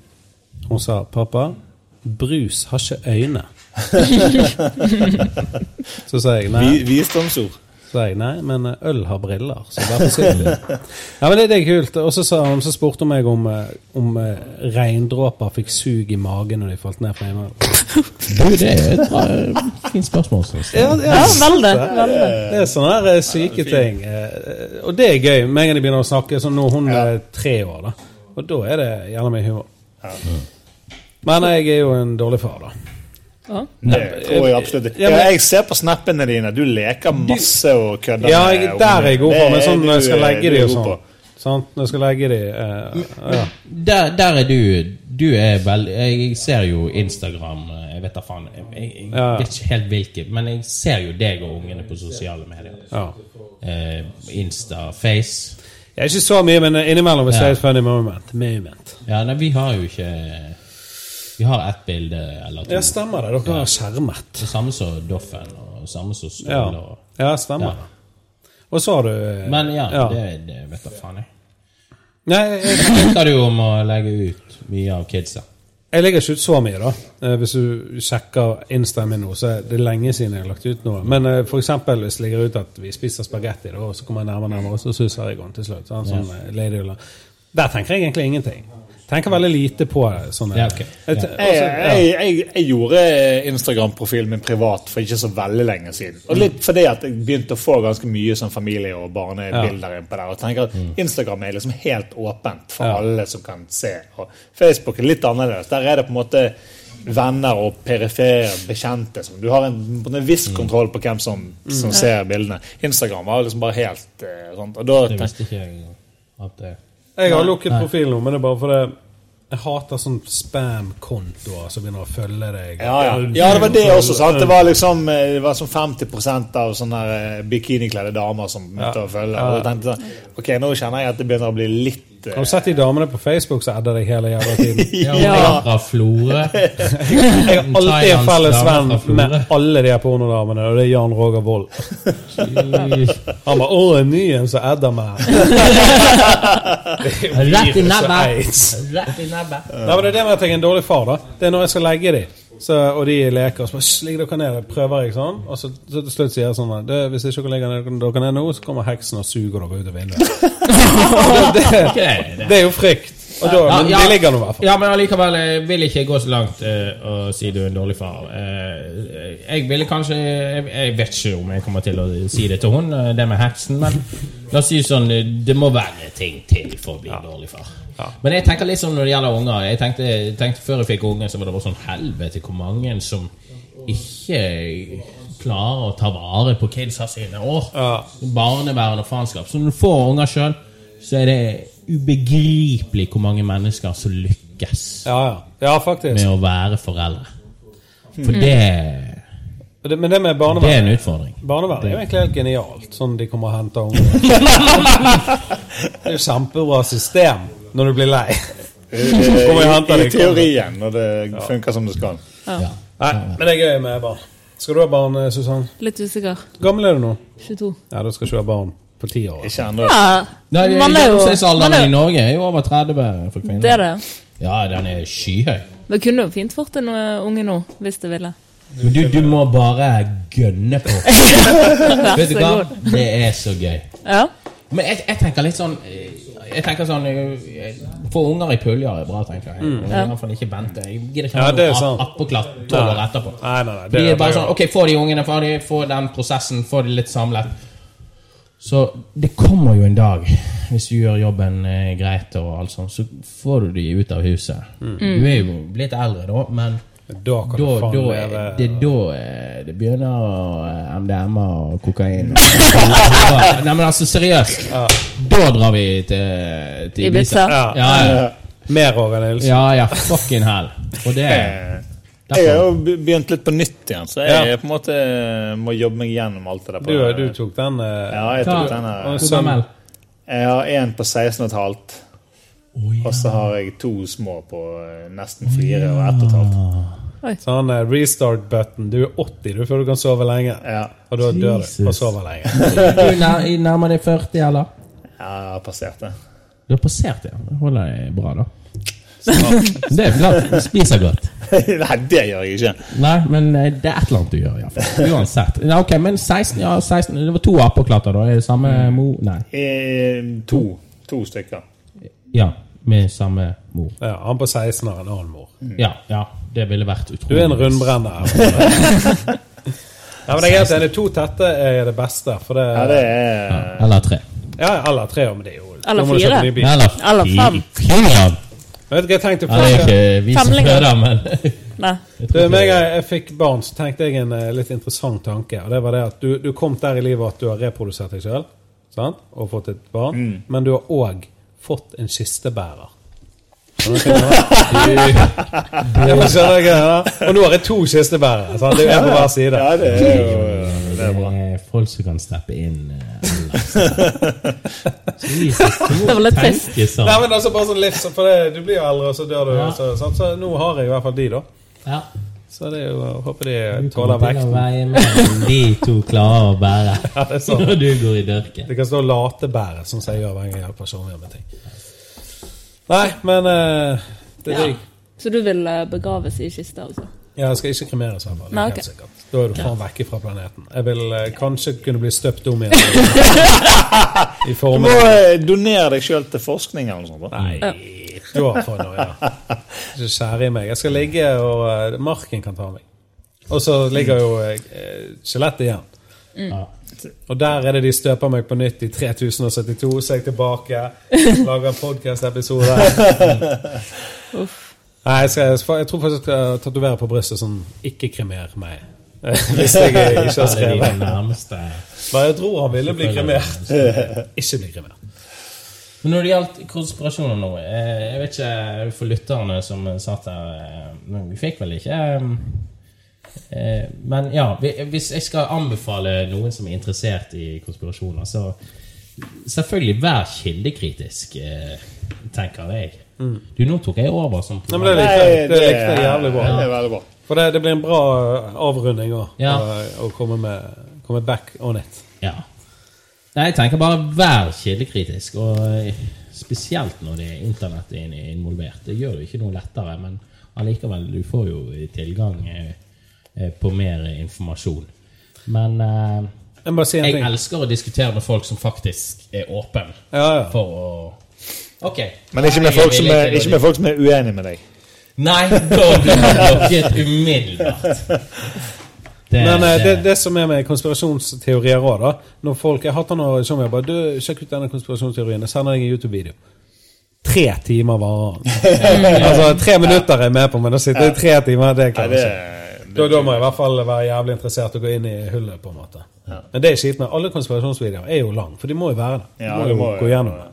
[SPEAKER 3] Hun sa 'Pappa, brus har ikke øyne'. så sa jeg nei.
[SPEAKER 4] Vi- Visdomsord.
[SPEAKER 3] Så sa jeg nei, men eh, øl har briller. Så derfor sier jeg det. Ja, men det, det er kult. Og så, sa hun, så spurte hun meg om, eh, om eh, regndråper fikk sug i magen når de falt ned fra himmelen.
[SPEAKER 6] Du, det er et bra, fint spørsmål. Synes jeg.
[SPEAKER 5] Ja, vel det. Vel det.
[SPEAKER 3] Det er sånne der, eh, syke ting. eh, Og det er gøy. Med en gang de begynner å snakke, som nå hun er tre år, da. Og da er det gjerne mye humor. Men jeg er jo en dårlig far, da.
[SPEAKER 5] Ja.
[SPEAKER 4] Det tror jeg absolutt ikke.
[SPEAKER 3] Ja, men-
[SPEAKER 4] Ja, jeg ser på snappene dine. Du leker masse og kødder.
[SPEAKER 3] Ja, jeg, der er jeg god på, men sånn når jeg skal legge de og
[SPEAKER 4] sånn.
[SPEAKER 3] sånn. Sant? Når jeg skal legge de eh, ja.
[SPEAKER 6] Der, der er du Du er veldig Jeg ser jo Instagram eh, Jeg vet da faen. Jeg, jeg, jeg
[SPEAKER 3] Ja.
[SPEAKER 6] vet ikke helt hvilket, men jeg ser jo deg og ungene på sosiale medier.
[SPEAKER 3] ja.
[SPEAKER 6] Eh, Insta, Face.
[SPEAKER 3] Jeg er ikke så mye, men innimellom hvis
[SPEAKER 6] Ja.
[SPEAKER 3] jeg er et funny moment. moment.
[SPEAKER 6] Ja, nei, vi har jo ikke Vi har ett bilde eller to.
[SPEAKER 3] Ja, stemmer det. Dere har skjermet.
[SPEAKER 6] Det samme som Doffen, og samme som Ståle.
[SPEAKER 3] Ja,
[SPEAKER 6] Og,
[SPEAKER 3] ja stemmer det. Og så har du eh,
[SPEAKER 6] men ja,
[SPEAKER 3] ja.
[SPEAKER 6] Det, det vet da faen jeg.
[SPEAKER 3] Nei, jeg,
[SPEAKER 6] Jeg tenker jo om å legge ut mye av kidsa.
[SPEAKER 3] Jeg legger ikke ut så mye, da. Eh, Hvis du sjekker Instaen min nå, så er det lenge siden jeg har lagt ut noe. Men eh, for eksempel hvis det ligger ut at vi spiser spagetti, da, og så kommer jeg nærmere og nærmere, og så suser jeg den til slutt. Sånn, sånn, eh, Lady Ulla. Der tenker jeg egentlig ingenting. Tenker veldig lite på eh, sånne
[SPEAKER 6] Ja, ok. Ja.
[SPEAKER 3] Et- altså,
[SPEAKER 4] Jeg,
[SPEAKER 3] også-
[SPEAKER 4] jeg, jeg, jeg gjorde Instagram-profilen min privat for ikke så veldig lenge siden. Og litt fordi at jeg begynte å få ganske mye sånn familie- og barnebilder innpå der. Og tenker at Instagram er liksom helt åpent for
[SPEAKER 3] Ja.
[SPEAKER 4] alle som kan se. Og Facebook er litt annerledes. Der er det på en måte venner og perifere bekjente. Som du har en, på en viss kontroll på hvem som, som ser bildene. Instagram var liksom bare helt eh, sånt. Og da
[SPEAKER 6] Det
[SPEAKER 4] tenk-
[SPEAKER 6] visste ikke jeg engang. At det
[SPEAKER 3] Jeg har lukket profilen nå, men det er bare fordi jeg hater sånn spam-kontoer som begynner å følge deg.
[SPEAKER 4] Ja, ja. ja, det var det også. sant? Det var liksom eh, det var som 50 av sånne her, eh, bikinikledde damer som begynte å følge. Og jeg tenkte sånn, ok, Nå kjenner jeg at det begynner å bli litt eh,
[SPEAKER 3] Har du sett de damene på Facebook som adder deg hele jævla tiden?
[SPEAKER 6] ja, ja. Fra Florø.
[SPEAKER 3] Jeg har alltid en felles venn
[SPEAKER 6] Thailands dame fra
[SPEAKER 3] med
[SPEAKER 6] Florø.
[SPEAKER 3] alle de her pornodamene, og det er Jan Roger Vold. Han bare 'Å, en ny en som adder meg'.
[SPEAKER 6] Rett i nebbet!
[SPEAKER 3] AIDS.
[SPEAKER 6] Rett i nebbet.
[SPEAKER 3] Nei, men det er det med at jeg er en dårlig far, da. Det er når jeg skal legge de, så, og de leker, og så bare «Sj, ligg dere ned, prøver jeg sånn, og så, så til slutt sier jeg sånn det, Hvis ikke dere ligger ned, dere ned nå, så kommer heksen og suger dere ut av vinduet. det, det, det er jo frykt. Og da, men de ligger nå i hvert fall.
[SPEAKER 6] Ja, men allikevel eh, vil ikke jeg gå så langt eh, og si du er en dårlig far. Eh, jeg ville kanskje jeg, jeg vet ikke om jeg kommer til å si det til hun, eh, det med heksen, men la oss si sånn eh, Det må være ting til for å bli en dårlig far. Men jeg tenker litt sånn når det gjelder unger. Jeg tenkte, jeg tenkte Før jeg fikk unger, så var det bare sånn helvete hvor mange som ikke klarer å ta vare på kidsa sine. Åh, Barnevern og faenskap. Så når du får unger sjøl, så er det ubegripelig hvor mange mennesker som lykkes
[SPEAKER 3] Ja, ja. ja faktisk.
[SPEAKER 6] med å være foreldre. For det,
[SPEAKER 3] Og det- Men det med
[SPEAKER 6] det er
[SPEAKER 3] barnevern
[SPEAKER 6] en utfordring.
[SPEAKER 3] Barnevern er jo egentlig helt genialt, sånn de kommer og henter ungene. Det er jo kjempebra system når du blir lei. Kommer jeg og henter
[SPEAKER 4] i, i
[SPEAKER 3] deg.
[SPEAKER 4] teorien, når det funker som det skal.
[SPEAKER 6] Ja.
[SPEAKER 3] Nei, men det er gøy med barn. Skal du ha barn, eh, Susann?
[SPEAKER 5] Litt usikker.
[SPEAKER 3] Gammel er du nå?
[SPEAKER 5] 22.
[SPEAKER 3] Ja, da skal ikke du ha barn på ti år.
[SPEAKER 4] Ikke ennå.
[SPEAKER 5] Ja,
[SPEAKER 6] Nei, det-
[SPEAKER 5] man er jo
[SPEAKER 6] Gjennomsnittsalderen
[SPEAKER 5] man er
[SPEAKER 6] i
[SPEAKER 5] jo-
[SPEAKER 6] Norge er jo over 30 for kvinner.
[SPEAKER 5] Det er det.
[SPEAKER 6] Ja, den er skyhøy.
[SPEAKER 5] Men kunne jo fint fått en eh, unge nå, hvis du ville.
[SPEAKER 6] Men du, du må bare gønne på.
[SPEAKER 5] Vær
[SPEAKER 6] Vet du
[SPEAKER 5] så
[SPEAKER 6] hva?
[SPEAKER 5] god.
[SPEAKER 6] Det er så gøy.
[SPEAKER 5] Ja.
[SPEAKER 6] Men jeg, jeg tenker litt sånn eh, Jeg tenker sånn eh, Få unger i puljer er bra, tenker jeg.
[SPEAKER 3] Mm.
[SPEAKER 6] Men I hvert fall ikke Bente. Jeg gidder ikke
[SPEAKER 3] Ja,
[SPEAKER 6] ha
[SPEAKER 3] det er
[SPEAKER 6] noe
[SPEAKER 3] sant.
[SPEAKER 6] app- appåklatt tolv år
[SPEAKER 3] Nei.
[SPEAKER 6] etterpå.
[SPEAKER 3] Nei, nei, nei, det
[SPEAKER 6] det
[SPEAKER 3] er
[SPEAKER 6] er bare
[SPEAKER 3] det, ja.
[SPEAKER 6] sånn Ok, få de ungene ferdig, få den prosessen, få de litt samlet. Så det kommer jo en dag, hvis du gjør jobben eh, greit, og alt sånt, så får du de ut av huset.
[SPEAKER 3] Mm.
[SPEAKER 6] Du er jo blitt eldre da, men
[SPEAKER 3] Da kan du
[SPEAKER 6] da,
[SPEAKER 3] faen
[SPEAKER 6] da,
[SPEAKER 3] leve-
[SPEAKER 6] det er da eh, det begynner å eh, MDMA og kokain. Nei, men altså, seriøst. Da drar vi til, til
[SPEAKER 3] Ibiza.
[SPEAKER 6] Ja,
[SPEAKER 3] Ja.
[SPEAKER 6] ja. ja.
[SPEAKER 3] Mer Roger Nilsen.
[SPEAKER 6] Ja, ja, fucking hell. Og det
[SPEAKER 4] Eh, Jeg har jo be- begynt litt på nytt igjen, så jeg på en måte eh, må jobbe meg gjennom alt det der.
[SPEAKER 3] Du, du tok den eh,
[SPEAKER 4] Ja, jeg tok
[SPEAKER 3] Hva-
[SPEAKER 4] den
[SPEAKER 3] og
[SPEAKER 4] her.
[SPEAKER 3] sønn-
[SPEAKER 4] Jeg har en på 16,5. Og så har jeg to små på eh, nesten fire og ett og et halvt.
[SPEAKER 3] Sånn eh, restart button. Du er 80 du, før du kan sove lenge. Og da dør du og
[SPEAKER 6] Jesus.
[SPEAKER 3] sover lenge.
[SPEAKER 6] Du nær, i- nærmer deg 40, eller?
[SPEAKER 4] Ja, jeg har passert det.
[SPEAKER 6] Du har passert, ja. Det holder deg bra, da. Det er flott. Du spiser godt.
[SPEAKER 4] Nei, det gjør jeg ikke.
[SPEAKER 6] Nei, men eh, det er et eller annet du gjør, iallfall. Uansett. Ja, ok, men 16, ja, 16 Det var to apeklatter, da. Er det samme
[SPEAKER 3] Mm.
[SPEAKER 6] mo...? Nei.
[SPEAKER 4] Eh, to. To stykker.
[SPEAKER 6] Ja, med samme mor.
[SPEAKER 3] Ja, han på 16 har en annen mor.
[SPEAKER 6] Ja, ja, det ville vært
[SPEAKER 3] Du
[SPEAKER 6] utrolig.
[SPEAKER 3] er en rundbrenner. ja, men jeg er helt enig. To tette eh, er det beste. For det,
[SPEAKER 4] Ja, det er
[SPEAKER 6] Eller tre.
[SPEAKER 3] ja, eller tre. Men det er jo
[SPEAKER 5] Eller
[SPEAKER 3] da må du kjøpe
[SPEAKER 5] fire.
[SPEAKER 3] ny bil.
[SPEAKER 6] Eller,
[SPEAKER 5] Eller fem.
[SPEAKER 6] Fire.
[SPEAKER 3] Vet du hva jeg tenkte
[SPEAKER 6] Ja, det er ikke vi som
[SPEAKER 5] Femlinger.
[SPEAKER 6] føder, men
[SPEAKER 5] Nei.
[SPEAKER 3] Du, meg, jeg, jeg fikk barn, så tenkte jeg en eh, litt interessant tanke. Og det var det at du, du kom der i livet at du har reprodusert deg sjøl og fått et barn, men du har òg fått en kistebærer. Ja, men skjønner jeg, ja. Og nå har jeg to kistebærere. sant? Det er jo en på hver side.
[SPEAKER 4] Ja, det er jo
[SPEAKER 6] Det er Eh, folk som kan steppe inn. eh, alle steder. Jesus, du
[SPEAKER 5] Det var
[SPEAKER 6] må
[SPEAKER 5] litt trist.
[SPEAKER 6] tenke sånn.
[SPEAKER 3] Nei, men altså bare sånn livs... For det, du blir jo eldre, og så dør du.
[SPEAKER 6] Ja.
[SPEAKER 3] Så, sant? så nå har jeg i hvert fall de, da.
[SPEAKER 6] Ja.
[SPEAKER 3] Så det er jo, jeg håper de
[SPEAKER 6] Du
[SPEAKER 3] tåler
[SPEAKER 6] kommer til å
[SPEAKER 3] vekten.
[SPEAKER 6] veie mer enn de to klarer å bære
[SPEAKER 3] Ja, det er sånn. sant.
[SPEAKER 6] når du går i dørken.
[SPEAKER 3] Det kan stå latebæret, som jeg gjør hver gang jeg hjelper Sjarmere med ting. Nei, men eh, det er
[SPEAKER 5] Ja.
[SPEAKER 3] digg.
[SPEAKER 5] Så du vil eh, begraves i kiste, altså?
[SPEAKER 3] Ja, jeg skal ikke kremeres her. bare, det er
[SPEAKER 5] Nei,
[SPEAKER 3] helt
[SPEAKER 5] ok.
[SPEAKER 3] sikkert. Da er du faen vekk fra planeten. Jeg vil eh, kanskje kunne bli støpt om igjen. I
[SPEAKER 4] Du må
[SPEAKER 3] formen
[SPEAKER 4] eh, donere deg sjøl til forskning eller noe sånt. da.
[SPEAKER 3] Nei, da får jeg noe, ja. Ikke skjære i meg. Jeg skal ligge, og eh, marken kan ta meg. Og så ligger jo eh, eh, skjelettet igjen.
[SPEAKER 6] Ja.
[SPEAKER 3] Og der er det de støper meg på nytt i 3072, så jeg er tilbake, lager en podkast-episode. Nei, jeg, skal, jeg tror faktisk jeg skal tatovere på brystet sånn 'ikke kremer meg'. Hvis jeg ikke har
[SPEAKER 6] Det er de
[SPEAKER 3] skrevet.
[SPEAKER 6] nærmeste.
[SPEAKER 3] Men jeg tror han ville bli kremert. Ikke bli kremert.
[SPEAKER 6] Men når det gjaldt konspirasjoner nå eh, Jeg vet ikke for lytterne som satt der eh, men Vi fikk vel ikke eh, eh, Men ja, vi- hvis jeg skal anbefale noen som er interessert i konspirasjoner, så selvfølgelig vær kildekritisk, eh, tenker jeg. Du, nå tok jeg over som
[SPEAKER 3] Mm. Nei, men det likte
[SPEAKER 4] Nei,
[SPEAKER 3] jeg. Det likte jeg
[SPEAKER 4] er-
[SPEAKER 3] jævlig bra.
[SPEAKER 4] Det er veldig bra.
[SPEAKER 3] For det, det blir en bra eh, avrunding òg,
[SPEAKER 6] Ja.
[SPEAKER 3] å komme, med, komme back on it.
[SPEAKER 6] Ja. Nei, jeg tenker bare vær kildekritisk, og eh, spesielt når det er internett in- involvert. Det gjør det jo ikke noe lettere, men allikevel, du får jo tilgang eh, eh, på mer informasjon. Men eh,
[SPEAKER 3] Jeg må bare si en
[SPEAKER 6] jeg
[SPEAKER 3] ting.
[SPEAKER 6] elsker å diskutere med folk som faktisk er åpen
[SPEAKER 3] Ja, ja.
[SPEAKER 6] for å Ok.
[SPEAKER 4] Men ikke med
[SPEAKER 6] Jeg
[SPEAKER 4] folk som
[SPEAKER 6] vil
[SPEAKER 4] er,
[SPEAKER 6] ikke
[SPEAKER 4] ikke med folk som er uenige med deg.
[SPEAKER 6] Nei, da blir det blokket umiddelbart. Det-
[SPEAKER 3] Men eh, det, det som er med konspirasjonsteorier òg, da Når folk Jeg hater når som jeg bare du, 'Sjekk ut denne konspirasjonsteorien.' Jeg sender deg en YouTube-video. Tre timer varer den. altså, tre minutter er jeg med på, men å sitte i tre timer, det
[SPEAKER 4] Nei,
[SPEAKER 3] klarer
[SPEAKER 4] det,
[SPEAKER 3] jeg ikke. Da, da må jeg i hvert fall være jævlig interessert og gå inn i hullet, på en måte. Men det er kjipt med alle konspirasjonsvideoer er jo lang, for de må jo være det. De
[SPEAKER 4] Ja,
[SPEAKER 3] må
[SPEAKER 4] det
[SPEAKER 3] jo
[SPEAKER 4] må jo-
[SPEAKER 3] gå gjennom det.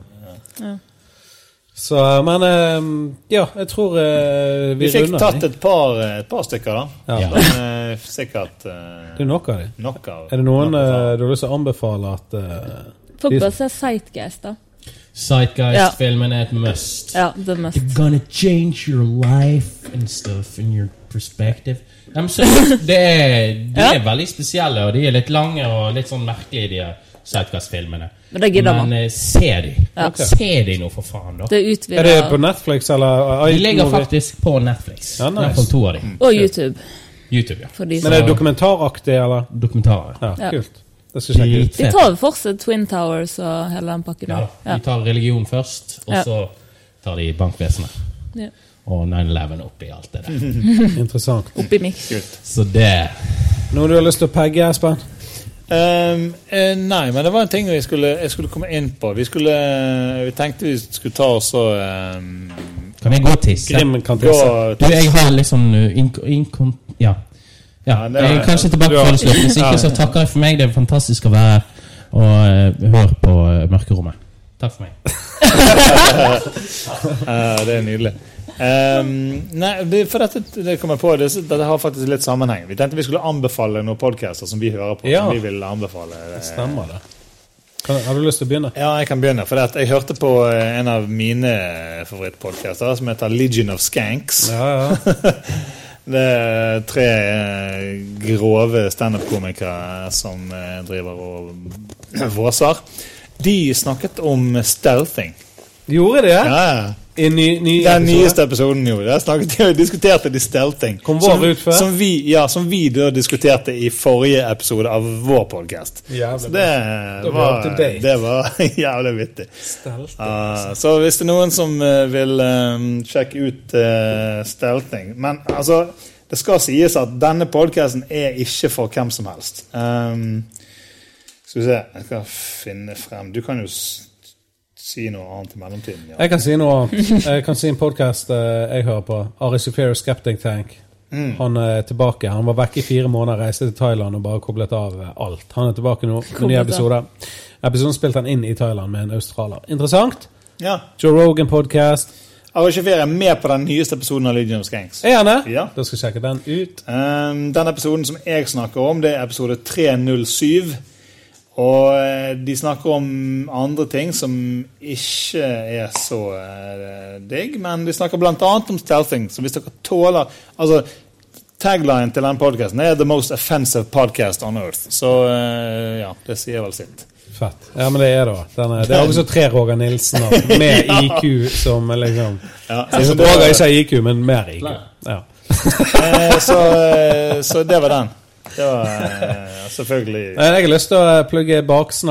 [SPEAKER 3] Så, men eh, ja, jeg tror eh, vi,
[SPEAKER 4] Vi fikk
[SPEAKER 3] runder.
[SPEAKER 4] tatt
[SPEAKER 3] vi.
[SPEAKER 4] et par, eh, et par stykker, da.
[SPEAKER 3] Ja.
[SPEAKER 6] Ja.
[SPEAKER 4] Men eh, sikkert
[SPEAKER 3] Det
[SPEAKER 4] eh,
[SPEAKER 3] er nok av dem.
[SPEAKER 4] nok av
[SPEAKER 3] Er det noen
[SPEAKER 4] nok av-
[SPEAKER 3] eh, du har lyst til å anbefale at eh,
[SPEAKER 5] Folk
[SPEAKER 3] de-
[SPEAKER 5] bør se Sightgeist, da.
[SPEAKER 6] Zeitgeist-filmen er et must.
[SPEAKER 5] Ja, det er mest.
[SPEAKER 6] They're gonna change your life and stuff, and your perspective. Nei, men så, det er, de er veldig spesielle, og de er litt lange og litt sånn merkelige, de her Sidecast-filmene.
[SPEAKER 5] Men det gidder man.
[SPEAKER 6] eh, se de.
[SPEAKER 5] Ja.
[SPEAKER 6] Se de nå, for faen, da.
[SPEAKER 5] Det utvider-
[SPEAKER 3] Er det på Netflix, eller? eh,
[SPEAKER 6] De ligger faktisk på Netflix.
[SPEAKER 3] Ja, nice.
[SPEAKER 6] I hvert fall to av de.
[SPEAKER 5] Og YouTube.
[SPEAKER 6] YouTube, ja.
[SPEAKER 5] Mm. For de
[SPEAKER 3] Men er det
[SPEAKER 5] som-
[SPEAKER 3] dokumentaraktig, eller?
[SPEAKER 6] Dokumentarer.
[SPEAKER 3] Ja,
[SPEAKER 5] Ja.
[SPEAKER 3] kult. Det skal jeg sjekke ut.
[SPEAKER 5] De tar jo for seg Twin Towers og hele den pakken.
[SPEAKER 6] Ja,
[SPEAKER 5] der.
[SPEAKER 6] da. De tar religion først, og
[SPEAKER 5] Ja.
[SPEAKER 6] så tar de bankvesenet.
[SPEAKER 5] Ja.
[SPEAKER 6] Og 9-11 oppi alt det
[SPEAKER 5] Mm.
[SPEAKER 6] der.
[SPEAKER 3] Interessant.
[SPEAKER 5] Oppi miks.
[SPEAKER 6] Så det
[SPEAKER 3] Noe du har lyst til å pegge, Espen?
[SPEAKER 4] Ehm, eh, nei, men det var en ting jeg skulle, jeg skulle komme inn på. Vi, skulle, eh, vi tenkte vi skulle ta oss og ehm,
[SPEAKER 6] Kan jeg gå og tisse?
[SPEAKER 3] Grim kan
[SPEAKER 4] gå
[SPEAKER 3] tisse.
[SPEAKER 6] Du, jeg har litt sånn uh, ink- inkon... Ja. ja.
[SPEAKER 4] Ja, det er-
[SPEAKER 6] Jeg er kanskje tilbake
[SPEAKER 4] du har-
[SPEAKER 6] før det slutter. Hvis ikke,
[SPEAKER 4] Ja.
[SPEAKER 6] så takker jeg for meg. Det er fantastisk å være her. Og uh, hør på uh, Mørkerommet. Takk for meg.
[SPEAKER 4] eh, Det er nydelig. Ehm, nei, det- for dette det kom jeg på, det, dette har faktisk litt sammenheng. Vi tenkte vi skulle anbefale noen podcaster som vi hører på.
[SPEAKER 3] Ja.
[SPEAKER 4] Som vi vil anbefale eh,
[SPEAKER 3] Stemmer det. Kan, har du lyst til å begynne?
[SPEAKER 4] Ja, jeg kan begynne. For at jeg hørte på eh, en av mine favorittpodkaster, som heter Legion of Skanks.
[SPEAKER 3] Ja, ja.
[SPEAKER 4] Det er tre eh, grove standup-komikere som eh, driver og våser. De snakket om stealthing.
[SPEAKER 3] Gjorde det?
[SPEAKER 4] Ja, ja.
[SPEAKER 3] I ny, ny
[SPEAKER 4] Den
[SPEAKER 3] episode?
[SPEAKER 4] nyeste episoden, jo. Der snakket de diskuterte de stealthing.
[SPEAKER 3] Kom vår ut før?
[SPEAKER 4] som vi, ja, som vi da diskuterte i forrige episode av vår podkast.
[SPEAKER 3] Jævlig
[SPEAKER 4] Så
[SPEAKER 3] bra.
[SPEAKER 4] det
[SPEAKER 3] Da var
[SPEAKER 4] var,
[SPEAKER 3] vi up to date.
[SPEAKER 4] det var jævlig vittig.
[SPEAKER 3] Stealth.
[SPEAKER 4] Ja, så hvis det er noen som eh, vil eh, sjekke ut uh, Stelting Men altså, det skal sies at denne podkasten er ikke for hvem som helst. Ehm, skal vi se Jeg skal finne frem Du kan jo s si noe annet i mellomtiden. Ja.
[SPEAKER 3] Jeg kan si noe annet. Jeg kan si en podkast jeg hører på. Ari Shapiro Skeptic Tank.
[SPEAKER 4] Mm.
[SPEAKER 3] Han er tilbake. Han var vekke i fire måneder, reiste til Thailand og bare koblet av eh, alt. Han er tilbake nå med nye
[SPEAKER 5] Koblet av.
[SPEAKER 3] episoder. Episoden spilte han inn i Thailand med en australier. Interessant.
[SPEAKER 4] ja.
[SPEAKER 3] Joe Rogan podcast
[SPEAKER 4] Ari 24 er med på den nyeste episoden av Legion of Skanks.
[SPEAKER 3] Er han det?
[SPEAKER 4] Ja.
[SPEAKER 3] Da skal jeg sjekke den ut.
[SPEAKER 4] Ehm, den episoden som jeg snakker om, det er episode 307. Og eh, de snakker om andre ting som ikke er så eh, digg, men de snakker bl.a. om stealthing. Så hvis dere tåler Altså, tagline til den podkasten er 'The most offensive podcast on earth'. Så eh, ja, det sier vel sitt.
[SPEAKER 3] Fett. Ja, men det er det. også. Den er, det er også tre Roger Nilsen da, med IQ som er liksom
[SPEAKER 4] Ja,
[SPEAKER 3] altså,
[SPEAKER 4] det-
[SPEAKER 3] Roger ikke har IQ, men mer IQ. Ja.
[SPEAKER 4] Eh, så, eh, så det var den. Det var eh, selvfølgelig
[SPEAKER 3] Eh, Jeg har lyst til å plugge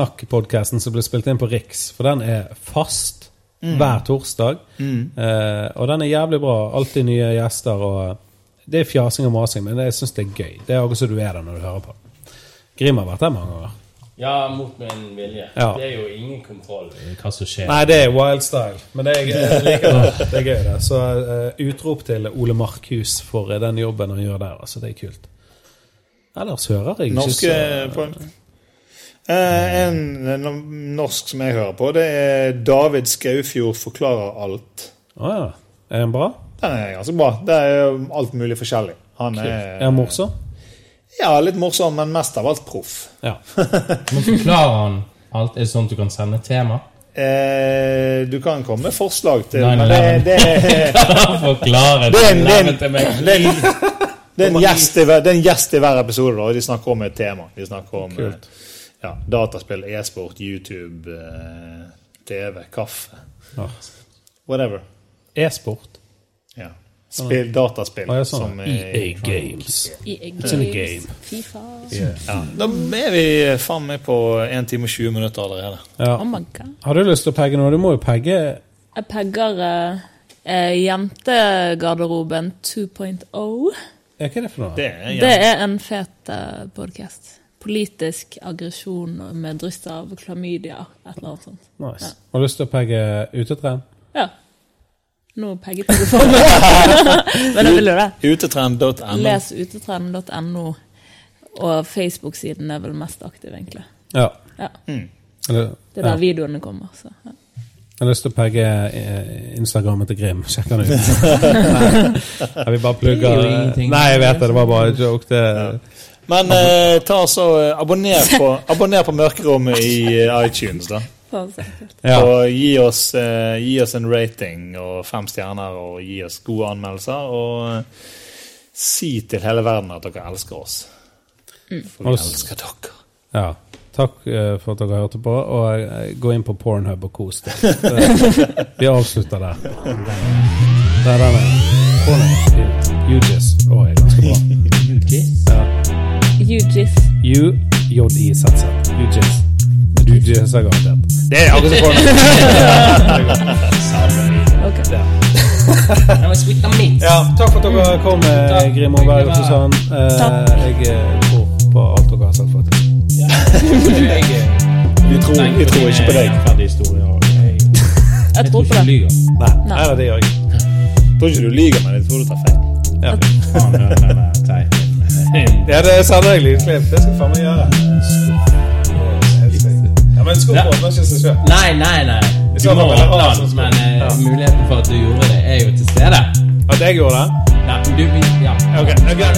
[SPEAKER 3] Baksnakk-podkasten som ble spilt inn på Riks. For den er fast hver torsdag. Eh, og den er jævlig bra. Alltid nye gjester. og eh, Det er fjasing og masing, men jeg syns det er gøy. Det er akkurat som du er der når du hører på. Grim har vært der mange ganger.
[SPEAKER 8] Ja, mot min vilje.
[SPEAKER 3] Ja.
[SPEAKER 8] Det er jo ingen kontroll.
[SPEAKER 6] Hva som skjer.
[SPEAKER 3] Nei, det er wild style, men det er, jeg liker det. det er gøy, det. Så eh, utrop til Ole Markhus for eh, den jobben han gjør der. Altså, det er kult. Ellers hører jeg ikke
[SPEAKER 4] Norske på, Eh, En en norsk som jeg hører på, det er David Skaufjord forklarer alt.
[SPEAKER 3] så Å ja. Er den bra?
[SPEAKER 4] Den er ganske bra. Det er jo alt mulig forskjellig. Han
[SPEAKER 3] Er den
[SPEAKER 4] er
[SPEAKER 3] morsom?
[SPEAKER 4] ja, litt morsom, men mest av alt proff.
[SPEAKER 3] Ja.
[SPEAKER 6] Men forklarer han alt er sånn at du kan sende tema?
[SPEAKER 4] Eh, du kan komme med forslag til
[SPEAKER 6] Nei,
[SPEAKER 4] Men det,
[SPEAKER 6] nei, nei.
[SPEAKER 4] det, er-
[SPEAKER 6] Forklare
[SPEAKER 4] det er en, det er
[SPEAKER 6] til meg.
[SPEAKER 4] en, det er en, det er en gjest i hver, det er en gjest i hver episode, da, og de snakker om et tema. De snakker om eh, ja, dataspill, e-sport, YouTube, eh, TV, kaffe.
[SPEAKER 3] Ja.
[SPEAKER 4] Whatever.
[SPEAKER 3] E-sport.
[SPEAKER 4] Ja. Spill, dataspill.
[SPEAKER 3] Å, ja, sånn.
[SPEAKER 4] som, eh,
[SPEAKER 3] EA Games.
[SPEAKER 5] I
[SPEAKER 3] the game.
[SPEAKER 5] Fifa.
[SPEAKER 4] ja. Da er vi eh, faen meg på 1 time og 20 minutter allerede.
[SPEAKER 5] Oh
[SPEAKER 3] Ja.
[SPEAKER 5] my god.
[SPEAKER 3] Har du lyst til å pegge noe? Du må jo pegge
[SPEAKER 5] Jeg pegger eh, eh, Jentegarderoben 2.0.
[SPEAKER 3] Er ikke det for noe?
[SPEAKER 4] Det er
[SPEAKER 5] Det
[SPEAKER 4] jævlig.
[SPEAKER 5] er en fet uh, podkast. Politisk aggresjon med dryss av klamydia, et eller annet sånt.
[SPEAKER 3] Nice. Har du lyst til å pegge utetren?
[SPEAKER 5] Ja. Nå pegget jeg det for meg. Men jeg vil jo det.
[SPEAKER 4] Utetrend.no.
[SPEAKER 5] Les utetrend.no, og Facebook-siden er vel mest aktiv, egentlig.
[SPEAKER 3] Ja.
[SPEAKER 5] Ja.
[SPEAKER 6] Mm.
[SPEAKER 3] Eller,
[SPEAKER 5] Det er der
[SPEAKER 3] ja.
[SPEAKER 5] videoene kommer. Så. ja.
[SPEAKER 3] Jeg har lyst til å pegge eh, Instagrammen til Grim. Sjekk den ut. Nei, vi bare plugger
[SPEAKER 6] Det er jo ingenting.
[SPEAKER 3] Nei, jeg vet det. Det var bare en joke. Det,
[SPEAKER 4] Men eh, ta så, eh, abonner, på, abonner på Mørkerommet i eh, iTunes, da.
[SPEAKER 5] Faen, så ekkelt.
[SPEAKER 3] ja.
[SPEAKER 4] Og gi oss, eh, gi oss en rating og fem stjerner, og gi oss gode anmeldelser. Og eh, si til hele verden at dere elsker oss.
[SPEAKER 5] Mm.
[SPEAKER 4] For vi
[SPEAKER 3] Og s-
[SPEAKER 4] elsker dere.
[SPEAKER 3] Ja. Takk eh, for at dere hørte på, og eh, gå inn på Pornhub og kos deg. Eh, Vi avslutter der. Der er den. Pornhub. UJIS. Å, jeg er ganske bra. Ja.
[SPEAKER 5] UJIS.
[SPEAKER 3] U-J-I-Z-Z. UJIS. UJIS er garantert. Det er akkurat som
[SPEAKER 5] Ok.
[SPEAKER 6] Det var sweet and meat.
[SPEAKER 3] Ja, takk for at dere kom, eh, Grim og Berg og Susann.
[SPEAKER 6] Takk.
[SPEAKER 3] Eh, Jeg eh, tror på alt dere har sagt, faktisk.
[SPEAKER 4] Jeg tror, jeg tror ikke på deg.
[SPEAKER 5] Jeg tror på det.
[SPEAKER 3] Nei, nei, nei, det gjør jeg ikke.
[SPEAKER 4] Jeg tror ikke du lyver, men jeg tror du tar feil.
[SPEAKER 3] Ja.
[SPEAKER 6] Nei.
[SPEAKER 3] Ja, det sender jeg lydklipp. Det skal jeg faen meg gjøre. Ja, men skuffer åpner ikke seg selv.
[SPEAKER 6] Nei, nei, nei.
[SPEAKER 3] Jeg
[SPEAKER 6] Du
[SPEAKER 3] skal
[SPEAKER 6] må
[SPEAKER 3] bare-
[SPEAKER 6] åpne den, men eh,
[SPEAKER 3] Ja.
[SPEAKER 6] muligheten for at du gjorde det, er jo til stede.
[SPEAKER 3] At jeg gjorde det?
[SPEAKER 6] Nei, du Ja.
[SPEAKER 3] Ok, ok, ok.